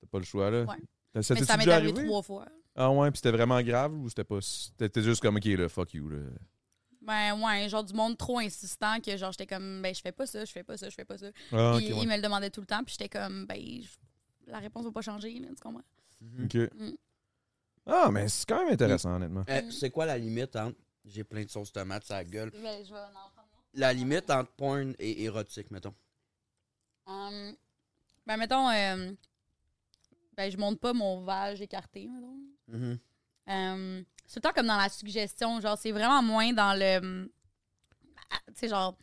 Speaker 1: T'as pas le choix, là.
Speaker 3: Ouais.
Speaker 1: Ça,
Speaker 3: Mais
Speaker 1: t'es-tu
Speaker 3: ça m'est
Speaker 1: déjà
Speaker 3: arrivé trois fois.
Speaker 1: Ah ouais, puis c'était vraiment grave ou c'était pas. C'était juste comme, ok, là, fuck you, là.
Speaker 3: Ben ouais, genre du monde trop insistant que genre j'étais comme ben je fais pas ça, je fais pas ça, je fais pas ça.
Speaker 1: Ah,
Speaker 3: Puis
Speaker 1: ok, ouais.
Speaker 3: il me le demandait tout le temps, puis j'étais comme ben je- la réponse va pas changer, là, tu comprends?
Speaker 2: Mhm.
Speaker 1: Ok.
Speaker 3: Mm.
Speaker 1: Ah, mais c'est quand même intéressant, honnêtement.
Speaker 2: Euh, c'est quoi la limite entre. J'ai plein de sauces tomates sur la gueule.
Speaker 3: Ben je vais en prendre.
Speaker 2: La limite entre porn et érotique, mettons.
Speaker 3: Hum, ben mettons euh, ben je monte pas mon vage écarté, mettons.
Speaker 2: Mhm.
Speaker 3: Euh, c'est tout le temps comme dans la suggestion, genre, c'est vraiment moins dans le. hum, Ah, Tu sais, genre.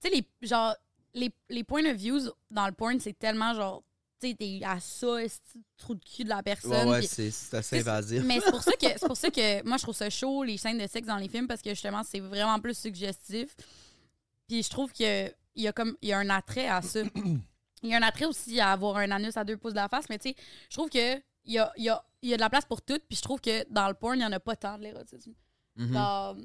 Speaker 3: Tu sais, les, genre, les, les points of views dans le porn, c'est tellement genre. Tu sais, t'es à ça, esti, trou de cul de la
Speaker 2: Ouais,
Speaker 3: personne.
Speaker 2: ouais,
Speaker 3: puis-
Speaker 2: c'est c'est
Speaker 3: tu sais,
Speaker 2: assez invasif.
Speaker 3: Mais c'est pour, ça que- c'est pour ça que moi, je trouve ça chaud, les scènes de sexe dans les films, parce que justement, c'est vraiment plus suggestif. Puis je trouve que il y a comme il y a un attrait à ça. Il y a un attrait aussi à avoir un anus à deux pouces de la face, mais tu sais, je trouve que il y a, il y a- il y a de la place pour tout, puis je trouve que dans le porn, il n'y en a pas tant de l'érotisme. Genre,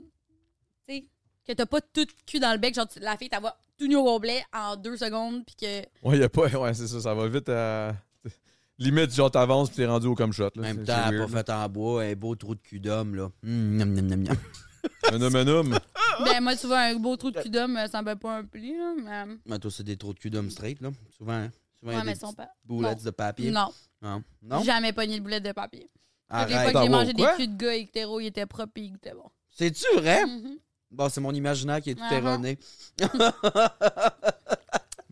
Speaker 3: Tu sais, que t'as pas tout le cul dans le bec, genre tu- la fille, t'as tout nu au complet en deux secondes, puis que.
Speaker 1: Ouais, y a pas. Ouais, c'est ça, ça va vite à. Limite, genre, t'avances puis t'es rendu au comme shot, là.
Speaker 2: En même
Speaker 1: C'est-
Speaker 2: temps,
Speaker 1: c'est
Speaker 2: elle a
Speaker 1: weird.
Speaker 2: pas fait en bois, un beau trou de cul d'homme, là. Hum, miam, miam, miam, miam.
Speaker 1: Un homme, un homme.
Speaker 3: ben, moi, souvent, un beau trou de cul d'homme, euh, ça me fait pas un pli, là, mais.
Speaker 2: Mais toi, c'est des trous de cul d'homme straight, là. Souvent, hein. Souvent, il y
Speaker 3: Ouais,
Speaker 2: a
Speaker 3: mais
Speaker 2: des
Speaker 3: ils sont
Speaker 2: petites
Speaker 3: pas.
Speaker 2: boulettes
Speaker 3: non.
Speaker 2: de papier.
Speaker 3: Non,
Speaker 2: Non. Non?
Speaker 3: jamais pogné de boulette de papier. Toutes les fois
Speaker 2: Arrête. Bah,
Speaker 3: que j'ai
Speaker 1: Ah, wow,
Speaker 3: mangé des
Speaker 1: quoi?
Speaker 3: culs de gars hétéro, ils étaient propres et ils goûtaient bon.
Speaker 2: C'est-tu vrai?
Speaker 3: Mhm.
Speaker 2: hein? Bon, c'est mon imaginaire qui est tout
Speaker 3: Ah, ah.
Speaker 2: erroné.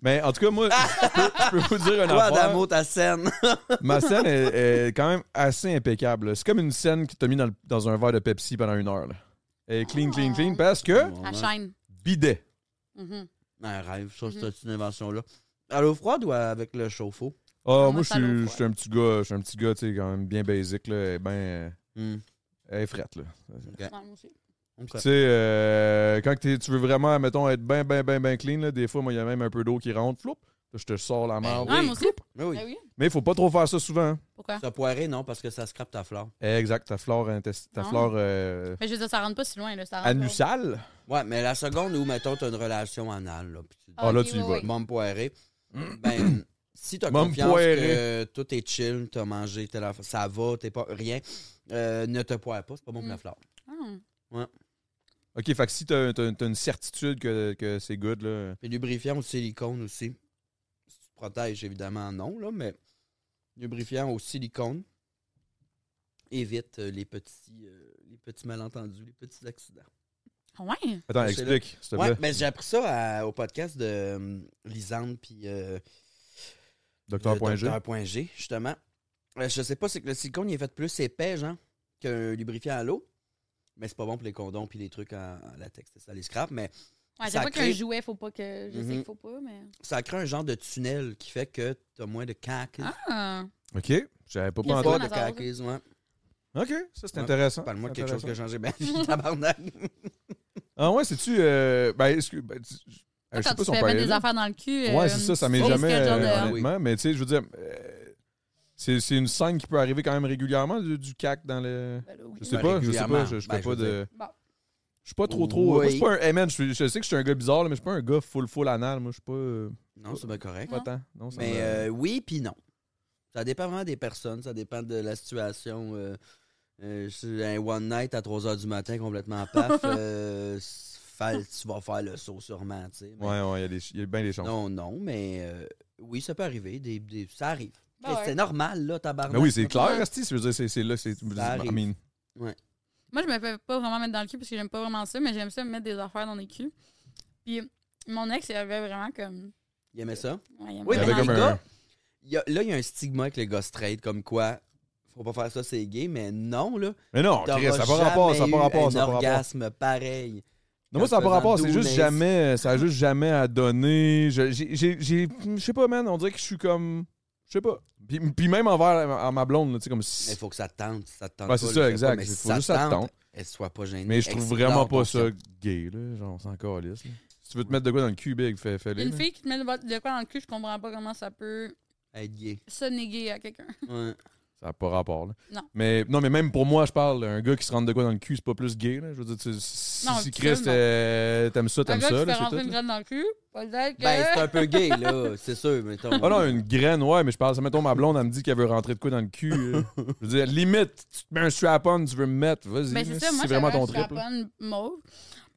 Speaker 1: Mais en tout cas, moi, je peux, je peux vous dire un
Speaker 2: Toi,
Speaker 1: affaire.
Speaker 2: Adamo, ta scène.
Speaker 1: Ma scène est, est quand même assez impeccable. là. C'est comme une scène qui t'a mis dans, le- dans un verre de Pepsi pendant une heure. là. Et clean, clean, clean, parce que
Speaker 3: À chaîne.
Speaker 1: bidet.
Speaker 3: Mhm.
Speaker 2: Un rêve, ça,
Speaker 3: Mm-hmm.
Speaker 2: c'est une invention-là. À l'eau froide ou avec le chauffe-eau?
Speaker 1: Ah,
Speaker 3: Moi,
Speaker 1: moi, je
Speaker 3: c'est à l'eau
Speaker 1: suis- je
Speaker 3: froide.
Speaker 1: suis un petit gars, je suis un petit gars, tu sais, quand même bien basic, là, et ben, euh,
Speaker 2: Hum,
Speaker 1: elle est frette, là.
Speaker 2: ok.
Speaker 3: Ouais, moi aussi.
Speaker 2: Ok.
Speaker 1: Tu sais, euh, quand t'es- tu veux vraiment, mettons, être ben, bien, bien, bien, bien clean, là, des fois, moi, il y a même un peu d'eau qui rentre, floup, là, je te sors la merde.
Speaker 3: Ouais, moi aussi.
Speaker 2: Mais oui.
Speaker 3: Ben oui.
Speaker 1: Mais il faut pas trop faire ça souvent. hein.
Speaker 3: Pourquoi?
Speaker 2: Ça poiré, non, parce que ça scrape ta flore.
Speaker 1: Exact, ta flore, intest- ta
Speaker 3: Non.
Speaker 1: flore euh,
Speaker 3: Mais je veux dire, ça rentre pas si loin, là. Ça rentre
Speaker 1: anusale.
Speaker 2: Ouais, mais la seconde où, mettons, t'as une relation anale, là, puis tu
Speaker 3: Ah,
Speaker 1: Ah, là,
Speaker 3: ok,
Speaker 1: tu y
Speaker 3: ouais,
Speaker 1: vas.
Speaker 3: ouais.
Speaker 2: Mom poiré. Ben, si t'as
Speaker 1: Mom
Speaker 2: confiance
Speaker 1: poirée.
Speaker 2: que tout est chill, t'as mangé, t'es là, ça va, t'es pas rien, euh, ne te poire pas, c'est pas bon pour la flore.
Speaker 3: Ah.
Speaker 1: OK, fait que si t'as t'as- t'as une certitude que, que c'est good, là...
Speaker 2: Puis lubrifiant au silicone aussi. Si tu te protèges, évidemment, non, là, mais lubrifiant au silicone évite euh, les petits euh, les petits malentendus, les petits accidents.
Speaker 3: Ah Ouais.
Speaker 1: Attends,
Speaker 2: C'est là.
Speaker 1: explique, s'il te plaît.
Speaker 2: Ouais, mais j'ai appris ça à- au podcast de euh, Lisande puis euh,
Speaker 1: Docteur point G.
Speaker 2: Docteur.g, justement. Euh, je sais pas, c'est que le silicone, il est fait plus épais, genre, qu'un lubrifiant à l'eau. Mais c'est pas bon pour les condoms puis les trucs en, en latex. Ça les scrape, mais
Speaker 3: Ouais, c'est
Speaker 2: Ça
Speaker 3: pas
Speaker 2: crée-
Speaker 3: qu'un jouet, faut pas que. Je sais
Speaker 2: Mhm.
Speaker 3: qu'il faut pas, mais.
Speaker 2: ça crée un genre de tunnel qui fait que t'as moins de caca.
Speaker 1: Euh,
Speaker 3: Ah.
Speaker 1: OK, j'avais pas
Speaker 3: Il y a
Speaker 1: pensé.
Speaker 2: pas
Speaker 3: bon
Speaker 2: de
Speaker 3: à savoir,
Speaker 2: caca, ouais.
Speaker 1: OK, ça, c'est
Speaker 2: Ouais.
Speaker 1: intéressant.
Speaker 2: Parle-moi de
Speaker 1: Ah, C'est
Speaker 2: quelque chose qui a
Speaker 1: intéressant.
Speaker 2: changé. Ben, tabarnak.
Speaker 1: Ah ouais, c'est-tu... euh, ben, excuse... ben, tu- je-
Speaker 3: Toi,
Speaker 1: je sais
Speaker 3: quand
Speaker 1: pas
Speaker 3: tu
Speaker 1: si on
Speaker 3: fais
Speaker 1: peut
Speaker 3: mettre
Speaker 1: aller
Speaker 3: des
Speaker 1: là.
Speaker 3: affaires euh, dans le cul.
Speaker 1: Ouais, c'est ça, ça m'est
Speaker 3: tu
Speaker 1: jamais...
Speaker 3: risques, genre, de- Ben
Speaker 1: euh,
Speaker 2: Ah oui.
Speaker 1: honnêtement, mais tu sais, je veux dire... euh, c'est c'est une scène qui peut arriver quand même régulièrement, du, du cac dans le...
Speaker 3: Ben là, oui.
Speaker 1: Je sais
Speaker 2: Ben,
Speaker 1: pas, je sais pas,
Speaker 2: régulièrement.
Speaker 1: je, je
Speaker 2: Ben,
Speaker 1: fais
Speaker 2: je
Speaker 1: pas
Speaker 2: veux
Speaker 1: de...
Speaker 3: Bon.
Speaker 1: Je suis pas trop trop... Moi, je suis
Speaker 2: Oui.
Speaker 1: pas un... Hey, man, je, suis- je sais que je suis un gars bizarre, là, mais je suis pas un gars full full anal. Moi, je suis pas... euh,
Speaker 2: Non, c'est bien correct.
Speaker 1: pas tant. Non, ça
Speaker 2: Mais
Speaker 1: me-
Speaker 2: euh, oui, puis non. Ça dépend vraiment des personnes, ça dépend de la situation. euh, euh, c'est un one night à 3 h du matin, complètement paf, euh, s- fal- tu vas faire le saut sûrement. tu sais. Mais
Speaker 1: Ouais, ouais, il y a des- il y a bien des chances.
Speaker 2: Non, non, mais euh, oui, ça peut arriver. Des, des- ça arrive.
Speaker 3: Ben
Speaker 2: C'est
Speaker 3: ouais.
Speaker 2: normal, là, tabarnak.
Speaker 1: Mais Ben oui, c'est clair, esti, je veux dire, c'est- c'est là, c'est... I
Speaker 2: arrive.
Speaker 1: mean,
Speaker 3: Moi, je me fais pas vraiment mettre dans le cul parce que j'aime pas vraiment ça, mais j'aime ça me mettre des affaires dans les culs. Puis mon ex, il avait vraiment comme.
Speaker 2: Il aimait ça.
Speaker 3: Ouais, il aimait
Speaker 2: Oui,
Speaker 1: Il y
Speaker 3: vraiment
Speaker 2: mais
Speaker 1: avait
Speaker 2: les
Speaker 1: comme un-
Speaker 2: gars, il y a- là, il y a un stigma avec les gars straight, comme quoi, faut pas faire ça, c'est gay, mais non, là.
Speaker 1: Mais non, Chris,
Speaker 2: t'auras
Speaker 1: ça n'a pas rapport, ça n'a
Speaker 2: jamais
Speaker 1: pas
Speaker 2: eu
Speaker 1: rapport,
Speaker 2: un
Speaker 1: ça n'a pas rapport.
Speaker 2: orgasme pareil.
Speaker 1: Non, moi, ça n'a pas rapport, c'est
Speaker 2: Faisant
Speaker 1: juste
Speaker 2: douze,
Speaker 1: jamais, ça a juste jamais à donner. Je j'ai- j'ai- j'ai- je sais pas, man, on dirait que je suis comme, je sais pas. Puis, puis même envers à ma blonde, là, tu sais, comme
Speaker 2: Mais
Speaker 1: si...
Speaker 2: il faut que ça te tente. Si ça te tente
Speaker 1: Ouais,
Speaker 2: pas,
Speaker 1: c'est
Speaker 2: le
Speaker 1: ça,
Speaker 2: fais pas,
Speaker 1: exact.
Speaker 2: mais
Speaker 1: Il
Speaker 2: si
Speaker 1: faut
Speaker 2: ça
Speaker 1: juste
Speaker 2: te
Speaker 1: ça te
Speaker 2: tente,
Speaker 1: tente.
Speaker 2: elle soit pas gênée.
Speaker 1: Mais je trouve
Speaker 2: Explore
Speaker 1: vraiment
Speaker 2: ton
Speaker 1: pas ça
Speaker 2: sel.
Speaker 1: gay, là, genre, on s'en calisse, là. Si tu veux te mettre de quoi dans le cul, big, fais- fais-le.
Speaker 3: Une
Speaker 1: là.
Speaker 3: fille qui te met le- de quoi dans le cul, je comprends pas comment ça peut
Speaker 2: Être gay.
Speaker 3: se néguer à quelqu'un.
Speaker 2: Ouais.
Speaker 1: Ça n'a pas rapport. là.
Speaker 3: Non.
Speaker 1: Mais, non, mais même pour moi, je parle, un gars qui se rentre de quoi dans le cul, c'est pas plus gay. Là. Je veux dire, tu- si,
Speaker 3: Non,
Speaker 1: si Chris,
Speaker 3: absolument.
Speaker 1: euh, t'aimes ça,
Speaker 3: Un
Speaker 1: t'aimes ça.
Speaker 3: gars qui
Speaker 1: là,
Speaker 3: fait
Speaker 1: c'est
Speaker 3: rentrer
Speaker 1: tout,
Speaker 3: une
Speaker 1: là.
Speaker 3: graine dans le cul, peut-être que.
Speaker 2: Ben, c'est un peu gay, là, c'est sûr, mettons.
Speaker 1: Ah non, une graine, ouais, mais je parle, ça mettons ma blonde, elle me dit qu'elle veut rentrer de quoi dans le cul. euh. je veux dire, limite, tu te mets un strap-on, tu veux me mettre, vas-y.
Speaker 3: Ben,
Speaker 1: là,
Speaker 3: c'est
Speaker 1: si
Speaker 3: ça, moi,
Speaker 1: c'est
Speaker 3: j'avais
Speaker 1: vraiment ton
Speaker 3: un
Speaker 1: trip. là.
Speaker 3: strap-on mauve.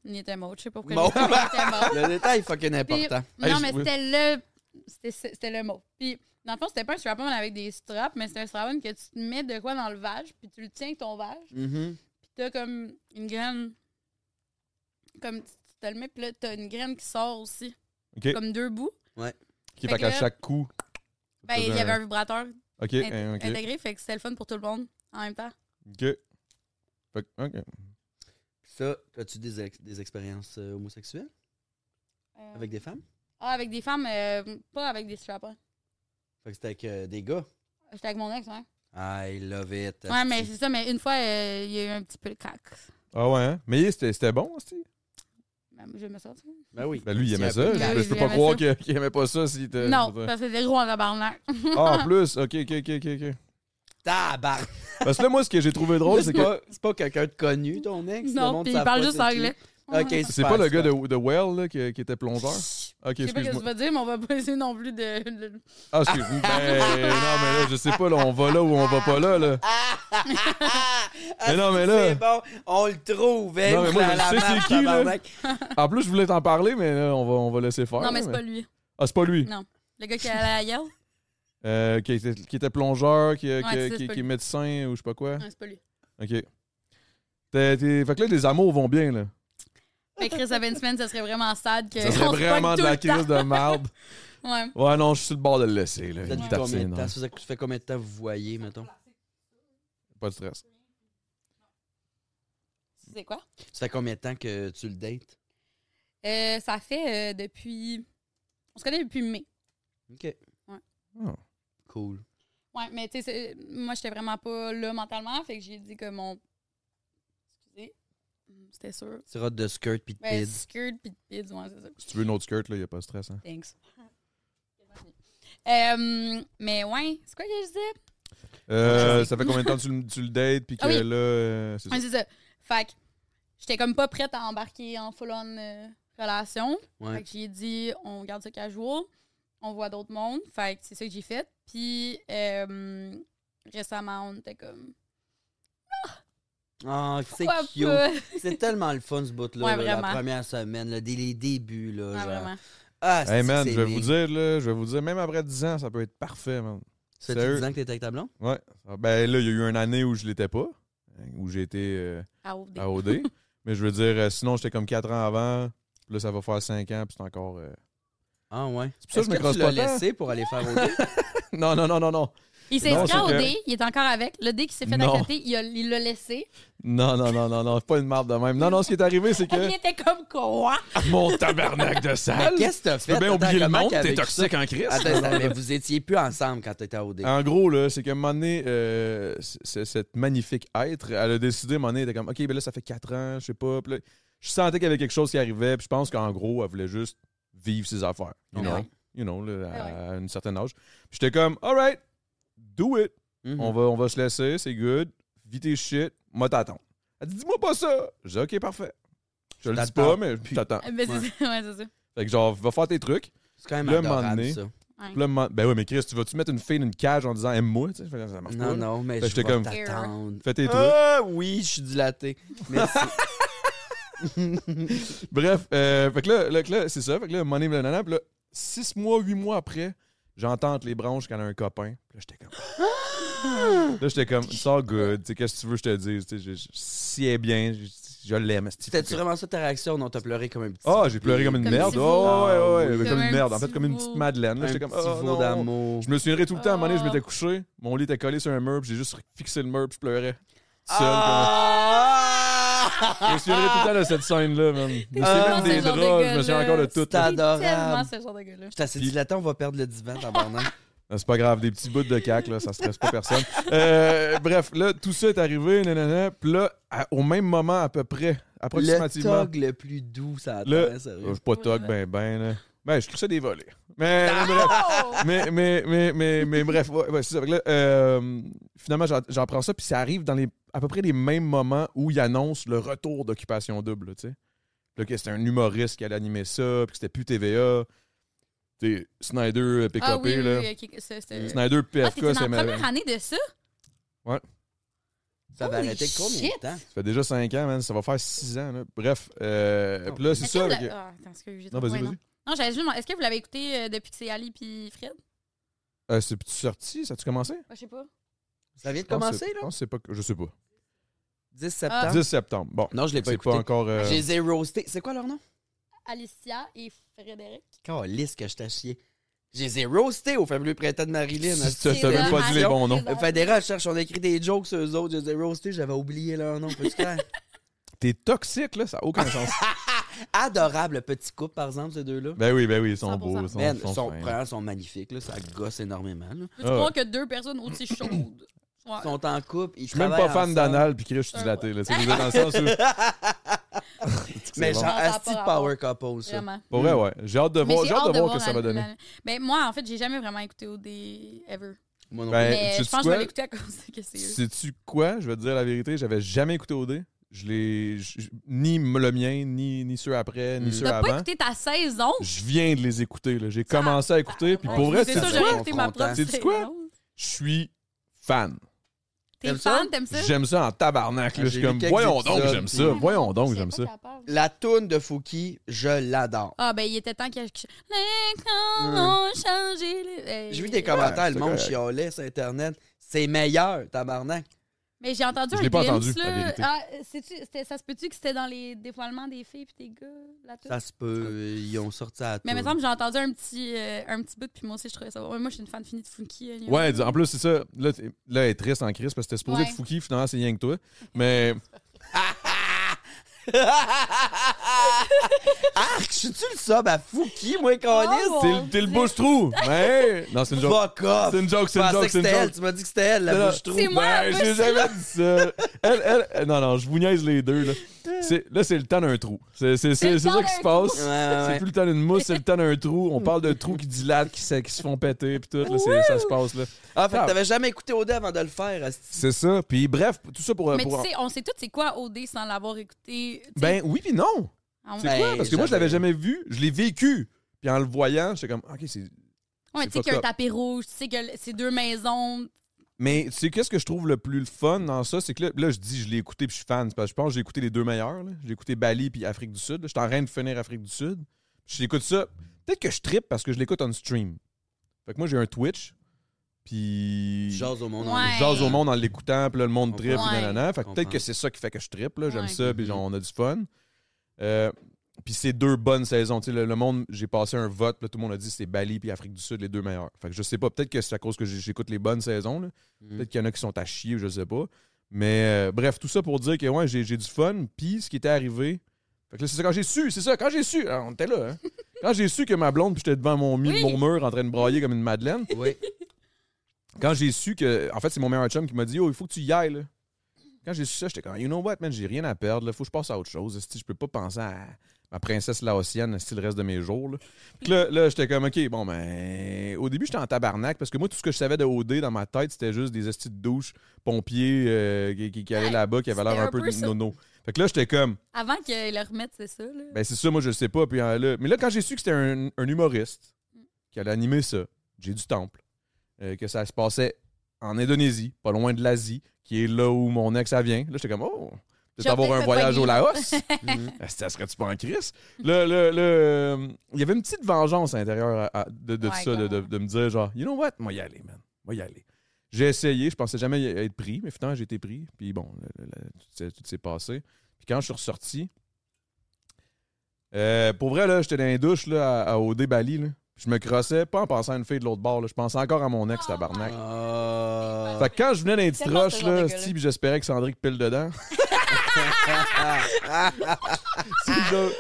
Speaker 3: Il était mauve, je sais pas pourquoi.
Speaker 2: Mauve.
Speaker 3: j'ai dit qu'il était mauve.
Speaker 2: Le détail est fucking
Speaker 3: Puis-
Speaker 2: important.
Speaker 1: Hey,
Speaker 3: non,
Speaker 1: je-
Speaker 3: mais
Speaker 1: oui.
Speaker 3: c'était le. C'était c'était le mot. Puis, dans le fond, c'était pas un strap-on avec des straps, mais c'était un strap-on que tu te mets de quoi dans le vage, puis tu le tiens avec ton vage, puis
Speaker 2: Mhm.
Speaker 3: t'as comme une graine. Comme tu te le mets, puis là, t'as une graine qui sort aussi.
Speaker 1: Ok.
Speaker 3: Comme deux bouts.
Speaker 1: Qui fait
Speaker 3: Fait que
Speaker 1: qu'à
Speaker 3: là-
Speaker 1: chaque coup.
Speaker 3: Ben, il y avait un vibrateur
Speaker 1: Ok,
Speaker 3: int-
Speaker 1: hein, ok.
Speaker 3: intégré, fait que c'était le fun pour tout le monde en même temps.
Speaker 1: Ok. Fait que- ok.
Speaker 2: Ça, as-tu des, ex- des expériences euh, homosexuelles
Speaker 3: Euh,
Speaker 2: avec des femmes?
Speaker 3: Ah, avec des femmes, euh, pas avec des strap-on.
Speaker 2: Fait que c'était avec euh, des gars.
Speaker 3: J'étais avec mon ex, ouais.
Speaker 2: I love it.
Speaker 3: Ouais, mais c'est ça, mais une fois, euh, il y a eu un petit peu le cac.
Speaker 1: Ah ouais, hein? Mais c'était c'était bon, aussi.
Speaker 3: Ben, Je vais me sortir.
Speaker 2: Ben oui.
Speaker 1: Ben lui, il aimait
Speaker 2: C'est
Speaker 1: ça. Je,
Speaker 2: un peu
Speaker 3: de
Speaker 2: plate.
Speaker 3: gars.
Speaker 1: je peux
Speaker 3: Il
Speaker 1: pas
Speaker 3: aimait
Speaker 1: croire
Speaker 3: ça.
Speaker 1: que- qu'il aimait pas ça si t'as-
Speaker 3: Non, parce que c'était gros en tabarnak.
Speaker 1: Ah, en plus, ok, ok, ok, ok. ok.
Speaker 2: Tabarnak!
Speaker 1: Parce que là, moi, ce que j'ai trouvé drôle, Oh, c'est
Speaker 2: C'est
Speaker 1: que
Speaker 2: pas, c'est pas quelqu'un de connu, ton ex? Le
Speaker 3: Non,
Speaker 2: monde
Speaker 3: puis il
Speaker 2: savent
Speaker 3: parle
Speaker 2: pas
Speaker 3: juste
Speaker 2: c'est qui.
Speaker 3: anglais.
Speaker 2: Ok, super,
Speaker 1: c'est
Speaker 3: Ben,
Speaker 1: pas le gars
Speaker 2: super.
Speaker 1: de, de Well là, qui, qui était plongeur. Ok,
Speaker 3: Je sais pas ce que
Speaker 1: excuse-moi.
Speaker 3: tu vas dire, mais on va pas essayer non plus de. de-
Speaker 1: Ah, excuse-moi. Ben, non, mais là, je sais pas, là, on va là ou on va pas là, là.
Speaker 2: mais
Speaker 1: Mais non, mais là-
Speaker 2: Ah, C'est bon, on le trouve, hein,
Speaker 1: Non, mais moi, je
Speaker 2: la-
Speaker 1: sais
Speaker 2: la
Speaker 1: c'est
Speaker 2: marche,
Speaker 1: qui, là.
Speaker 2: tabarnak.
Speaker 1: En plus, je voulais t'en parler, mais là, on va, on va laisser faire.
Speaker 3: non, mais
Speaker 1: là,
Speaker 3: c'est pas lui.
Speaker 1: Ah, c'est pas lui.
Speaker 3: Non. Le gars qui est allé à Yale?
Speaker 1: Euh, qui, était, qui était plongeur, qui, qui-
Speaker 3: c'est ça,
Speaker 1: qui-
Speaker 3: c'est pas
Speaker 1: qui est
Speaker 3: lui.
Speaker 1: médecin ou je sais pas quoi.
Speaker 3: Non, c'est pas lui.
Speaker 1: Ok. T'es- t'es- Fait que là, les amours vont bien, là.
Speaker 3: Mais Chris avait une semaine, ça serait vraiment sad que.
Speaker 1: Ça
Speaker 3: on
Speaker 1: serait
Speaker 3: se
Speaker 1: vraiment
Speaker 3: pogne
Speaker 1: de
Speaker 3: tout
Speaker 1: la
Speaker 3: le
Speaker 1: crise
Speaker 3: temps.
Speaker 1: de merde.
Speaker 3: Ouais.
Speaker 1: Ouais, non, je suis sur le bord de le laisser, là.
Speaker 2: Vous êtes
Speaker 1: Il me
Speaker 2: depuis
Speaker 1: tape
Speaker 2: combien
Speaker 1: ses
Speaker 2: de temps?
Speaker 1: nerfs.
Speaker 2: Ça fait combien de temps vous voyez, mettons?
Speaker 1: Pas de stress.
Speaker 3: C'est quoi?
Speaker 2: Ça fait combien de temps que tu le dates?
Speaker 3: Euh, ça fait euh, depuis. On se connaît depuis mai.
Speaker 2: OK.
Speaker 1: Oh.
Speaker 2: Cool.
Speaker 3: Ouais, mais tu sais, c'est- moi, j'étais vraiment pas là mentalement, fait que j'ai dit que mon. Excusez. Hum, C'était sûr.
Speaker 2: Tu rates de skirt pis de
Speaker 3: Ben,
Speaker 2: pids.
Speaker 3: skirt pis de pids, ouais, c'est ça.
Speaker 1: Si tu veux une autre skirt, là, y a pas de stress, hein.
Speaker 3: Thanks. Euh, mais ouais, c'est quoi que je disais?
Speaker 1: Euh,
Speaker 3: Ouais.
Speaker 1: ça fait combien de temps que tu, le- tu le dates, puis que
Speaker 3: Ah oui.
Speaker 1: là, euh, c'est ça.
Speaker 3: Ouais, c'est ça. Fait que j'étais comme pas prête à embarquer en full-on euh, relation. Fait
Speaker 2: Ouais.
Speaker 3: que j'ai dit, on garde ça casual, on voit d'autres mondes. Fait que c'est ça que j'ai fait. Puis euh, récemment, on était comme,
Speaker 2: Ah, c'est
Speaker 3: pourquoi
Speaker 2: cute.
Speaker 3: pas?
Speaker 2: C'est tellement le fun, ce bout-là.
Speaker 3: Ouais,
Speaker 2: là, la
Speaker 3: vraiment.
Speaker 2: première semaine, là, dès les débuts, là.
Speaker 3: Ah,
Speaker 2: genre.
Speaker 3: vraiment.
Speaker 2: Ah, c'est
Speaker 1: Hey man,
Speaker 2: c'est
Speaker 1: je vais
Speaker 2: bien.
Speaker 1: vous dire, là, je vais vous dire, même après 10 ans, ça peut être parfait, man.
Speaker 2: Ça
Speaker 1: Sérieux.
Speaker 2: fait 10 ans que t'étais avec ta blonde?
Speaker 1: Ouais. Ah, Ben là, il y a eu une année où je l'étais pas, hein, où j'ai été euh,
Speaker 3: Ah, oh, des-
Speaker 1: à OD. mais je veux dire, euh, sinon, j'étais comme 4 ans avant. Là, ça va faire 5 ans, puis c'est encore. euh,
Speaker 2: Ah, ouais.
Speaker 1: C'est pour ça que je me
Speaker 2: Est-ce
Speaker 1: crosse
Speaker 2: tu
Speaker 1: pas
Speaker 2: l'as
Speaker 1: tant.
Speaker 2: laissé pour aller faire autre
Speaker 1: Non, non, non, non, non.
Speaker 3: Il s'est
Speaker 1: Non,
Speaker 3: inscrit
Speaker 1: c'est
Speaker 3: au
Speaker 1: que-
Speaker 3: dé, il est encore avec. Le dé qui s'est fait
Speaker 1: Non.
Speaker 3: accoter, il a- il l'a laissé.
Speaker 1: Non, non, non, non, non. c'est Pas une marde de même. Non, non, ce qui est arrivé, c'est
Speaker 3: Il
Speaker 1: que.
Speaker 3: était comme quoi?
Speaker 1: Mon tabernacle de salle!
Speaker 2: Qu'est-ce que t'as
Speaker 1: Tu
Speaker 2: fait?
Speaker 1: peux bien
Speaker 2: Attends,
Speaker 1: oublier le
Speaker 2: comment
Speaker 1: monde,
Speaker 2: qu'avec
Speaker 1: t'es toxique
Speaker 2: ça-
Speaker 1: en Hein? crise.
Speaker 2: Attends, attends, mais vous étiez plus ensemble quand t'étais à OD.
Speaker 1: En gros, là, c'est qu'à un moment donné, euh, c- c- cette magnifique être, elle a décidé, à un moment donné, elle était comme, OK, ben là, ça fait quatre ans, je sais pas. Puis là, je sentais qu'il y avait quelque chose qui arrivait, puis je pense qu'en gros, elle voulait juste vivre ses affaires. You
Speaker 2: Ouais.
Speaker 1: know, you know là, à,
Speaker 3: Ouais,
Speaker 1: à une certaine âge. Puis j'étais comme, all right, do it.
Speaker 2: Mhm.
Speaker 1: On, va, on va se laisser, c'est good. Vis tes shit, moi t'attends. Elle dit, dis-moi pas ça. Je dis, OK, parfait. Je le dis
Speaker 2: t'attends,
Speaker 1: pas, mais je t'attends.
Speaker 3: Ben, c'est
Speaker 2: Ouais.
Speaker 3: ça, ouais, c'est ça.
Speaker 1: Fait que genre, va faire tes trucs.
Speaker 2: C'est quand même
Speaker 1: Le
Speaker 2: adorable,
Speaker 1: moment donné,
Speaker 2: ça.
Speaker 3: Ouais.
Speaker 1: Puis là, man- ben oui, mais Chris, tu vas-tu mettre une fille dans une cage en disant, aime-moi? Tu sais, ça marche pas,
Speaker 2: Non,
Speaker 1: là.
Speaker 2: non, mais
Speaker 1: Fait que
Speaker 2: je
Speaker 1: Ben, j'étais
Speaker 2: vais
Speaker 1: comme-
Speaker 2: t'attendre.
Speaker 1: Fais tes trucs.
Speaker 2: Ah oui, je suis dilaté. Merci.
Speaker 1: Bref, euh, fait que là, là, que là, c'est ça. Fait que là, money, blablabla. Puis là, six mois, huit mois après, j'entends entre les branches qu'elle a un copain. Puis là, j'étais comme. là, j'étais comme, it's all good. Tu sais, qu'est-ce que tu veux que je te dise? Tu sais, je- je- si elle est bien, je, je l'aime. esti.
Speaker 2: C'était-tu vraiment ça ta réaction? Non, t'as pleuré comme un petit.
Speaker 1: Ah, j'ai pleuré comme une
Speaker 3: Comme
Speaker 1: merde.
Speaker 3: si vous-
Speaker 1: Oh, ouais, ouais, ouais,
Speaker 2: Comme
Speaker 1: comme une
Speaker 3: un
Speaker 1: merde. En fait,
Speaker 3: petit
Speaker 1: comme une
Speaker 3: veau.
Speaker 1: petite madeleine. Là,
Speaker 2: un
Speaker 1: j'étais
Speaker 2: petit
Speaker 1: comme, oh,
Speaker 2: veau
Speaker 1: non.
Speaker 2: d'amour.
Speaker 1: Je me souviendrai tout le temps. À un moment donné, je
Speaker 3: Ah.
Speaker 1: m'étais couché. Mon lit était collé sur un mur. puis J'ai juste fixé le mur. Puis je pleurais.
Speaker 3: Ah.
Speaker 1: Seul. comme- Je
Speaker 2: Ah!
Speaker 1: me souviendrai tout le temps de cette scène-là, man. Je me souviens même
Speaker 3: tellement
Speaker 1: des
Speaker 3: ce genre de hein.
Speaker 1: draps. Je me souviens
Speaker 3: gars-là.
Speaker 1: encore de tout.
Speaker 2: C'est
Speaker 1: là.
Speaker 2: adorable.
Speaker 3: Tellement ce genre de gars-là.
Speaker 2: Je t'ai assez dilaté, on va perdre le divan, tabarnak.
Speaker 1: Ah, C'est pas grave, des petits bouts de cac, là, ça stresse pas personne. Euh, bref, là, tout ça est arrivé, nanana. Puis là, à- au même moment à peu près,
Speaker 2: le
Speaker 1: approximativement.
Speaker 2: tog le plus doux, ça
Speaker 1: Le-
Speaker 2: attend,
Speaker 1: Euh, Je
Speaker 2: sérieux.
Speaker 1: suis pas toc, ben, ben, là. Ben, je trouve ça des volets. Mais,
Speaker 3: Ah!
Speaker 1: mais, mais, mais, mais, mais bref, ouais, ouais, c'est ça. Fait que là, euh, finalement, j'en- j'en prends ça, puis ça arrive dans les, à peu près les mêmes moments où ils annoncent le retour d'Occupation Double, tu sais. Puis Là, que c'était un humoriste qui allait animer ça, puis que c'était plus TVA. Tu sais, Snyder, euh, PKP,
Speaker 3: Ah oui, oui,
Speaker 1: là.
Speaker 3: oui, ok, ça, c'était-
Speaker 1: Snyder,
Speaker 3: Ah,
Speaker 1: PFK,
Speaker 3: t'étais dans
Speaker 1: c'est
Speaker 3: la
Speaker 1: ma-
Speaker 3: première année de ça?
Speaker 2: Ça va
Speaker 3: Holy
Speaker 2: arrêter combien de
Speaker 3: shit!
Speaker 2: temps?
Speaker 1: Ça fait déjà 5 ans, man. Ça va faire 6 ans, là. Bref, euh, puis là, c'est
Speaker 3: Est-ce
Speaker 1: ça.
Speaker 3: que vous
Speaker 1: fait que-
Speaker 3: l'a- Ah, attends, excuse, j'ai
Speaker 1: Non,
Speaker 3: trop-
Speaker 1: vas-y,
Speaker 3: ouais,
Speaker 1: vas-y.
Speaker 3: Non, j'avais juste demandé, est-ce que vous l'avez écouté euh, depuis que c'est Ali puis Fred?
Speaker 1: Euh, c'est sorti, ça a-tu commencé?
Speaker 3: Ah, je sais pas.
Speaker 2: Ça vient de
Speaker 1: Je pense que
Speaker 2: commencer,
Speaker 1: c'est- Je
Speaker 2: là?
Speaker 1: pense que c'est pas, je sais pas.
Speaker 2: 10
Speaker 3: Ah.
Speaker 2: septembre.
Speaker 1: 10 septembre. Bon.
Speaker 2: Non, je l'ai pas
Speaker 1: Ah. C'est
Speaker 2: écouté. Ah,
Speaker 1: pas encore. euh,
Speaker 2: Je les ai roastés. C'est quoi leur nom?
Speaker 3: Alicia et Frédéric.
Speaker 2: Calisse que je t'ai chié. Je les ai roastés au fabuleux printemps de Marilyn.
Speaker 1: Ça,
Speaker 2: hostie.
Speaker 1: ça veut pas dit les bons noms.
Speaker 2: Le Fadera cherche, on a écrit des jokes sur eux autres. Je les ai roastés, j'avais oublié leur nom. Peux-tu croire?
Speaker 1: T'es toxique, là, ça n'a aucun sens.
Speaker 2: Adorable petit couple, par exemple, ces deux-là.
Speaker 1: ben oui, ben oui, ils sont
Speaker 3: 100%.
Speaker 1: beaux. Ils sont,
Speaker 2: Ben,
Speaker 1: ils sont
Speaker 2: sont,
Speaker 1: fins.
Speaker 2: premièrement, sont magnifiques, là, ça gosse énormément. là.
Speaker 3: Veux-tu
Speaker 1: Ah ouais.
Speaker 3: croire que deux personnes aussi chaudes?
Speaker 2: Ils sont en couple, ils
Speaker 1: Je suis même pas fan d'anal, puis Chris, je suis dilaté. Là, C'est déjà dans le sens où. C'est
Speaker 2: Mais
Speaker 1: bon.
Speaker 2: genre,
Speaker 3: Non, Ah, ça a
Speaker 2: asti
Speaker 3: pas
Speaker 2: de
Speaker 3: rapport.
Speaker 2: power couple, ça.
Speaker 3: Vraiment.
Speaker 1: Pour vrai, ouais. J'ai hâte de
Speaker 3: Mais
Speaker 1: voir,
Speaker 3: j'ai
Speaker 1: j'ai hâte de voir
Speaker 3: voir
Speaker 1: que ça
Speaker 3: la-
Speaker 1: va donner.
Speaker 3: la- Ben, moi, en fait, j'ai jamais vraiment écouté OD ever.
Speaker 2: Moi non
Speaker 1: Ben,
Speaker 2: plus.
Speaker 3: Mais
Speaker 1: sais-tu
Speaker 3: je pense que je
Speaker 1: quoi?
Speaker 3: vais l'écouter à cause que c'est eux.
Speaker 1: Sais-tu quoi? Je vais te dire la vérité, j'avais jamais écouté OD. Je l'ai. je- je- Ni le mien, ni, ni ceux après,
Speaker 2: Mm.
Speaker 1: ni ceux
Speaker 3: T'as pas
Speaker 1: avant.
Speaker 3: écouté ta saison?
Speaker 1: Je viens de les écouter, là. J'ai commencé à écouter, puis pour vrai,
Speaker 3: c'est
Speaker 1: sais-tu
Speaker 3: ça,
Speaker 1: quoi?
Speaker 3: j'aurais écouté ma propre
Speaker 1: Sais-tu
Speaker 3: saison.
Speaker 1: quoi? Je suis fan.
Speaker 3: T'es
Speaker 2: T'aimes ça?
Speaker 3: fan, t'aimes ça?
Speaker 1: J'aime ça en tabarnak. là.
Speaker 2: J'ai
Speaker 1: Je suis
Speaker 2: lu
Speaker 1: comme,
Speaker 2: quelques
Speaker 1: voyons donc,
Speaker 2: épisodes,
Speaker 1: j'aime
Speaker 2: puis-
Speaker 1: ça. Voyons donc, j'aime ça.
Speaker 2: La toune de Fouki, je l'adore.
Speaker 3: Ah, ben, il était temps qu'il y ait-
Speaker 1: Hmm.
Speaker 3: Les camps ont changé. les- Eh,
Speaker 2: J'ai vu des commentaires,
Speaker 1: Ouais,
Speaker 2: le
Speaker 1: c'est
Speaker 2: monde
Speaker 1: correct.
Speaker 2: chialait sur Internet. C'est meilleur, tabarnak.
Speaker 3: Mais j'ai entendu
Speaker 1: Je
Speaker 3: un
Speaker 1: l'ai pas
Speaker 3: glimpse,
Speaker 1: entendu, la
Speaker 3: là.
Speaker 1: vérité.
Speaker 3: Ah, sais-tu- c'était- ça se peut-tu que c'était dans les dévoilements des filles et des gars, la toune?
Speaker 2: Ça se peut, euh, ils ont sorti à
Speaker 3: Mais il me semble que j'ai entendu un petit, euh, un petit bout, puis moi aussi, je trouvais ça. bon. Ouais, moi, je suis une fan finie de Funky. euh, Lyon.
Speaker 1: Ouais, dis- en plus, c'est ça. Là, t'es- là, elle est triste en crise parce que c'était supposé
Speaker 3: Ouais.
Speaker 1: être Fouki, finalement, c'est rien que toi. Mais
Speaker 2: Arc, je suis-tu le sub à Fouki, moi, Calis?
Speaker 3: Oh,
Speaker 1: t'es le- t'es le bouche-trou. Mais non, c'est une joke.
Speaker 2: Fuck off!
Speaker 1: C'est une joke, c'est une
Speaker 2: Je pensais
Speaker 1: joke,
Speaker 2: que
Speaker 1: c'est une
Speaker 2: c'était elle,
Speaker 1: joke.
Speaker 2: Tu m'as dit que c'était elle, la
Speaker 1: Non,
Speaker 2: bouche trou.
Speaker 3: C'est moi,
Speaker 1: Ben,
Speaker 3: la
Speaker 1: j'ai
Speaker 3: bouche
Speaker 1: jamais dit ça. Elle, elle, elle- non, non, je vous niaise les deux. Là, C'est- là, c'est le temps d'un trou. C'est c'est-
Speaker 3: le
Speaker 1: c'est- c'est
Speaker 3: temps
Speaker 1: ça qui
Speaker 3: d'un
Speaker 1: se passe.
Speaker 2: Ouais, ouais,
Speaker 1: C'est
Speaker 2: ouais.
Speaker 1: plus le temps d'une mousse, c'est le temps d'un trou. On parle de trous qui dilatent, qui, se- qui se font péter, puis tout. Là, c'est- ça se passe. là.
Speaker 2: Ah, fait que t'avais jamais écouté Oda avant de le faire, asti.
Speaker 1: C'est ça. Puis bref, tout ça pour.
Speaker 3: Mais tu
Speaker 1: pour-
Speaker 3: sais, on sait tous c'est quoi OD sans l'avoir écouté. tu sais.
Speaker 1: ben oui, puis non.
Speaker 3: Ah, ouais.
Speaker 1: C'est
Speaker 2: Ben,
Speaker 1: quoi? Parce que moi, je l'avais
Speaker 2: j'avais-
Speaker 1: jamais vu. Je l'ai vécu. Puis en le voyant, j'étais comme, OK, c'est.
Speaker 3: Ouais,
Speaker 1: c'est
Speaker 3: tu sais
Speaker 1: fucked
Speaker 3: qu'il y a un
Speaker 1: up.
Speaker 3: tapis rouge, tu sais que le- c'est deux maisons.
Speaker 1: Mais tu sais, qu'est-ce que je trouve le plus le fun dans ça? C'est que là, là, je dis, je l'ai écouté puis je suis fan. C'est Parce que je pense que j'ai écouté les deux meilleurs. là. J'ai écouté Bali puis Afrique du Sud. là. J'étais en train de finir Afrique du Sud. Je l'écoute ça. Peut-être que je trippe parce que je l'écoute on stream. Fait que moi, j'ai un Twitch. Puis.
Speaker 2: J'ose au monde.
Speaker 3: Ouais.
Speaker 1: je jase au monde en l'écoutant, puis là, le monde tripe,
Speaker 3: Ouais.
Speaker 1: puis nanana. Fait que peut-être
Speaker 2: Comprends.
Speaker 1: que c'est ça qui fait que je tripe, là. J'aime
Speaker 3: Ouais.
Speaker 1: ça, puis genre, on a du fun. Euh, puis c'est deux bonnes saisons. Tu sais, le, le monde, j'ai passé un vote, puis là, tout le monde a dit c'est Bali puis Afrique du Sud, les deux meilleurs. Fait que je sais pas, peut-être que c'est à cause que j'ai- j'écoute les bonnes saisons, là. Peut-être qu'il y en a qui sont à chier, je sais pas. Mais euh, bref, tout ça pour dire que ouais, j'ai j'ai du fun. Puis ce qui était arrivé. Fait que là, c'est ça, quand j'ai su, c'est ça, quand j'ai su. Alors, on était là, hein. Quand j'ai su que ma blonde, puis j'étais devant mon, mi-
Speaker 3: Oui.
Speaker 1: mon mur en train de brailler comme une madeleine,
Speaker 2: Oui.
Speaker 1: quand j'ai su que. En fait, c'est mon meilleur chum qui m'a dit Yo, il faut que tu y ailles. Là. Quand j'ai su ça, j'étais comme You know what, man, j'ai rien à perdre. Là. Faut que je passe à autre chose. esti. Je peux pas penser à ma princesse laotienne esti, le reste de mes jours. Là, Fait que là, là, j'étais comme OK, bon, ben. Au début, j'étais en tabarnak parce que moi, tout ce que je savais de OD dans ma tête, c'était juste des estis de douche, pompiers euh, qui, qui, qui allaient
Speaker 3: Ouais,
Speaker 1: là-bas, qui avaient l'air
Speaker 3: c'était
Speaker 1: un
Speaker 3: un
Speaker 1: peu,
Speaker 3: peu
Speaker 1: de
Speaker 3: ça.
Speaker 1: nono. Fait que là, j'étais comme
Speaker 3: Avant qu'ils le remettent, c'est ça. Là.
Speaker 1: ben c'est ça, moi je sais pas. Puis, euh, là- mais là, quand j'ai su que c'était un, un humoriste qui allait animer ça, j'ai du temple, euh, que ça se passait en Indonésie, pas loin de l'Asie, qui est là où mon ex elle vient, là j'étais comme oh, peut-être
Speaker 3: J'aurais
Speaker 1: avoir
Speaker 3: peut-être
Speaker 1: un
Speaker 3: me
Speaker 1: voyage au
Speaker 3: pogner.
Speaker 1: Laos. Ah, Ça serait-tu pas en crise? Là, là, là, euh, il y avait une petite vengeance à l'intérieur à- à- de, de
Speaker 3: Ouais,
Speaker 1: ça, de, de-
Speaker 3: clairement.
Speaker 1: de me dire genre, you know what, moi y aller, man, moi y aller. J'ai essayé, je pensais jamais y- être pris, mais finalement j'ai été pris, puis bon, le- le- le- tout s'est- tout s'est passé. Puis quand je suis ressorti, euh, pour vrai, là, j'étais dans les douches là, à, à- au débali. Là. Puis Je me crossais, pas en pensant à une fille de l'autre bord. là. Je pensais encore à mon ex, tabarnak.
Speaker 2: Ah.
Speaker 1: Fait que quand je venais dans les petites
Speaker 3: Tellement
Speaker 1: roches,
Speaker 3: ce genre de
Speaker 1: là,
Speaker 3: gars-là.
Speaker 1: si, puis j'espérais que Sandrick pile dedans. c'est une joke.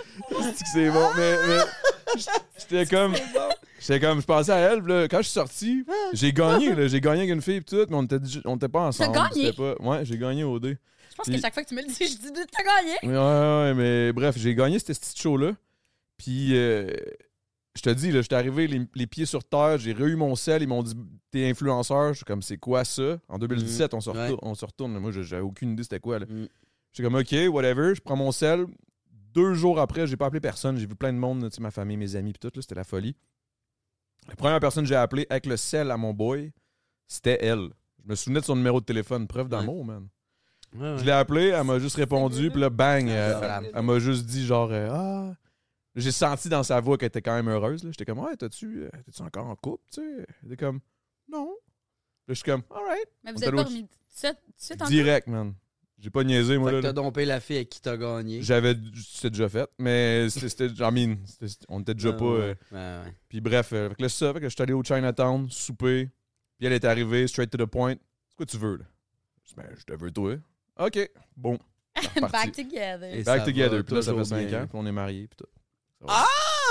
Speaker 1: C'est que c'est bon, mais, mais j'étais comme, j'étais comme, je pensais à elle, puis là, quand je suis sorti, j'ai gagné, là, j'ai gagné avec une fille, puis tout, mais on était, on était pas ensemble.
Speaker 3: gagné?
Speaker 1: c'était Pas, ouais, j'ai gagné au dé.
Speaker 3: Je pense
Speaker 1: Puis-
Speaker 3: que chaque fois que tu me le dis, je dis t'as gagné.
Speaker 1: Ouais, ouais, ouais, mais bref, j'ai gagné cette petite show-là. Puis euh, je te dis, là, j'étais arrivé les, les pieds sur terre, j'ai re-eu mon sel, ils m'ont dit t'es influenceur. Je suis comme c'est quoi ça? En 2017, on se
Speaker 2: Mm. Ouais.
Speaker 1: retourne. On se retourne. Moi, je- j'avais aucune idée c'était quoi. Là.
Speaker 2: Mm.
Speaker 1: J'étais comme OK, whatever, je prends mon sel. Deux jours après, j'ai pas appelé personne. J'ai vu plein de monde, tu sais, ma famille, mes amis, pis tout, là, c'était la folie. La première personne que j'ai appelée avec le sel à mon boy, c'était elle. Je me souvenais de son numéro de téléphone. Preuve d'amour, man.
Speaker 2: Ouais,
Speaker 1: Je
Speaker 2: ouais.
Speaker 1: l'ai appelée, elle m'a juste répondu, puis là, bang, euh,
Speaker 2: Adorable.
Speaker 1: elle, elle m'a juste dit genre euh, Ah. J'ai senti dans sa voix qu'elle était quand même heureuse. là. J'étais comme Ouais, t'as-tu euh, t'es-tu encore en couple? Tu sais? Elle était comme Non. Là, je suis comme Alright.
Speaker 3: Mais
Speaker 1: On
Speaker 3: vous
Speaker 1: est
Speaker 3: êtes
Speaker 1: allé
Speaker 3: pas
Speaker 1: au-
Speaker 3: remis tout de suite tout de suite en
Speaker 1: Direct, man. J'ai pas niaisé, moi.
Speaker 2: Fait que
Speaker 1: là,
Speaker 2: t'as
Speaker 1: là.
Speaker 2: dompé la fille avec qui t'as gagné.
Speaker 1: J'avais. C'était déjà fait, mais c'était. c'était- I mean, c'était- on était déjà
Speaker 2: Ah,
Speaker 1: pas.
Speaker 2: ouais.
Speaker 1: euh,
Speaker 2: Ouais, ouais.
Speaker 1: puis bref, euh, fait que là, c'est ça, fait que je suis allé au Chinatown, souper, puis elle est arrivée, straight to the point. C'est quoi tu veux, là? Je dis, ben, je te veux, toi. OK, bon. C'est
Speaker 3: couple?
Speaker 1: reparti.
Speaker 3: Back together.
Speaker 2: Et ça
Speaker 1: Back
Speaker 2: va
Speaker 1: together. Puis là, ça fait
Speaker 2: toujours
Speaker 1: 5
Speaker 2: bien.
Speaker 1: ans, puis on est mariés. Puis tout.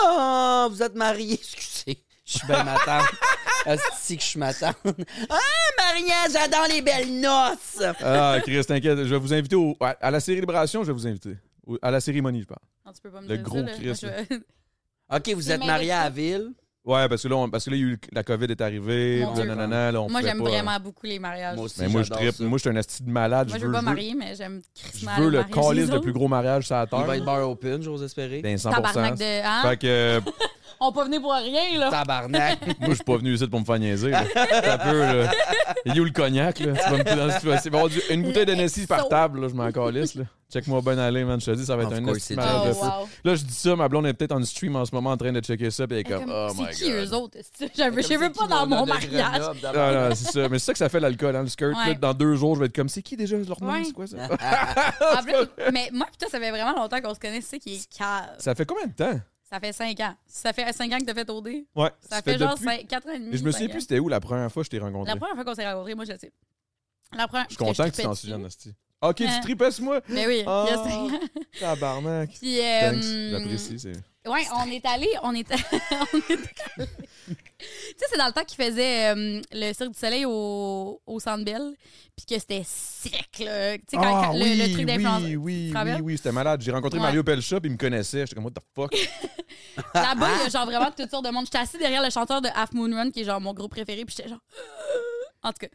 Speaker 2: Ah! Vous êtes mariés, excusez. Je suis bien ma tante. Asti que je suis ma tante. Ah, mariage, j'adore les belles noces!
Speaker 1: Ah, Chris, t'inquiète. Je vais vous inviter au- à, à la célébration, je vais vous inviter. Au- à la cérémonie, je parle.
Speaker 3: Non, tu peux pas me
Speaker 1: Le
Speaker 3: dire
Speaker 1: gros
Speaker 3: ça, là.
Speaker 1: Chris,
Speaker 3: Moi, je
Speaker 1: là.
Speaker 3: vais-
Speaker 2: OK, vous
Speaker 3: C'est
Speaker 2: êtes mariés à la ville.
Speaker 1: Ouais, parce que là, on- parce que là il y a eu le- la COVID est arrivée.
Speaker 3: Mon
Speaker 1: puis là,
Speaker 3: Dieu.
Speaker 1: nanana, là, on
Speaker 3: Moi,
Speaker 1: pouvait
Speaker 3: j'aime
Speaker 1: pas- euh,
Speaker 3: vraiment beaucoup les
Speaker 2: Moi
Speaker 3: mariages. Moi,
Speaker 2: aussi,
Speaker 1: Mais moi, je
Speaker 2: j'adore
Speaker 1: trippe.
Speaker 2: Ah, ça.
Speaker 1: Moi, je suis un asti de malade.
Speaker 3: je
Speaker 1: je
Speaker 3: veux pas
Speaker 1: marier.
Speaker 3: marier, mais j'aime
Speaker 1: Je
Speaker 3: crissement
Speaker 1: veux
Speaker 3: les
Speaker 1: le
Speaker 3: mariages des
Speaker 1: calice de
Speaker 3: autres.
Speaker 1: plus gros mariage sur la
Speaker 2: Il va
Speaker 1: terre.
Speaker 2: être bar open, j'ose espérer.
Speaker 1: Ben, 100%.
Speaker 3: Tabarnak de... Hein?
Speaker 1: Fait que euh,
Speaker 3: On peut venir pour rien, là.
Speaker 2: Tabarnak!
Speaker 1: moi, je suis pas venu ici pour me faire niaiser. là. T'as peu, là. Il est où le cognac, là? Tu vas me mettre dans la situation. Il va y avoir du- Une bouteille d'Annecy par
Speaker 3: Exo.
Speaker 1: table, là, je m'en calisse, là. Check-moi bien aller, man. Je te dis, ça va être
Speaker 2: Of
Speaker 1: un
Speaker 2: course,
Speaker 1: esti
Speaker 2: c'est
Speaker 1: de
Speaker 3: Oh,
Speaker 1: mariage de feu.
Speaker 3: wow.
Speaker 1: Là, je dis ça, ma blonde est peut-être en stream en ce moment en train de checker ça, puis elle est
Speaker 3: C'est
Speaker 1: comme, oh my god.
Speaker 3: qui eux autres? esti? Je veux,
Speaker 2: Comme
Speaker 3: je veux
Speaker 2: c'est
Speaker 3: pas
Speaker 2: qui,
Speaker 3: dans
Speaker 2: Mona
Speaker 3: mon
Speaker 2: de
Speaker 3: mariage.
Speaker 2: Grenoble, d'abord?
Speaker 1: Non, non, c'est ça. Mais c'est ça que ça fait l'alcool, hein, le skirt.
Speaker 3: Ouais.
Speaker 1: là, dans deux jours, je vais être comme, c'est qui déjà leur nom?
Speaker 3: Ouais.
Speaker 1: C'est quoi ça?
Speaker 3: En plus, mais moi, putain, ça fait vraiment longtemps qu'on se connaît. C'est ça qui est cave.
Speaker 1: ça fait combien de temps?
Speaker 3: Ça fait 5 ans. Ça fait 5 ans que t'as fait OD.
Speaker 1: Ouais.
Speaker 3: Ça, fait, genre 4 ans et demi.
Speaker 1: Et je me souviens
Speaker 3: cinq
Speaker 1: plus
Speaker 3: ans.
Speaker 1: c'était où la première fois que je t'ai rencontré.
Speaker 3: La première fois qu'on s'est rencontrés, moi, je le sais. La première...
Speaker 1: Je suis content que tu t'en souviennes, Asti. Ok, tu
Speaker 3: Euh.
Speaker 1: tripes moi?
Speaker 3: Mais oui,
Speaker 1: Ah.
Speaker 3: il y a cinq ans.
Speaker 1: Tabarnak.
Speaker 3: Puis, euh,
Speaker 1: Thanks, j'apprécie. c'est-
Speaker 3: Ouais, on est allé, on est, on est allé. Tu sais, c'est dans le temps qu'ils faisaient euh, le Cirque du Soleil au, au Centre Bell, puis que c'était sec, là. Tu sais, quand,
Speaker 1: Ah,
Speaker 3: quand le-
Speaker 1: oui,
Speaker 3: le, truc d'influence.
Speaker 1: oui, oui,
Speaker 3: tu
Speaker 1: oui,
Speaker 3: te rappelles?
Speaker 1: oui, c'était malade. J'ai rencontré
Speaker 3: Ouais.
Speaker 1: Mario Pelcha, puis il me connaissait. J'étais comme, what the fuck?
Speaker 3: Là-bas,
Speaker 1: Ah,
Speaker 3: il y a genre vraiment toutes sortes de monde. J'étais assis derrière le chanteur de Half Moon Run, qui est genre mon groupe préféré, puis j'étais genre. En tout cas,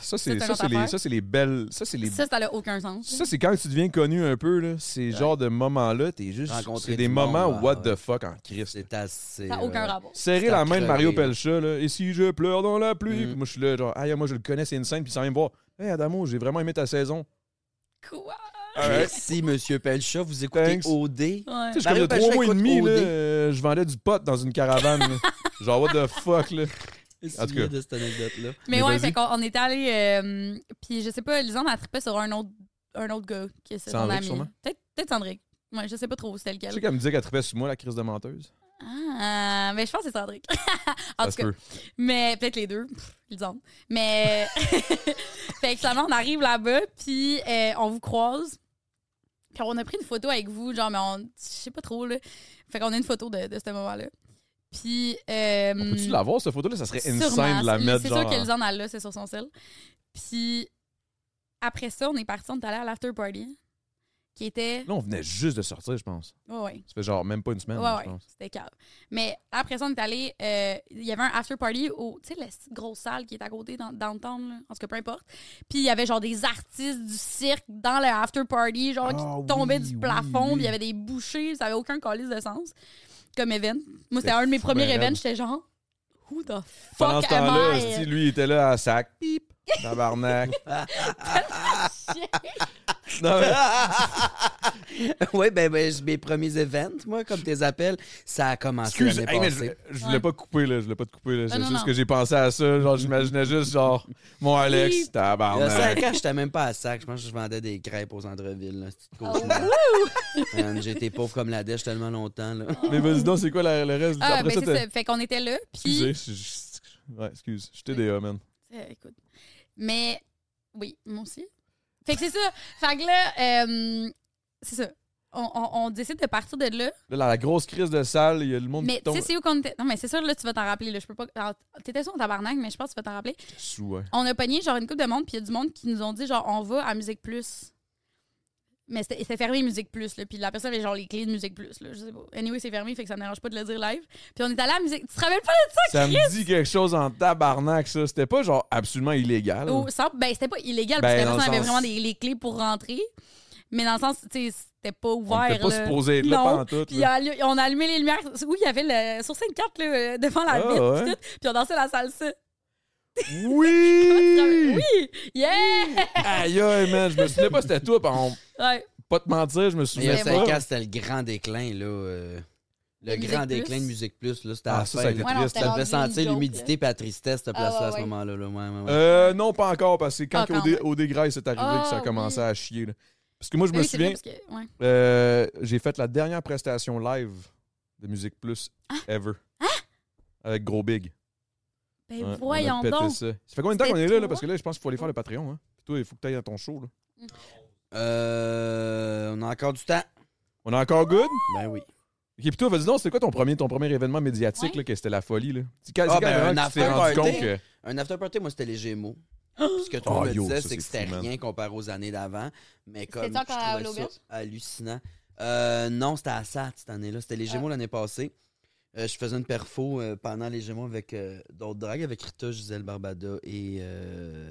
Speaker 1: Ça, c'est
Speaker 3: C'est un
Speaker 1: ça,
Speaker 3: autre
Speaker 1: c'est les,
Speaker 3: affaire.
Speaker 1: ça, c'est les belles. Ça, c'est les
Speaker 3: ça, ça n'a aucun sens.
Speaker 1: Ça, c'est quand tu deviens connu un peu, là. Ces genres de moments-là, t'es juste.
Speaker 2: Rencontrer
Speaker 1: C'est des
Speaker 2: du
Speaker 1: moments
Speaker 2: monde,
Speaker 1: what
Speaker 2: ouais.
Speaker 1: the fuck en Christ.
Speaker 2: C'est assez.
Speaker 3: ça n'a aucun
Speaker 2: euh,
Speaker 3: rapport.
Speaker 1: Serrer
Speaker 2: c'est
Speaker 1: la
Speaker 2: à
Speaker 1: main de
Speaker 2: crever,
Speaker 1: Mario
Speaker 2: là.
Speaker 1: Pelcha, là. Et si je pleure dans la pluie?
Speaker 2: Mm.
Speaker 1: Puis moi, je suis là, genre, aïe, moi, je le connais, c'est une scène, puis sans même voir. Hey, Adamo, j'ai vraiment aimé ta saison.
Speaker 3: Quoi?
Speaker 1: Ah,
Speaker 2: Merci, Monsieur Pelcha. Vous écoutez
Speaker 1: Thanks.
Speaker 2: OD.
Speaker 3: Ouais.
Speaker 1: Tu sais, je suis
Speaker 2: Mario
Speaker 1: comme il y a trois
Speaker 2: Pelcha
Speaker 1: mois et
Speaker 2: écoute
Speaker 1: demi, là,
Speaker 2: OD.
Speaker 1: euh, je vendais du pot dans une caravane. là. Genre, what the fuck, là. En
Speaker 2: Je me
Speaker 1: tout cas.
Speaker 2: souviens de cette anecdote-là.
Speaker 3: Mais,
Speaker 1: Mais
Speaker 3: ouais,
Speaker 1: vas-y.
Speaker 3: fait qu'on on était allé. euh, puis je sais pas, Lisanne a trippé sur un autre, un autre gars qui est son
Speaker 1: Sandrick,
Speaker 3: ami.
Speaker 1: sûrement.
Speaker 3: Peut-être peut Sandrick. Ouais, je sais pas trop c'était
Speaker 1: Tu
Speaker 3: lequel.
Speaker 1: sais qu'elle me disait qu'elle tripait sur moi, la crise de menteuse.
Speaker 3: Ah, mais je pense que c'est Sandrick.
Speaker 1: Ça
Speaker 3: en tout
Speaker 1: se
Speaker 3: cas,
Speaker 1: peut.
Speaker 3: mais peut-être les deux. Pff, ils ont. Mais. fait que finalement, on arrive là-bas, puis euh, on vous croise. Puis on a pris une photo avec vous, genre, mais on. Je sais pas trop, là. Fait qu'on a une photo de, de ce moment-là. Puis. euh,
Speaker 1: On Peux-tu l'avoir, cette photo-là? Ça serait
Speaker 3: Sûrement.
Speaker 1: insane de la
Speaker 3: C'est-
Speaker 1: mettre,
Speaker 3: C'est
Speaker 1: genre.
Speaker 3: sûr qu'elles en a là, c'est sur son sel. Puis après ça, on est parti, on est allé à l'after party, qui était.
Speaker 1: Là, on venait juste de sortir, je pense.
Speaker 3: Ouais, ouais.
Speaker 1: Ça fait genre même pas une semaine,
Speaker 3: Ouais,
Speaker 1: là, Ah, je
Speaker 3: ouais,
Speaker 1: pense.
Speaker 3: c'était cave. Mais après ça, on est allé. euh, Il y avait un after party au. Tu sais, la petite grosse salle qui est à côté dans, dans le temps, là. En tout cas, peu importe. Puis il y avait genre des artistes du cirque dans le after party,
Speaker 1: Ah,
Speaker 3: genre qui tombaient
Speaker 1: oui,
Speaker 3: du
Speaker 1: oui,
Speaker 3: plafond,
Speaker 1: oui.
Speaker 3: puis il y avait des bouchées, ça avait aucun calice de sens comme event. Moi, c'était
Speaker 1: C'est
Speaker 3: un de mes
Speaker 1: fou,
Speaker 3: premiers
Speaker 1: ben raide.
Speaker 3: events, j'étais genre. Who the
Speaker 1: Pendant
Speaker 3: fuck
Speaker 1: ce
Speaker 3: am
Speaker 1: temps-là,
Speaker 3: I?
Speaker 1: esti, lui, il était là à sac. Pip! Tabarnak. non,
Speaker 3: Ah,
Speaker 1: mais-
Speaker 2: oui, ben, ben, j- mes premiers events, moi, comme tes appels, ça a commencé
Speaker 1: excuse,
Speaker 2: l'année
Speaker 1: hey, mais
Speaker 2: passée.
Speaker 1: je, je voulais pas couper, là. Je voulais pas te couper, là. C'est
Speaker 3: non,
Speaker 1: juste
Speaker 3: non.
Speaker 1: que j'ai pensé à ça. Genre, j'imaginais juste, genre, mon Alex,
Speaker 2: Il y a
Speaker 1: tabarnak.
Speaker 2: 5 ans, Euh, j'étais même pas à sac. Je pense que je vendais des crêpes aux centre-ville. là, c'est une
Speaker 3: Oh,
Speaker 2: cauchemar. Man, J'étais pauvre comme la dèche tellement longtemps. Là.
Speaker 1: Mais vas-y donc, c'est quoi la- le reste?
Speaker 3: Ah,
Speaker 1: Après
Speaker 3: ben
Speaker 1: ça,
Speaker 3: c'est
Speaker 1: t'as-
Speaker 3: ça. Fait qu'on était là,
Speaker 1: Excusez.
Speaker 3: puis...
Speaker 1: je- je- Ouais, excuse. Je TDA, man.
Speaker 3: Euh, écoute. Mais, oui, moi aussi. Fait que c'est ça. Fait que là, euh, c'est ça. On, on- on décide de partir de là.
Speaker 1: Là, dans la grosse crise de salle, il y a le monde
Speaker 3: Mais
Speaker 1: qui
Speaker 3: tu
Speaker 1: tombe
Speaker 3: sais, c'est où qu'on était? Non, mais c'est sûr, là, tu vas t'en rappeler. Là. Je peux pas... alors, T'étais sur ton tabarnak, mais je pense que tu vas t'en rappeler.
Speaker 1: sous, hein. ouais.
Speaker 3: On a pogné genre une coupe de monde, puis il y a du monde qui nous ont dit genre, on va à Musique Plus. Mais c'était c'était fermé Musique Plus, là. Puis la personne avait genre les clés de Musique Plus, là. Je sais pas. Anyway, c'est fermé, fait que ça me dérange pas de le dire live. Puis on est allé à la musique. Tu te rappelles pas de ça,
Speaker 1: Ça
Speaker 3: Chris?
Speaker 1: me dit quelque chose en tabarnak, ça. C'était pas genre absolument illégal.
Speaker 3: Au- sans- ben, c'était pas illégal,
Speaker 1: Hmm. Ben,
Speaker 3: parce que la
Speaker 1: dans le
Speaker 3: personne avait
Speaker 1: sens-
Speaker 3: vraiment des, les clés pour rentrer. Mais dans le sens, tu sais, c'était pas ouvert.
Speaker 1: était pas
Speaker 3: là.
Speaker 1: supposé être là
Speaker 3: Non.
Speaker 1: pantoute,
Speaker 3: Puis
Speaker 1: là.
Speaker 3: allu- on a allumé les lumières. Oui, il y avait le, sur scène 4 là, euh, devant la
Speaker 1: Ah,
Speaker 3: vitre.
Speaker 1: ouais.
Speaker 3: puis tout. Puis on dansait la salsa.
Speaker 2: Hmm.
Speaker 1: Oui!
Speaker 3: Oui! Yeah!
Speaker 1: Aïe, aïe, man. Je me souvenais pas c'était toi. pis on-
Speaker 3: Ouais.
Speaker 1: Pas te mentir, je me
Speaker 2: Mais il y a
Speaker 1: souviens
Speaker 3: Mais
Speaker 1: pas.
Speaker 3: bon.
Speaker 2: cinq ans, c'était le grand déclin, là. euh, le
Speaker 3: Musique
Speaker 2: grand
Speaker 3: Plus.
Speaker 2: déclin de Musique Plus, là. C'était
Speaker 1: Ah,
Speaker 2: à la
Speaker 1: ça,
Speaker 2: fin,
Speaker 1: ça a été
Speaker 2: là.
Speaker 3: Ouais, non,
Speaker 1: triste.
Speaker 3: c'était
Speaker 2: Ça
Speaker 3: rendu
Speaker 2: devait
Speaker 3: une
Speaker 2: sentir
Speaker 3: joke,
Speaker 2: l'humidité et la tristesse, cette place-là, à ce
Speaker 3: Ah, ouais.
Speaker 2: moment-là. là, ouais, ouais, ouais.
Speaker 1: Euh, non, pas encore, parce que c'est quand,
Speaker 3: Ah,
Speaker 1: qu'au
Speaker 3: quand
Speaker 1: dé-
Speaker 3: même.
Speaker 1: au dégrail c'est arrivé que ça a
Speaker 3: Ah,
Speaker 1: commencé
Speaker 3: oui.
Speaker 1: à chier. là. Parce que moi, je
Speaker 3: Ben
Speaker 1: me
Speaker 3: oui, c'est vrai,
Speaker 1: souviens,
Speaker 3: parce que- ouais.
Speaker 1: euh, j'ai fait la dernière prestation live de Musique Plus
Speaker 3: Ah!
Speaker 1: ever. Avec Gros Big.
Speaker 3: Ben
Speaker 1: Ouais, on a
Speaker 3: voyons
Speaker 1: pété
Speaker 3: donc.
Speaker 1: Ça. ça fait combien de temps qu'on
Speaker 3: C'était
Speaker 1: est là, là?
Speaker 3: trois?
Speaker 1: Parce que là, je pense qu'il faut aller faire le Patreon. Hein? Puis toi, il faut que tu ailles à ton show. Là.
Speaker 2: Euh, on a encore du temps.
Speaker 1: On est encore good?
Speaker 2: Ben oui.
Speaker 1: Ok, puis toi, vas-y donc, c'était quoi ton premier, ton premier événement médiatique,
Speaker 3: Ouais.
Speaker 1: là, que c'était la folie, là? C'est quand, c'est
Speaker 2: Ah,
Speaker 1: quand
Speaker 2: ben,
Speaker 1: vraiment
Speaker 2: un
Speaker 1: que tu t'es
Speaker 2: affaire
Speaker 1: rendu
Speaker 2: party.
Speaker 1: compte que...
Speaker 2: Un after party, moi, c'était les Gémeaux. Ce que tout le
Speaker 1: Oh,
Speaker 2: monde me
Speaker 1: yo,
Speaker 2: disait,
Speaker 1: ça,
Speaker 2: c'est que
Speaker 1: c'est
Speaker 2: c'était
Speaker 1: fou, man.
Speaker 2: rien comparé aux années d'avant. Mais comme je
Speaker 3: encore à
Speaker 2: trouvais ça
Speaker 3: l'auberge?
Speaker 2: hallucinant. Euh, non, c'était à SAT cette année-là. C'était les
Speaker 3: Ah.
Speaker 2: Gémeaux l'année passée. Euh, je faisais une perfo euh, pendant les Gémeaux avec euh, d'autres dragues, avec Rita, Gisèle Barbada et... euh,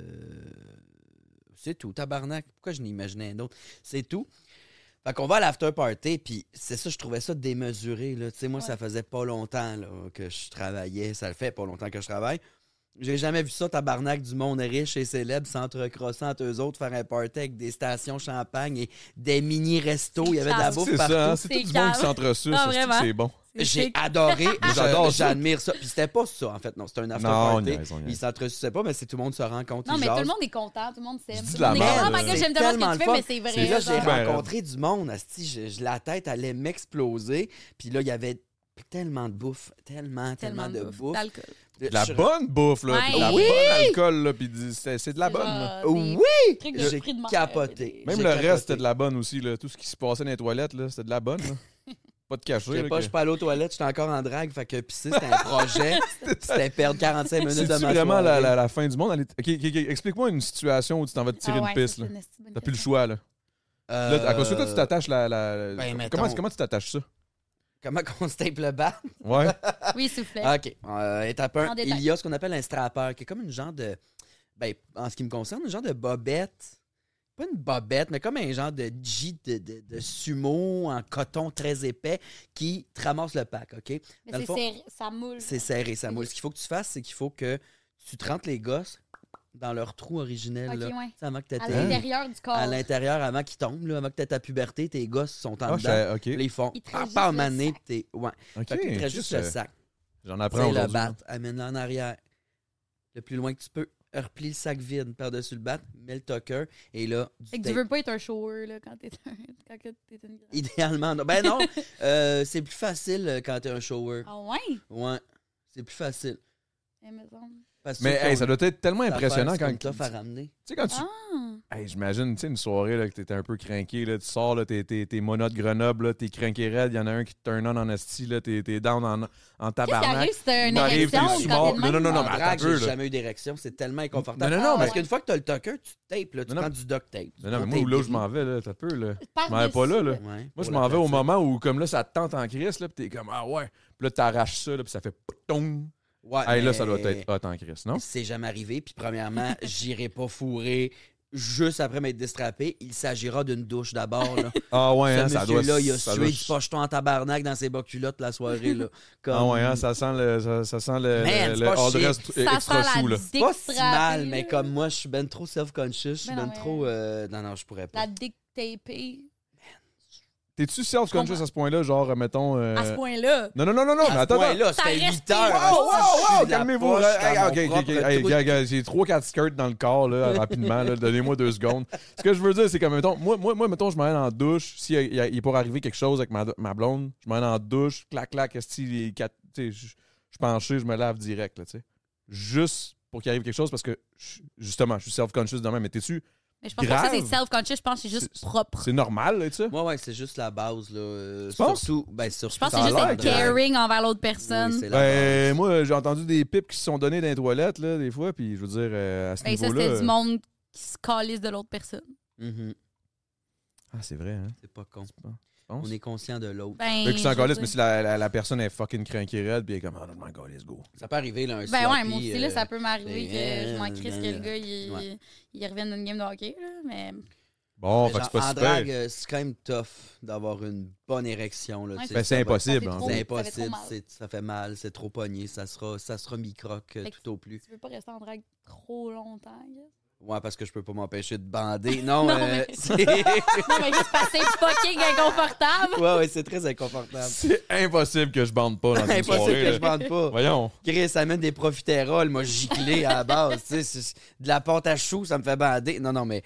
Speaker 2: c'est tout. Tabarnak. Pourquoi je n'imaginais un autre? C'est tout. Fait qu'on va à l'after party, puis c'est ça, je trouvais ça démesuré. Là. Tu sais, moi, ça faisait pas longtemps là, que je travaillais. Ça le fait pas longtemps que je travaille. J'ai jamais vu ça, tabarnak du monde riche et célèbre s'entrecrossant entre eux autres, faire un party avec des stations champagne et des mini-restos. Il y avait de la
Speaker 3: Ah,
Speaker 2: bouffe
Speaker 1: C'est
Speaker 2: partout.
Speaker 1: ça, hein? c'est
Speaker 3: C'est
Speaker 1: tout du monde qui
Speaker 3: calme.
Speaker 1: s'entresuce,
Speaker 3: Ah,
Speaker 1: c'est-tu que
Speaker 3: vraiment?
Speaker 1: c'est bon.
Speaker 3: C'est
Speaker 2: J'ai
Speaker 3: chic.
Speaker 2: adoré,
Speaker 1: J'adore ça.
Speaker 2: j'adore, j'admire ça. Puis c'était pas ça, en fait, non, c'était un after
Speaker 1: Non, on
Speaker 2: party.
Speaker 1: niaise, on niaise.
Speaker 2: Ils s'entresuçaient pas, mais c'est tout le monde se rencontre,
Speaker 3: Non,
Speaker 2: ils
Speaker 3: mais tout
Speaker 2: jasent.
Speaker 3: le monde est content, tout le monde s'aime.
Speaker 1: Je dis
Speaker 3: Tout
Speaker 1: de la
Speaker 2: Ah,
Speaker 3: le monde est
Speaker 1: merde,
Speaker 3: comme, Oh my
Speaker 1: là.
Speaker 3: god, j'aime tellement ce
Speaker 2: bah, tellement
Speaker 3: que tu
Speaker 2: le
Speaker 3: fais, mais
Speaker 2: fun.
Speaker 3: c'est
Speaker 2: C'est là
Speaker 3: vrai.
Speaker 2: que j'ai
Speaker 3: genre.
Speaker 1: Ben,
Speaker 2: rencontré du monde, asti, je, je- la tête allait m'exploser, puis là il y avait tellement de bouffe, tellement tellement,
Speaker 3: Tellement
Speaker 2: de bouffe.
Speaker 3: d'alcool.
Speaker 1: De la
Speaker 2: Je-
Speaker 1: bonne bouffe, là, puis de la
Speaker 3: Ouais.
Speaker 1: bonne alcool, là, puis du- c'est c'est de la bonne, là.
Speaker 3: Genre, des
Speaker 2: Ah, Oh, Oui,
Speaker 3: trucs de
Speaker 2: j'ai
Speaker 3: prix de mort,
Speaker 2: capoté.
Speaker 1: Même
Speaker 2: J'ai
Speaker 1: le
Speaker 2: capoté.
Speaker 1: reste, c'était de la bonne aussi, là. Tout ce qui se passait dans les toilettes, là, c'était de la bonne, là. Pas de
Speaker 2: Je
Speaker 1: cachet,
Speaker 2: sais
Speaker 1: là.
Speaker 2: pas,
Speaker 1: que-
Speaker 2: je suis pas allé aux toilettes, j'étais encore en drague, fait que pisser c'était un projet, c'était perdre 45 minutes de
Speaker 1: C'est-tu
Speaker 2: ma soirée.
Speaker 1: vraiment la, la- la fin du monde? Allez, ok, ok, ok, Explique-moi une situation où tu t'en vas te tirer
Speaker 3: Ah ouais,
Speaker 1: une piste,
Speaker 3: ça,
Speaker 1: là.
Speaker 3: c'est une esti de bonne
Speaker 1: T'as plus le
Speaker 3: question.
Speaker 1: choix, là.
Speaker 2: Euh,
Speaker 1: Là, à cause de toi, tu t'attaches la... la-
Speaker 2: ben,
Speaker 1: comment-
Speaker 2: mettons.
Speaker 1: comment, comment tu t'attaches ça?
Speaker 2: Comment qu'on se tape le bas?
Speaker 1: Ouais.
Speaker 3: Oui, s'il vous plaît.
Speaker 2: OK. Euh, étape un,
Speaker 3: Eh, En détail.
Speaker 2: il y a ce qu'on appelle un strapper, qui est comme une genre de. Ben, en ce qui me concerne, une genre de bobette. Pas une bobette, mais comme un genre de jean de, de- de sumo en coton très épais qui te ramasse le pack, OK?
Speaker 3: Mais
Speaker 2: Dans le
Speaker 3: c'est
Speaker 2: fond,
Speaker 3: serré, Mhm. ça moule.
Speaker 2: c'est serré, ça moule. Ce qu'il faut que tu fasses, c'est qu'il faut que tu te rentres les gosses dans leur trou originel,
Speaker 3: Ok,
Speaker 2: là.
Speaker 3: ouais.
Speaker 2: Tu sais, avant que t'aies
Speaker 3: À
Speaker 2: tes-
Speaker 3: l'intérieur du corps.
Speaker 2: hein. à l'intérieur, avant qu'ils tombent, là, avant que tu ta puberté, tes gosses sont en
Speaker 1: Ah,
Speaker 2: dedans.
Speaker 1: je- OK.
Speaker 2: Là, ils font
Speaker 3: Ils te
Speaker 2: ah,
Speaker 3: rajoutent
Speaker 2: par
Speaker 3: le
Speaker 2: mané,
Speaker 3: sac.
Speaker 2: t'es. Ouais.
Speaker 1: OK.
Speaker 2: Fait qu'ils te rajoutent le sac.
Speaker 1: J'en
Speaker 2: Après,
Speaker 1: apprends
Speaker 2: le
Speaker 1: aujourd'hui.
Speaker 2: bat, amène-le en arrière. Le plus loin que tu peux. Replie le sac vide par-dessus le bat, mets le tucker et là, du
Speaker 3: Fait que tu
Speaker 2: tape.
Speaker 3: veux pas être un shower là, quand t'es un... quand que t'es une grande.
Speaker 2: Idéalement, non. Ben non, euh, c'est plus facile euh, quand t'es un shower.
Speaker 3: Ah ouais?
Speaker 2: Ouais, c'est plus facile.
Speaker 3: Eh, me semble.
Speaker 2: Parce que
Speaker 1: Mais
Speaker 2: ceux qui
Speaker 1: hey,
Speaker 2: ont
Speaker 1: ça doit être tellement
Speaker 2: des
Speaker 1: impressionnant
Speaker 2: affaires,
Speaker 1: quand...
Speaker 2: c'est comme tough à
Speaker 1: Tu
Speaker 2: ramener.
Speaker 1: sais, quand tu...
Speaker 3: Ah!
Speaker 1: Hey, j'imagine, tu sais, une soirée là, que t'étais un peu craqué, là, tu sors, là, t'es, t'es, t'es mono de Grenoble, là, t'es craqué raide, il y en a un qui te turn on en esti, là, t'es, t'es down en, en
Speaker 3: Qu'est-ce qui
Speaker 1: tabarnak.
Speaker 3: arrive si t'as une
Speaker 1: M'arrive,
Speaker 3: érection
Speaker 1: t'es
Speaker 3: Ah, quand
Speaker 1: sous-mort.
Speaker 3: t'es de
Speaker 1: Non, non,
Speaker 3: même?
Speaker 1: non, non,
Speaker 2: En
Speaker 1: mais attends
Speaker 2: drague,
Speaker 1: un peu,
Speaker 2: j'ai
Speaker 1: là.
Speaker 2: jamais eu d'érection, c'est tellement inconfortable.
Speaker 1: Non, non, non,
Speaker 3: Ah,
Speaker 2: Parce
Speaker 3: ouais.
Speaker 2: qu'une fois que t'as le tucker, tu te tapes, là, tu
Speaker 1: Non, non,
Speaker 2: prends du duct tape.
Speaker 1: Non, non, mais moi, là, je m'en vais, là, t'as peu, là.
Speaker 3: Par-dessus.
Speaker 1: Je m'en vais pas là, là.
Speaker 3: Ouais.
Speaker 2: Moi,
Speaker 1: Moi, je m'en vais au moment où, comme là, ça te tente en crise, là, pis t'es comme, ah ouais. Puis là, t'arraches ça, là, pis ça fait poutong.
Speaker 2: Ouais,
Speaker 1: Hey, là, ça
Speaker 2: mais-
Speaker 1: doit être hot en crise, non?
Speaker 2: C'est jamais arrivé. Puis premièrement, j'irai pas fourrer juste après m'être distrapé. Il s'agira d'une douche d'abord. là.
Speaker 1: Ah ouais, hein,
Speaker 2: Ce
Speaker 1: ça doit
Speaker 2: monsieur-là, il a
Speaker 1: ça
Speaker 2: sué
Speaker 1: doit-
Speaker 2: du pocheton en tabarnak dans ses bas culottes la soirée. Là. Comme...
Speaker 1: Ah ouais, hein, ça sent le, ça, ça sent le,
Speaker 2: Man,
Speaker 1: le-
Speaker 2: c'est
Speaker 1: le
Speaker 2: pas
Speaker 1: all
Speaker 2: chic.
Speaker 1: dress
Speaker 3: Ça
Speaker 1: extra
Speaker 3: sent la
Speaker 1: sous, là.
Speaker 3: dick
Speaker 2: Pas si
Speaker 3: frappée,
Speaker 2: mal,
Speaker 3: là.
Speaker 2: mais comme moi, je suis ben trop self-conscious. Je suis
Speaker 3: Mais
Speaker 2: ben
Speaker 3: non, mais-
Speaker 2: trop... euh, Non, non, je pourrais pas.
Speaker 3: La dick tapée.
Speaker 1: T'es-tu self-conscious à ce point-là, genre, mettons. euh,
Speaker 3: À ce point-là.
Speaker 1: Non, non, non, non, non, mais
Speaker 2: À ce
Speaker 1: attends, attends.
Speaker 2: point-là,
Speaker 3: Ça
Speaker 2: c'était
Speaker 3: reste-
Speaker 2: 8 heures.
Speaker 3: Wow,
Speaker 1: Oh,
Speaker 2: hein, si je
Speaker 1: wow,
Speaker 2: suis
Speaker 1: wow,
Speaker 2: de la
Speaker 1: calmez-vous.
Speaker 2: poche
Speaker 1: Hey,
Speaker 2: dans
Speaker 1: ok,
Speaker 2: mon
Speaker 1: ok, ok.
Speaker 2: propre
Speaker 1: Hey,
Speaker 2: truc.
Speaker 1: gars, gars, J'ai trois, quatre skirts dans le corps, là, rapidement. là. Donnez-moi deux secondes. Ce que je veux dire, c'est que, mettons, moi, moi, moi mettons, je m'en vais en douche. S'il y a- il y a- il pourrait arriver quelque chose avec ma, ma blonde, je m'en vais en douche, clac, clac, esti, les quatre- tu sais, je je suis penché, je me lave direct, là, tu sais. Juste pour qu'il arrive quelque chose, parce que, je- justement, je suis self-conscious demain, mais t'es-tu,
Speaker 3: Mais je pense pas que ça,
Speaker 1: grave.
Speaker 3: c'est self-conscious. Je pense que c'est juste
Speaker 1: C'est-
Speaker 3: propre.
Speaker 1: c'est normal, là, tu sais?
Speaker 2: Ouais, ouais, c'est juste la base. Là. euh,
Speaker 1: Tu penses?
Speaker 2: Surtout, ben, surtout
Speaker 3: Je pense que
Speaker 1: Ça
Speaker 3: c'est
Speaker 1: a
Speaker 3: juste
Speaker 1: l'air
Speaker 3: être
Speaker 1: que-
Speaker 3: caring envers l'autre personne.
Speaker 2: Oui, c'est la
Speaker 1: Ben,
Speaker 2: base.
Speaker 1: moi, j'ai entendu des pipes qui se sont données dans les toilettes, là, des fois, puis je veux dire, euh, à ce
Speaker 3: Ben, ça,
Speaker 1: niveau-là...
Speaker 3: c'est
Speaker 1: euh,
Speaker 3: du monde qui se calisse de l'autre personne.
Speaker 2: Mhm.
Speaker 1: Ah, c'est vrai, hein?
Speaker 2: C'est pas con.
Speaker 1: Pense.
Speaker 2: On est conscient de l'autre.
Speaker 3: Ben,
Speaker 1: Fait que c'est
Speaker 3: je veux
Speaker 1: encore lisse,
Speaker 3: dire-
Speaker 1: mais si la, la, la personne est fucking cranky red, puis elle est comme, oh non, my god, let's go.
Speaker 2: Ça peut arriver, là, un
Speaker 3: Ben ouais,
Speaker 2: sloppy,
Speaker 3: moi aussi,
Speaker 2: euh,
Speaker 3: là, ça peut m'arriver
Speaker 2: euh,
Speaker 3: que je m'en crisse que le gars, il,
Speaker 2: Ouais.
Speaker 3: il revienne d'une game de hockey, là, mais...
Speaker 1: Bon,
Speaker 2: mais
Speaker 1: Oh, fait que
Speaker 2: genre,
Speaker 1: c'est pas
Speaker 2: en
Speaker 1: super.
Speaker 2: drague, euh, c'est quand même tough d'avoir une bonne érection. Là,
Speaker 3: Ouais,
Speaker 2: tu sais,
Speaker 3: Ben,
Speaker 1: c'est
Speaker 2: ça va-
Speaker 1: impossible,
Speaker 3: Ça fait
Speaker 1: hein.
Speaker 3: trop-
Speaker 2: C'est
Speaker 3: ça fait trop
Speaker 2: impossible,
Speaker 3: mal.
Speaker 2: c'est- ça fait mal, c'est trop pogné, ça sera, ça sera mi-croque euh,
Speaker 3: Fait que-
Speaker 2: tout au plus.
Speaker 3: Tu veux pas rester en drague trop longtemps, gars?
Speaker 2: Ouais, parce que je peux pas m'empêcher de bander. Non,
Speaker 3: Non,
Speaker 2: euh,
Speaker 3: mais-
Speaker 2: c'est... ouais,
Speaker 3: Non, mais juste parce que c'est fucking inconfortable.
Speaker 2: ouais, c'est très inconfortable.
Speaker 1: C'est impossible que je bande pas dans une
Speaker 2: Impossible
Speaker 1: soirée.
Speaker 2: que
Speaker 1: là.
Speaker 2: je bande pas.
Speaker 1: Voyons.
Speaker 2: Chris, ça amène des profiteroles, moi, giclé à la base. tu sais, c'est- de la pâte à choux, ça me fait bander. Non, non, mais.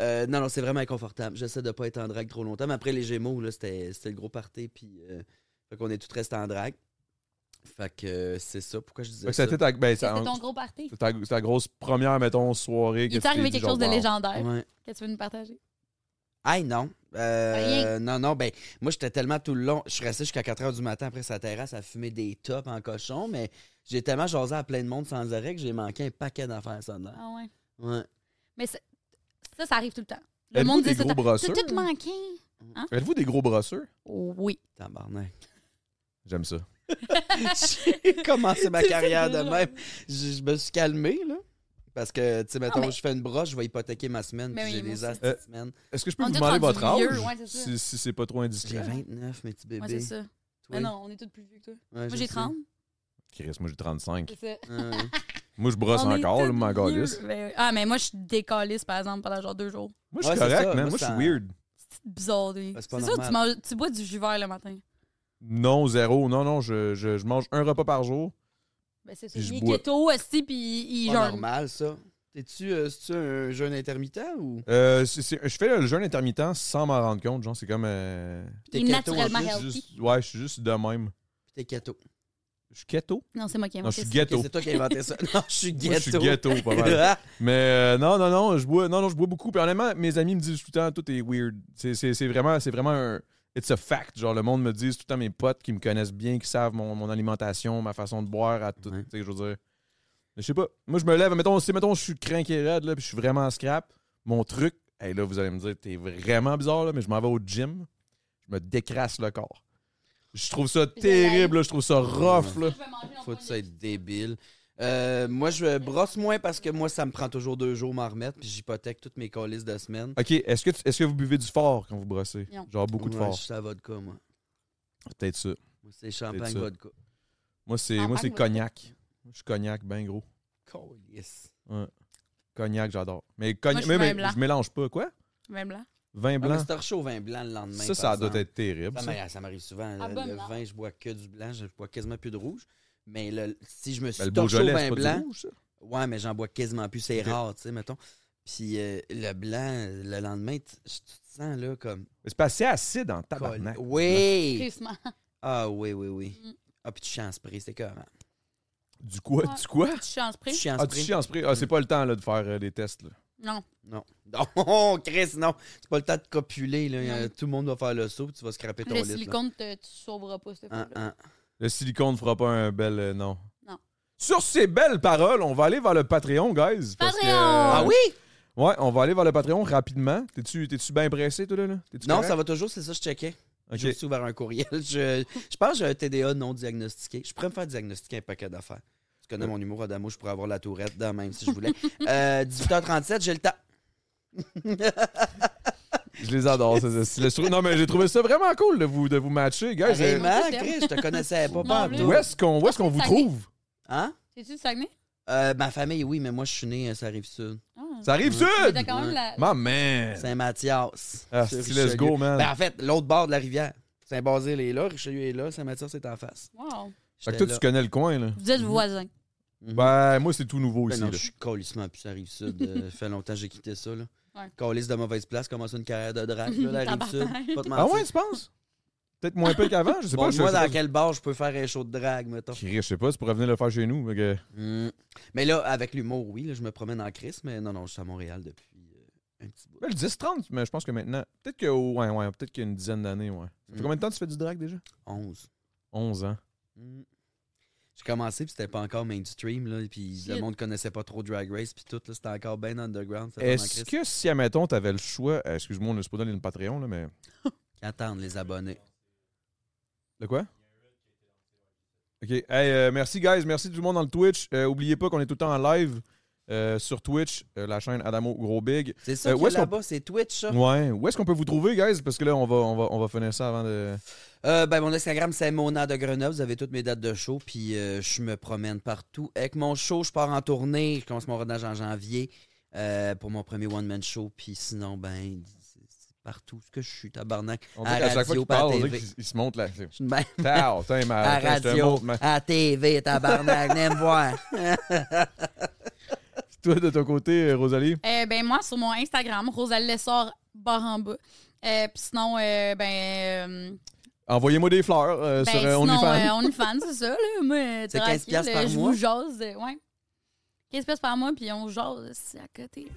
Speaker 2: euh, non, non, c'est vraiment inconfortable. J'essaie de pas être en drague trop longtemps. Mais après les Gémeaux, là, c'était c'était le gros party. Puis. euh, fait qu'on est tous restés en drague. Fait que euh, c'est ça. Pourquoi je disais
Speaker 1: Fait que
Speaker 2: ça?
Speaker 1: c'était ta, ben,
Speaker 3: C'était
Speaker 1: ça-
Speaker 3: ton gros party.
Speaker 1: c'est ta, c'est ta grosse première, mettons, soirée. que
Speaker 3: Il
Speaker 1: tu
Speaker 3: t'est arrivé
Speaker 1: dit,
Speaker 3: quelque chose de
Speaker 1: genre, wow.
Speaker 3: légendaire
Speaker 2: Ouais.
Speaker 3: que tu veux nous partager?
Speaker 2: Ah non. Euh,
Speaker 3: Rien.
Speaker 2: non, non, ben, moi, j'étais tellement tout le long. Je suis resté jusqu'à 4 h du matin après sa terrasse à fumer des tops en cochon, mais j'ai tellement jasé à plein de monde sans arrêt que j'ai manqué un paquet d'affaires sonores.
Speaker 3: Ah ouais.
Speaker 2: Ouais.
Speaker 3: Mais c'est- ça, ça arrive tout le temps. Le
Speaker 1: Êtes-vous
Speaker 3: monde
Speaker 1: des
Speaker 3: dit tout le
Speaker 1: gros
Speaker 3: temps. T'as
Speaker 1: brosseurs?
Speaker 3: tout manqué.
Speaker 1: Êtes-vous des gros brosseurs?
Speaker 3: Oui.
Speaker 2: Tabarnak.
Speaker 1: J'aime ça.
Speaker 2: J'ai commencé ma
Speaker 3: C'est
Speaker 2: carrière de
Speaker 3: drôle.
Speaker 2: même. Je, je me suis calmé, là. Parce que, tu sais, mettons,
Speaker 3: mais-
Speaker 2: je fais une broche, je vais hypothéquer ma semaine,
Speaker 3: Mais
Speaker 2: puis
Speaker 3: oui,
Speaker 2: j'ai
Speaker 3: moi
Speaker 2: des
Speaker 3: aussi.
Speaker 2: astes
Speaker 1: Euh,
Speaker 2: de semaine.
Speaker 1: Est-ce que je peux
Speaker 3: On
Speaker 1: vous
Speaker 3: est tous
Speaker 1: demander
Speaker 3: rendus
Speaker 1: votre âge?
Speaker 3: vieux, ouais, c'est ça.
Speaker 1: si si c'est pas trop
Speaker 2: J'ai
Speaker 1: indiscret.
Speaker 2: 29, mes petits bébés.
Speaker 3: Moi, c'est ça.
Speaker 2: Toi?
Speaker 3: Mais non, on est tous plus vieux que toi.
Speaker 2: Ouais,
Speaker 3: Moi,
Speaker 2: je
Speaker 3: j'ai
Speaker 2: sais.
Speaker 3: 30.
Speaker 1: Chris, moi j'ai 35.
Speaker 3: C'est ça.
Speaker 2: Ouais, ouais.
Speaker 1: Moi je brosse
Speaker 3: On est
Speaker 1: encore, là,
Speaker 3: tous
Speaker 1: ma
Speaker 3: vieux.
Speaker 1: galisse.
Speaker 3: Ben oui. Ah, mais moi, je suis décaliste, par exemple, pendant genre deux jours.
Speaker 1: Moi je suis
Speaker 2: Ouais, c'est ça,
Speaker 1: correct, man.
Speaker 2: moi,
Speaker 1: Moi je suis
Speaker 2: ça-
Speaker 1: weird.
Speaker 3: C'est bizarre.
Speaker 2: Ben,
Speaker 3: des-
Speaker 2: c'est
Speaker 3: C'est
Speaker 2: pas
Speaker 3: ça, tu,
Speaker 2: normal.
Speaker 3: manges- tu bois du jus vert le matin.
Speaker 1: Non, zéro. Non, non, je, je, je mange un repas par jour.
Speaker 3: Ben, c'est ça.
Speaker 1: Puis je
Speaker 3: Il est
Speaker 1: bois.
Speaker 3: keto aussi, puis il
Speaker 2: Pas
Speaker 3: jeûne.
Speaker 2: normal, ça. T'es-tu euh, c'est-tu un jeune intermittent ou.
Speaker 1: Euh, c'est- c'est- je fais le jeûne intermittent sans m'en rendre compte. Genre, c'est comme. euh,
Speaker 2: T'es
Speaker 3: Il est
Speaker 2: keto en
Speaker 3: naturellement
Speaker 2: plus?
Speaker 3: healthy.
Speaker 1: juste- ouais, je suis juste de même.
Speaker 2: T'es keto.
Speaker 1: Je suis keto.
Speaker 3: Non, c'est moi qui ai
Speaker 1: Non,
Speaker 3: inventé
Speaker 1: je suis
Speaker 3: ça.
Speaker 1: ghetto.
Speaker 2: Ok, C'est toi qui as inventé ça. Non, je suis ghetto. Ah!
Speaker 1: Moi, je suis ghetto, pas mal. Mais euh, non, non, non, je bois, non, non, je bois beaucoup. Puis honnêtement, mes amis me disent tout le temps, tout est weird. C'est- C'est c'est vraiment, c'est vraiment un. It's a fact. Genre, le monde me dit tout le temps, mes potes qui me connaissent bien, qui savent mon, mon alimentation, ma façon de boire, à tout.
Speaker 2: Ouais.
Speaker 1: Tu sais, je veux dire. Mais je sais pas. Moi, je me lève. Mettons, si, mettons, je suis craqué raide, là, puis je suis vraiment scrap. Mon truc, hey, là, vous allez me dire, t'es vraiment bizarre, là, mais je m'en vais au gym. Je me décrasse le corps. Je trouve ça terrible, là, je trouve ça rough, là.
Speaker 3: Je vais manger dans le
Speaker 2: Faut-tu
Speaker 3: poignet.
Speaker 2: être débile? Euh, moi, je brosse moins parce que moi, ça me prend toujours deux jours m'en remettre, puis j'hypothèque toutes mes colis de semaine.
Speaker 1: OK, est-ce que, tu- est-ce que vous buvez du fort quand vous brossez?
Speaker 3: Non.
Speaker 1: Genre beaucoup de
Speaker 2: Ouais,
Speaker 1: fort.
Speaker 2: Je suis à vodka, moi.
Speaker 1: Peut-être ça.
Speaker 2: Moi, c'est champagne
Speaker 1: ça.
Speaker 2: vodka.
Speaker 1: Moi, c'est
Speaker 3: Ah,
Speaker 1: moi
Speaker 3: ah,
Speaker 1: c'est
Speaker 3: oui.
Speaker 1: cognac. Je suis cognac, ben gros.
Speaker 2: Colis.
Speaker 1: Cognac, j'adore. Mais, cognac,
Speaker 3: Moi,
Speaker 1: mais,
Speaker 3: je suis
Speaker 1: mais
Speaker 3: vin blanc.
Speaker 1: je mélange pas, quoi?
Speaker 3: Même là.
Speaker 1: Vin
Speaker 2: Ah, mais
Speaker 1: blanc.
Speaker 2: c'est un chaud au vin blanc le lendemain.
Speaker 1: ça,
Speaker 2: par
Speaker 1: ça doit
Speaker 2: exemple.
Speaker 1: être terrible.
Speaker 2: Ça
Speaker 1: ça.
Speaker 2: m'arrive- Ça m'arrive souvent.
Speaker 3: Ah,
Speaker 2: le
Speaker 3: bonne
Speaker 2: le
Speaker 3: mort.
Speaker 2: vin, je bois que du blanc, je bois quasiment plus de rouge. Mais le- si je me suis
Speaker 1: Ben, le
Speaker 2: torché au
Speaker 1: Beaujolais,
Speaker 2: vin
Speaker 1: c'est pas
Speaker 2: blanc,
Speaker 1: du rouge, ça.
Speaker 2: ouais, mais j'en bois quasiment plus. C'est
Speaker 1: Ok.
Speaker 2: rare, tu sais, mettons. Puis euh, le blanc, le lendemain, t- je- tu te sens là comme.
Speaker 1: Mais C'est passé acide en tabarnak.
Speaker 2: Oui!
Speaker 3: Tristement.
Speaker 2: Ah oui, oui, oui.
Speaker 3: Mm.
Speaker 2: Ah, puis tu chies en spray, c'est cohérent.
Speaker 1: Du quoi?
Speaker 3: Ouais.
Speaker 1: Du quoi?
Speaker 3: Tu chances
Speaker 2: Tu
Speaker 3: pris?
Speaker 2: chies en
Speaker 1: Ah, du
Speaker 2: spray?
Speaker 1: chien en spray. Ah, c'est pas le temps là, de faire euh, des tests. Là.
Speaker 3: Non.
Speaker 2: Non. Non, Chris, non. C'est pas le temps de copuler. Là.
Speaker 3: Non.
Speaker 2: Euh, Tout le monde va faire le saut, puis tu vas scraper ton
Speaker 3: Le
Speaker 2: lit, là.
Speaker 3: silicone, te- tu sauveras pas cette
Speaker 2: Ah,
Speaker 3: fois-là.
Speaker 2: ah.
Speaker 1: Le silicone fera pas un bel euh, nom.
Speaker 3: Non.
Speaker 1: Sur ces belles paroles, on va aller vers le Patreon, guys. parce que- euh,
Speaker 3: Patreon!
Speaker 2: Ah oui?
Speaker 1: Ouais, on va aller vers le Patreon rapidement. T'es-tu t'es-tu bien pressé, toi, là? là? T'es-tu
Speaker 2: Non,
Speaker 1: correct?
Speaker 2: ça va toujours, c'est ça, je checkais.
Speaker 1: Ok.
Speaker 2: J'ai aussi ouvert un courriel. Je, je pense que j'ai un TDA non diagnostiqué. Je pourrais me faire diagnostiquer un paquet d'affaires. Tu connais mon humour, Adamo, je pourrais avoir la tourette dans même si je voulais. Euh, 18h37, j'ai le temps.
Speaker 1: Je les adore, ces estiles. Je trouve- Non, mais j'ai trouvé ça vraiment cool de vous, de vous matcher, guys. Euh,
Speaker 2: Vraiment,
Speaker 3: Moi, je t'aime.
Speaker 2: Chris, je te connaissais pas,
Speaker 3: Non,
Speaker 2: pas en
Speaker 3: mais-
Speaker 2: tout.
Speaker 1: Où est-ce qu'on où est-ce qu'on vous
Speaker 3: Saguenay.
Speaker 1: trouve?
Speaker 2: Hein?
Speaker 3: T'es-tu du Saguenay?
Speaker 2: Euh, ma famille, oui, mais moi, je suis né, euh, ça arrive sud.
Speaker 3: Ah.
Speaker 1: Ça arrive
Speaker 3: Mais
Speaker 1: sud!
Speaker 3: t'as quand même la.
Speaker 1: Ma man!
Speaker 2: Saint-Mathias.
Speaker 1: Ah,
Speaker 2: Sur
Speaker 1: c'est- let's go,
Speaker 2: Richelieu.
Speaker 1: man.
Speaker 2: Ben, en fait, l'autre bord de la rivière. Saint-Basile est là, Richelieu est là, Saint-Mathias est en face.
Speaker 3: Wow.
Speaker 1: Fait que toi, tu connais le coin, là.
Speaker 3: Vous êtes voisins.
Speaker 1: Ben, moi, c'est tout nouveau
Speaker 2: Mhm. Ben
Speaker 1: ici.
Speaker 2: non,
Speaker 1: là.
Speaker 2: je suis colissement plus ça arrive sud. euh, fait longtemps que j'ai quitté ça. Là.
Speaker 3: Ouais.
Speaker 2: Calisse de mauvaise place, commencer une carrière de drague, là, la rive sud. Pas te
Speaker 1: Ah
Speaker 2: mentir.
Speaker 1: ouais, tu penses? Peut-être moins peu qu'avant, je sais
Speaker 2: Bon,
Speaker 1: pas. je-
Speaker 2: moi,
Speaker 1: je-
Speaker 2: dans quel bar je peux faire un show de drague, mettons.
Speaker 1: Chris, Je sais pas, tu pourrais venir le faire chez nous. fait que-
Speaker 2: Mm. Mais là, avec l'humour, oui, là, je me promène en crise, mais non, non, je suis à Montréal depuis euh, un petit bout.
Speaker 1: Ben, le 10-30, mais je pense que maintenant. Peut-être que ouais, ouais, peut-être qu'il y a une
Speaker 2: Mhm.
Speaker 1: dizaine d'années, ouais. Ça fait
Speaker 2: Mm.
Speaker 1: combien de temps tu fais du drag déjà?
Speaker 2: 11.
Speaker 1: 11 ans.
Speaker 2: Mm. Je J'ai commencé, puis c'était pas encore mainstream, là, puis le
Speaker 3: Shit.
Speaker 2: monde connaissait pas trop Drag Race, puis tout, là, c'était encore bien underground. c'était vraiment
Speaker 1: Est-ce
Speaker 2: triste.
Speaker 1: que si, admettons, t'avais le choix. euh, Excuse-moi, on est supposé aller dans le Patreon, là, mais.
Speaker 2: Attendre les abonnés.
Speaker 1: De quoi? OK. Hey, euh, merci, guys. Merci tout le monde dans le Twitch. Euh, oubliez pas qu'on est tout le temps en live euh, sur Twitch, euh, la chaîne Adamo Gros Big.
Speaker 2: C'est ça
Speaker 1: Euh,
Speaker 2: qu'il
Speaker 1: où
Speaker 2: y a
Speaker 1: est-ce qu'on-
Speaker 2: là-bas, c'est Twitch, ça?
Speaker 1: Ouais. Où est-ce qu'on peut vous trouver, guys? Parce que là, on va, on va, on va finir ça avant de.
Speaker 2: Euh, ben, mon Instagram, c'est Mona de Grenoble. Vous avez toutes mes dates de show. Puis euh, je me promène partout. Avec mon show, je pars en tournée. Je commence mon rodage en janvier euh, pour mon premier one-man show. Puis sinon, ben, c'est c'est partout ce que je suis, tabarnak.
Speaker 1: On
Speaker 2: à
Speaker 1: dirait qu'à chaque fois
Speaker 2: radio,
Speaker 1: qu'il
Speaker 2: pas à
Speaker 1: parle, on dirait
Speaker 2: TV.
Speaker 1: qu'il s- il se monte là.
Speaker 2: Je suis de même.
Speaker 1: Tao, t'es ma.
Speaker 2: à
Speaker 1: attends, je te
Speaker 2: radio,
Speaker 1: montre ma-
Speaker 2: à TV, tabarnak. Venez me voir.
Speaker 1: Toi, de ton côté, euh, Rosalie.
Speaker 3: Euh, ben moi, sur mon Instagram, Rosalie Lessard, barre en bas. Euh, Puis sinon, euh, ben, euh,
Speaker 1: Envoyez-moi des fleurs euh,
Speaker 3: ben,
Speaker 1: sur euh,
Speaker 3: sinon,
Speaker 1: OnlyFans.
Speaker 3: euh, OnlyFans, c'est ça. Là. Moi, euh,
Speaker 2: C'est
Speaker 3: tranquille,
Speaker 2: 15$ par
Speaker 3: euh, Je
Speaker 2: mois.
Speaker 3: vous jase. euh, ouais. 15$ piastres par mois, puis on jase à côté.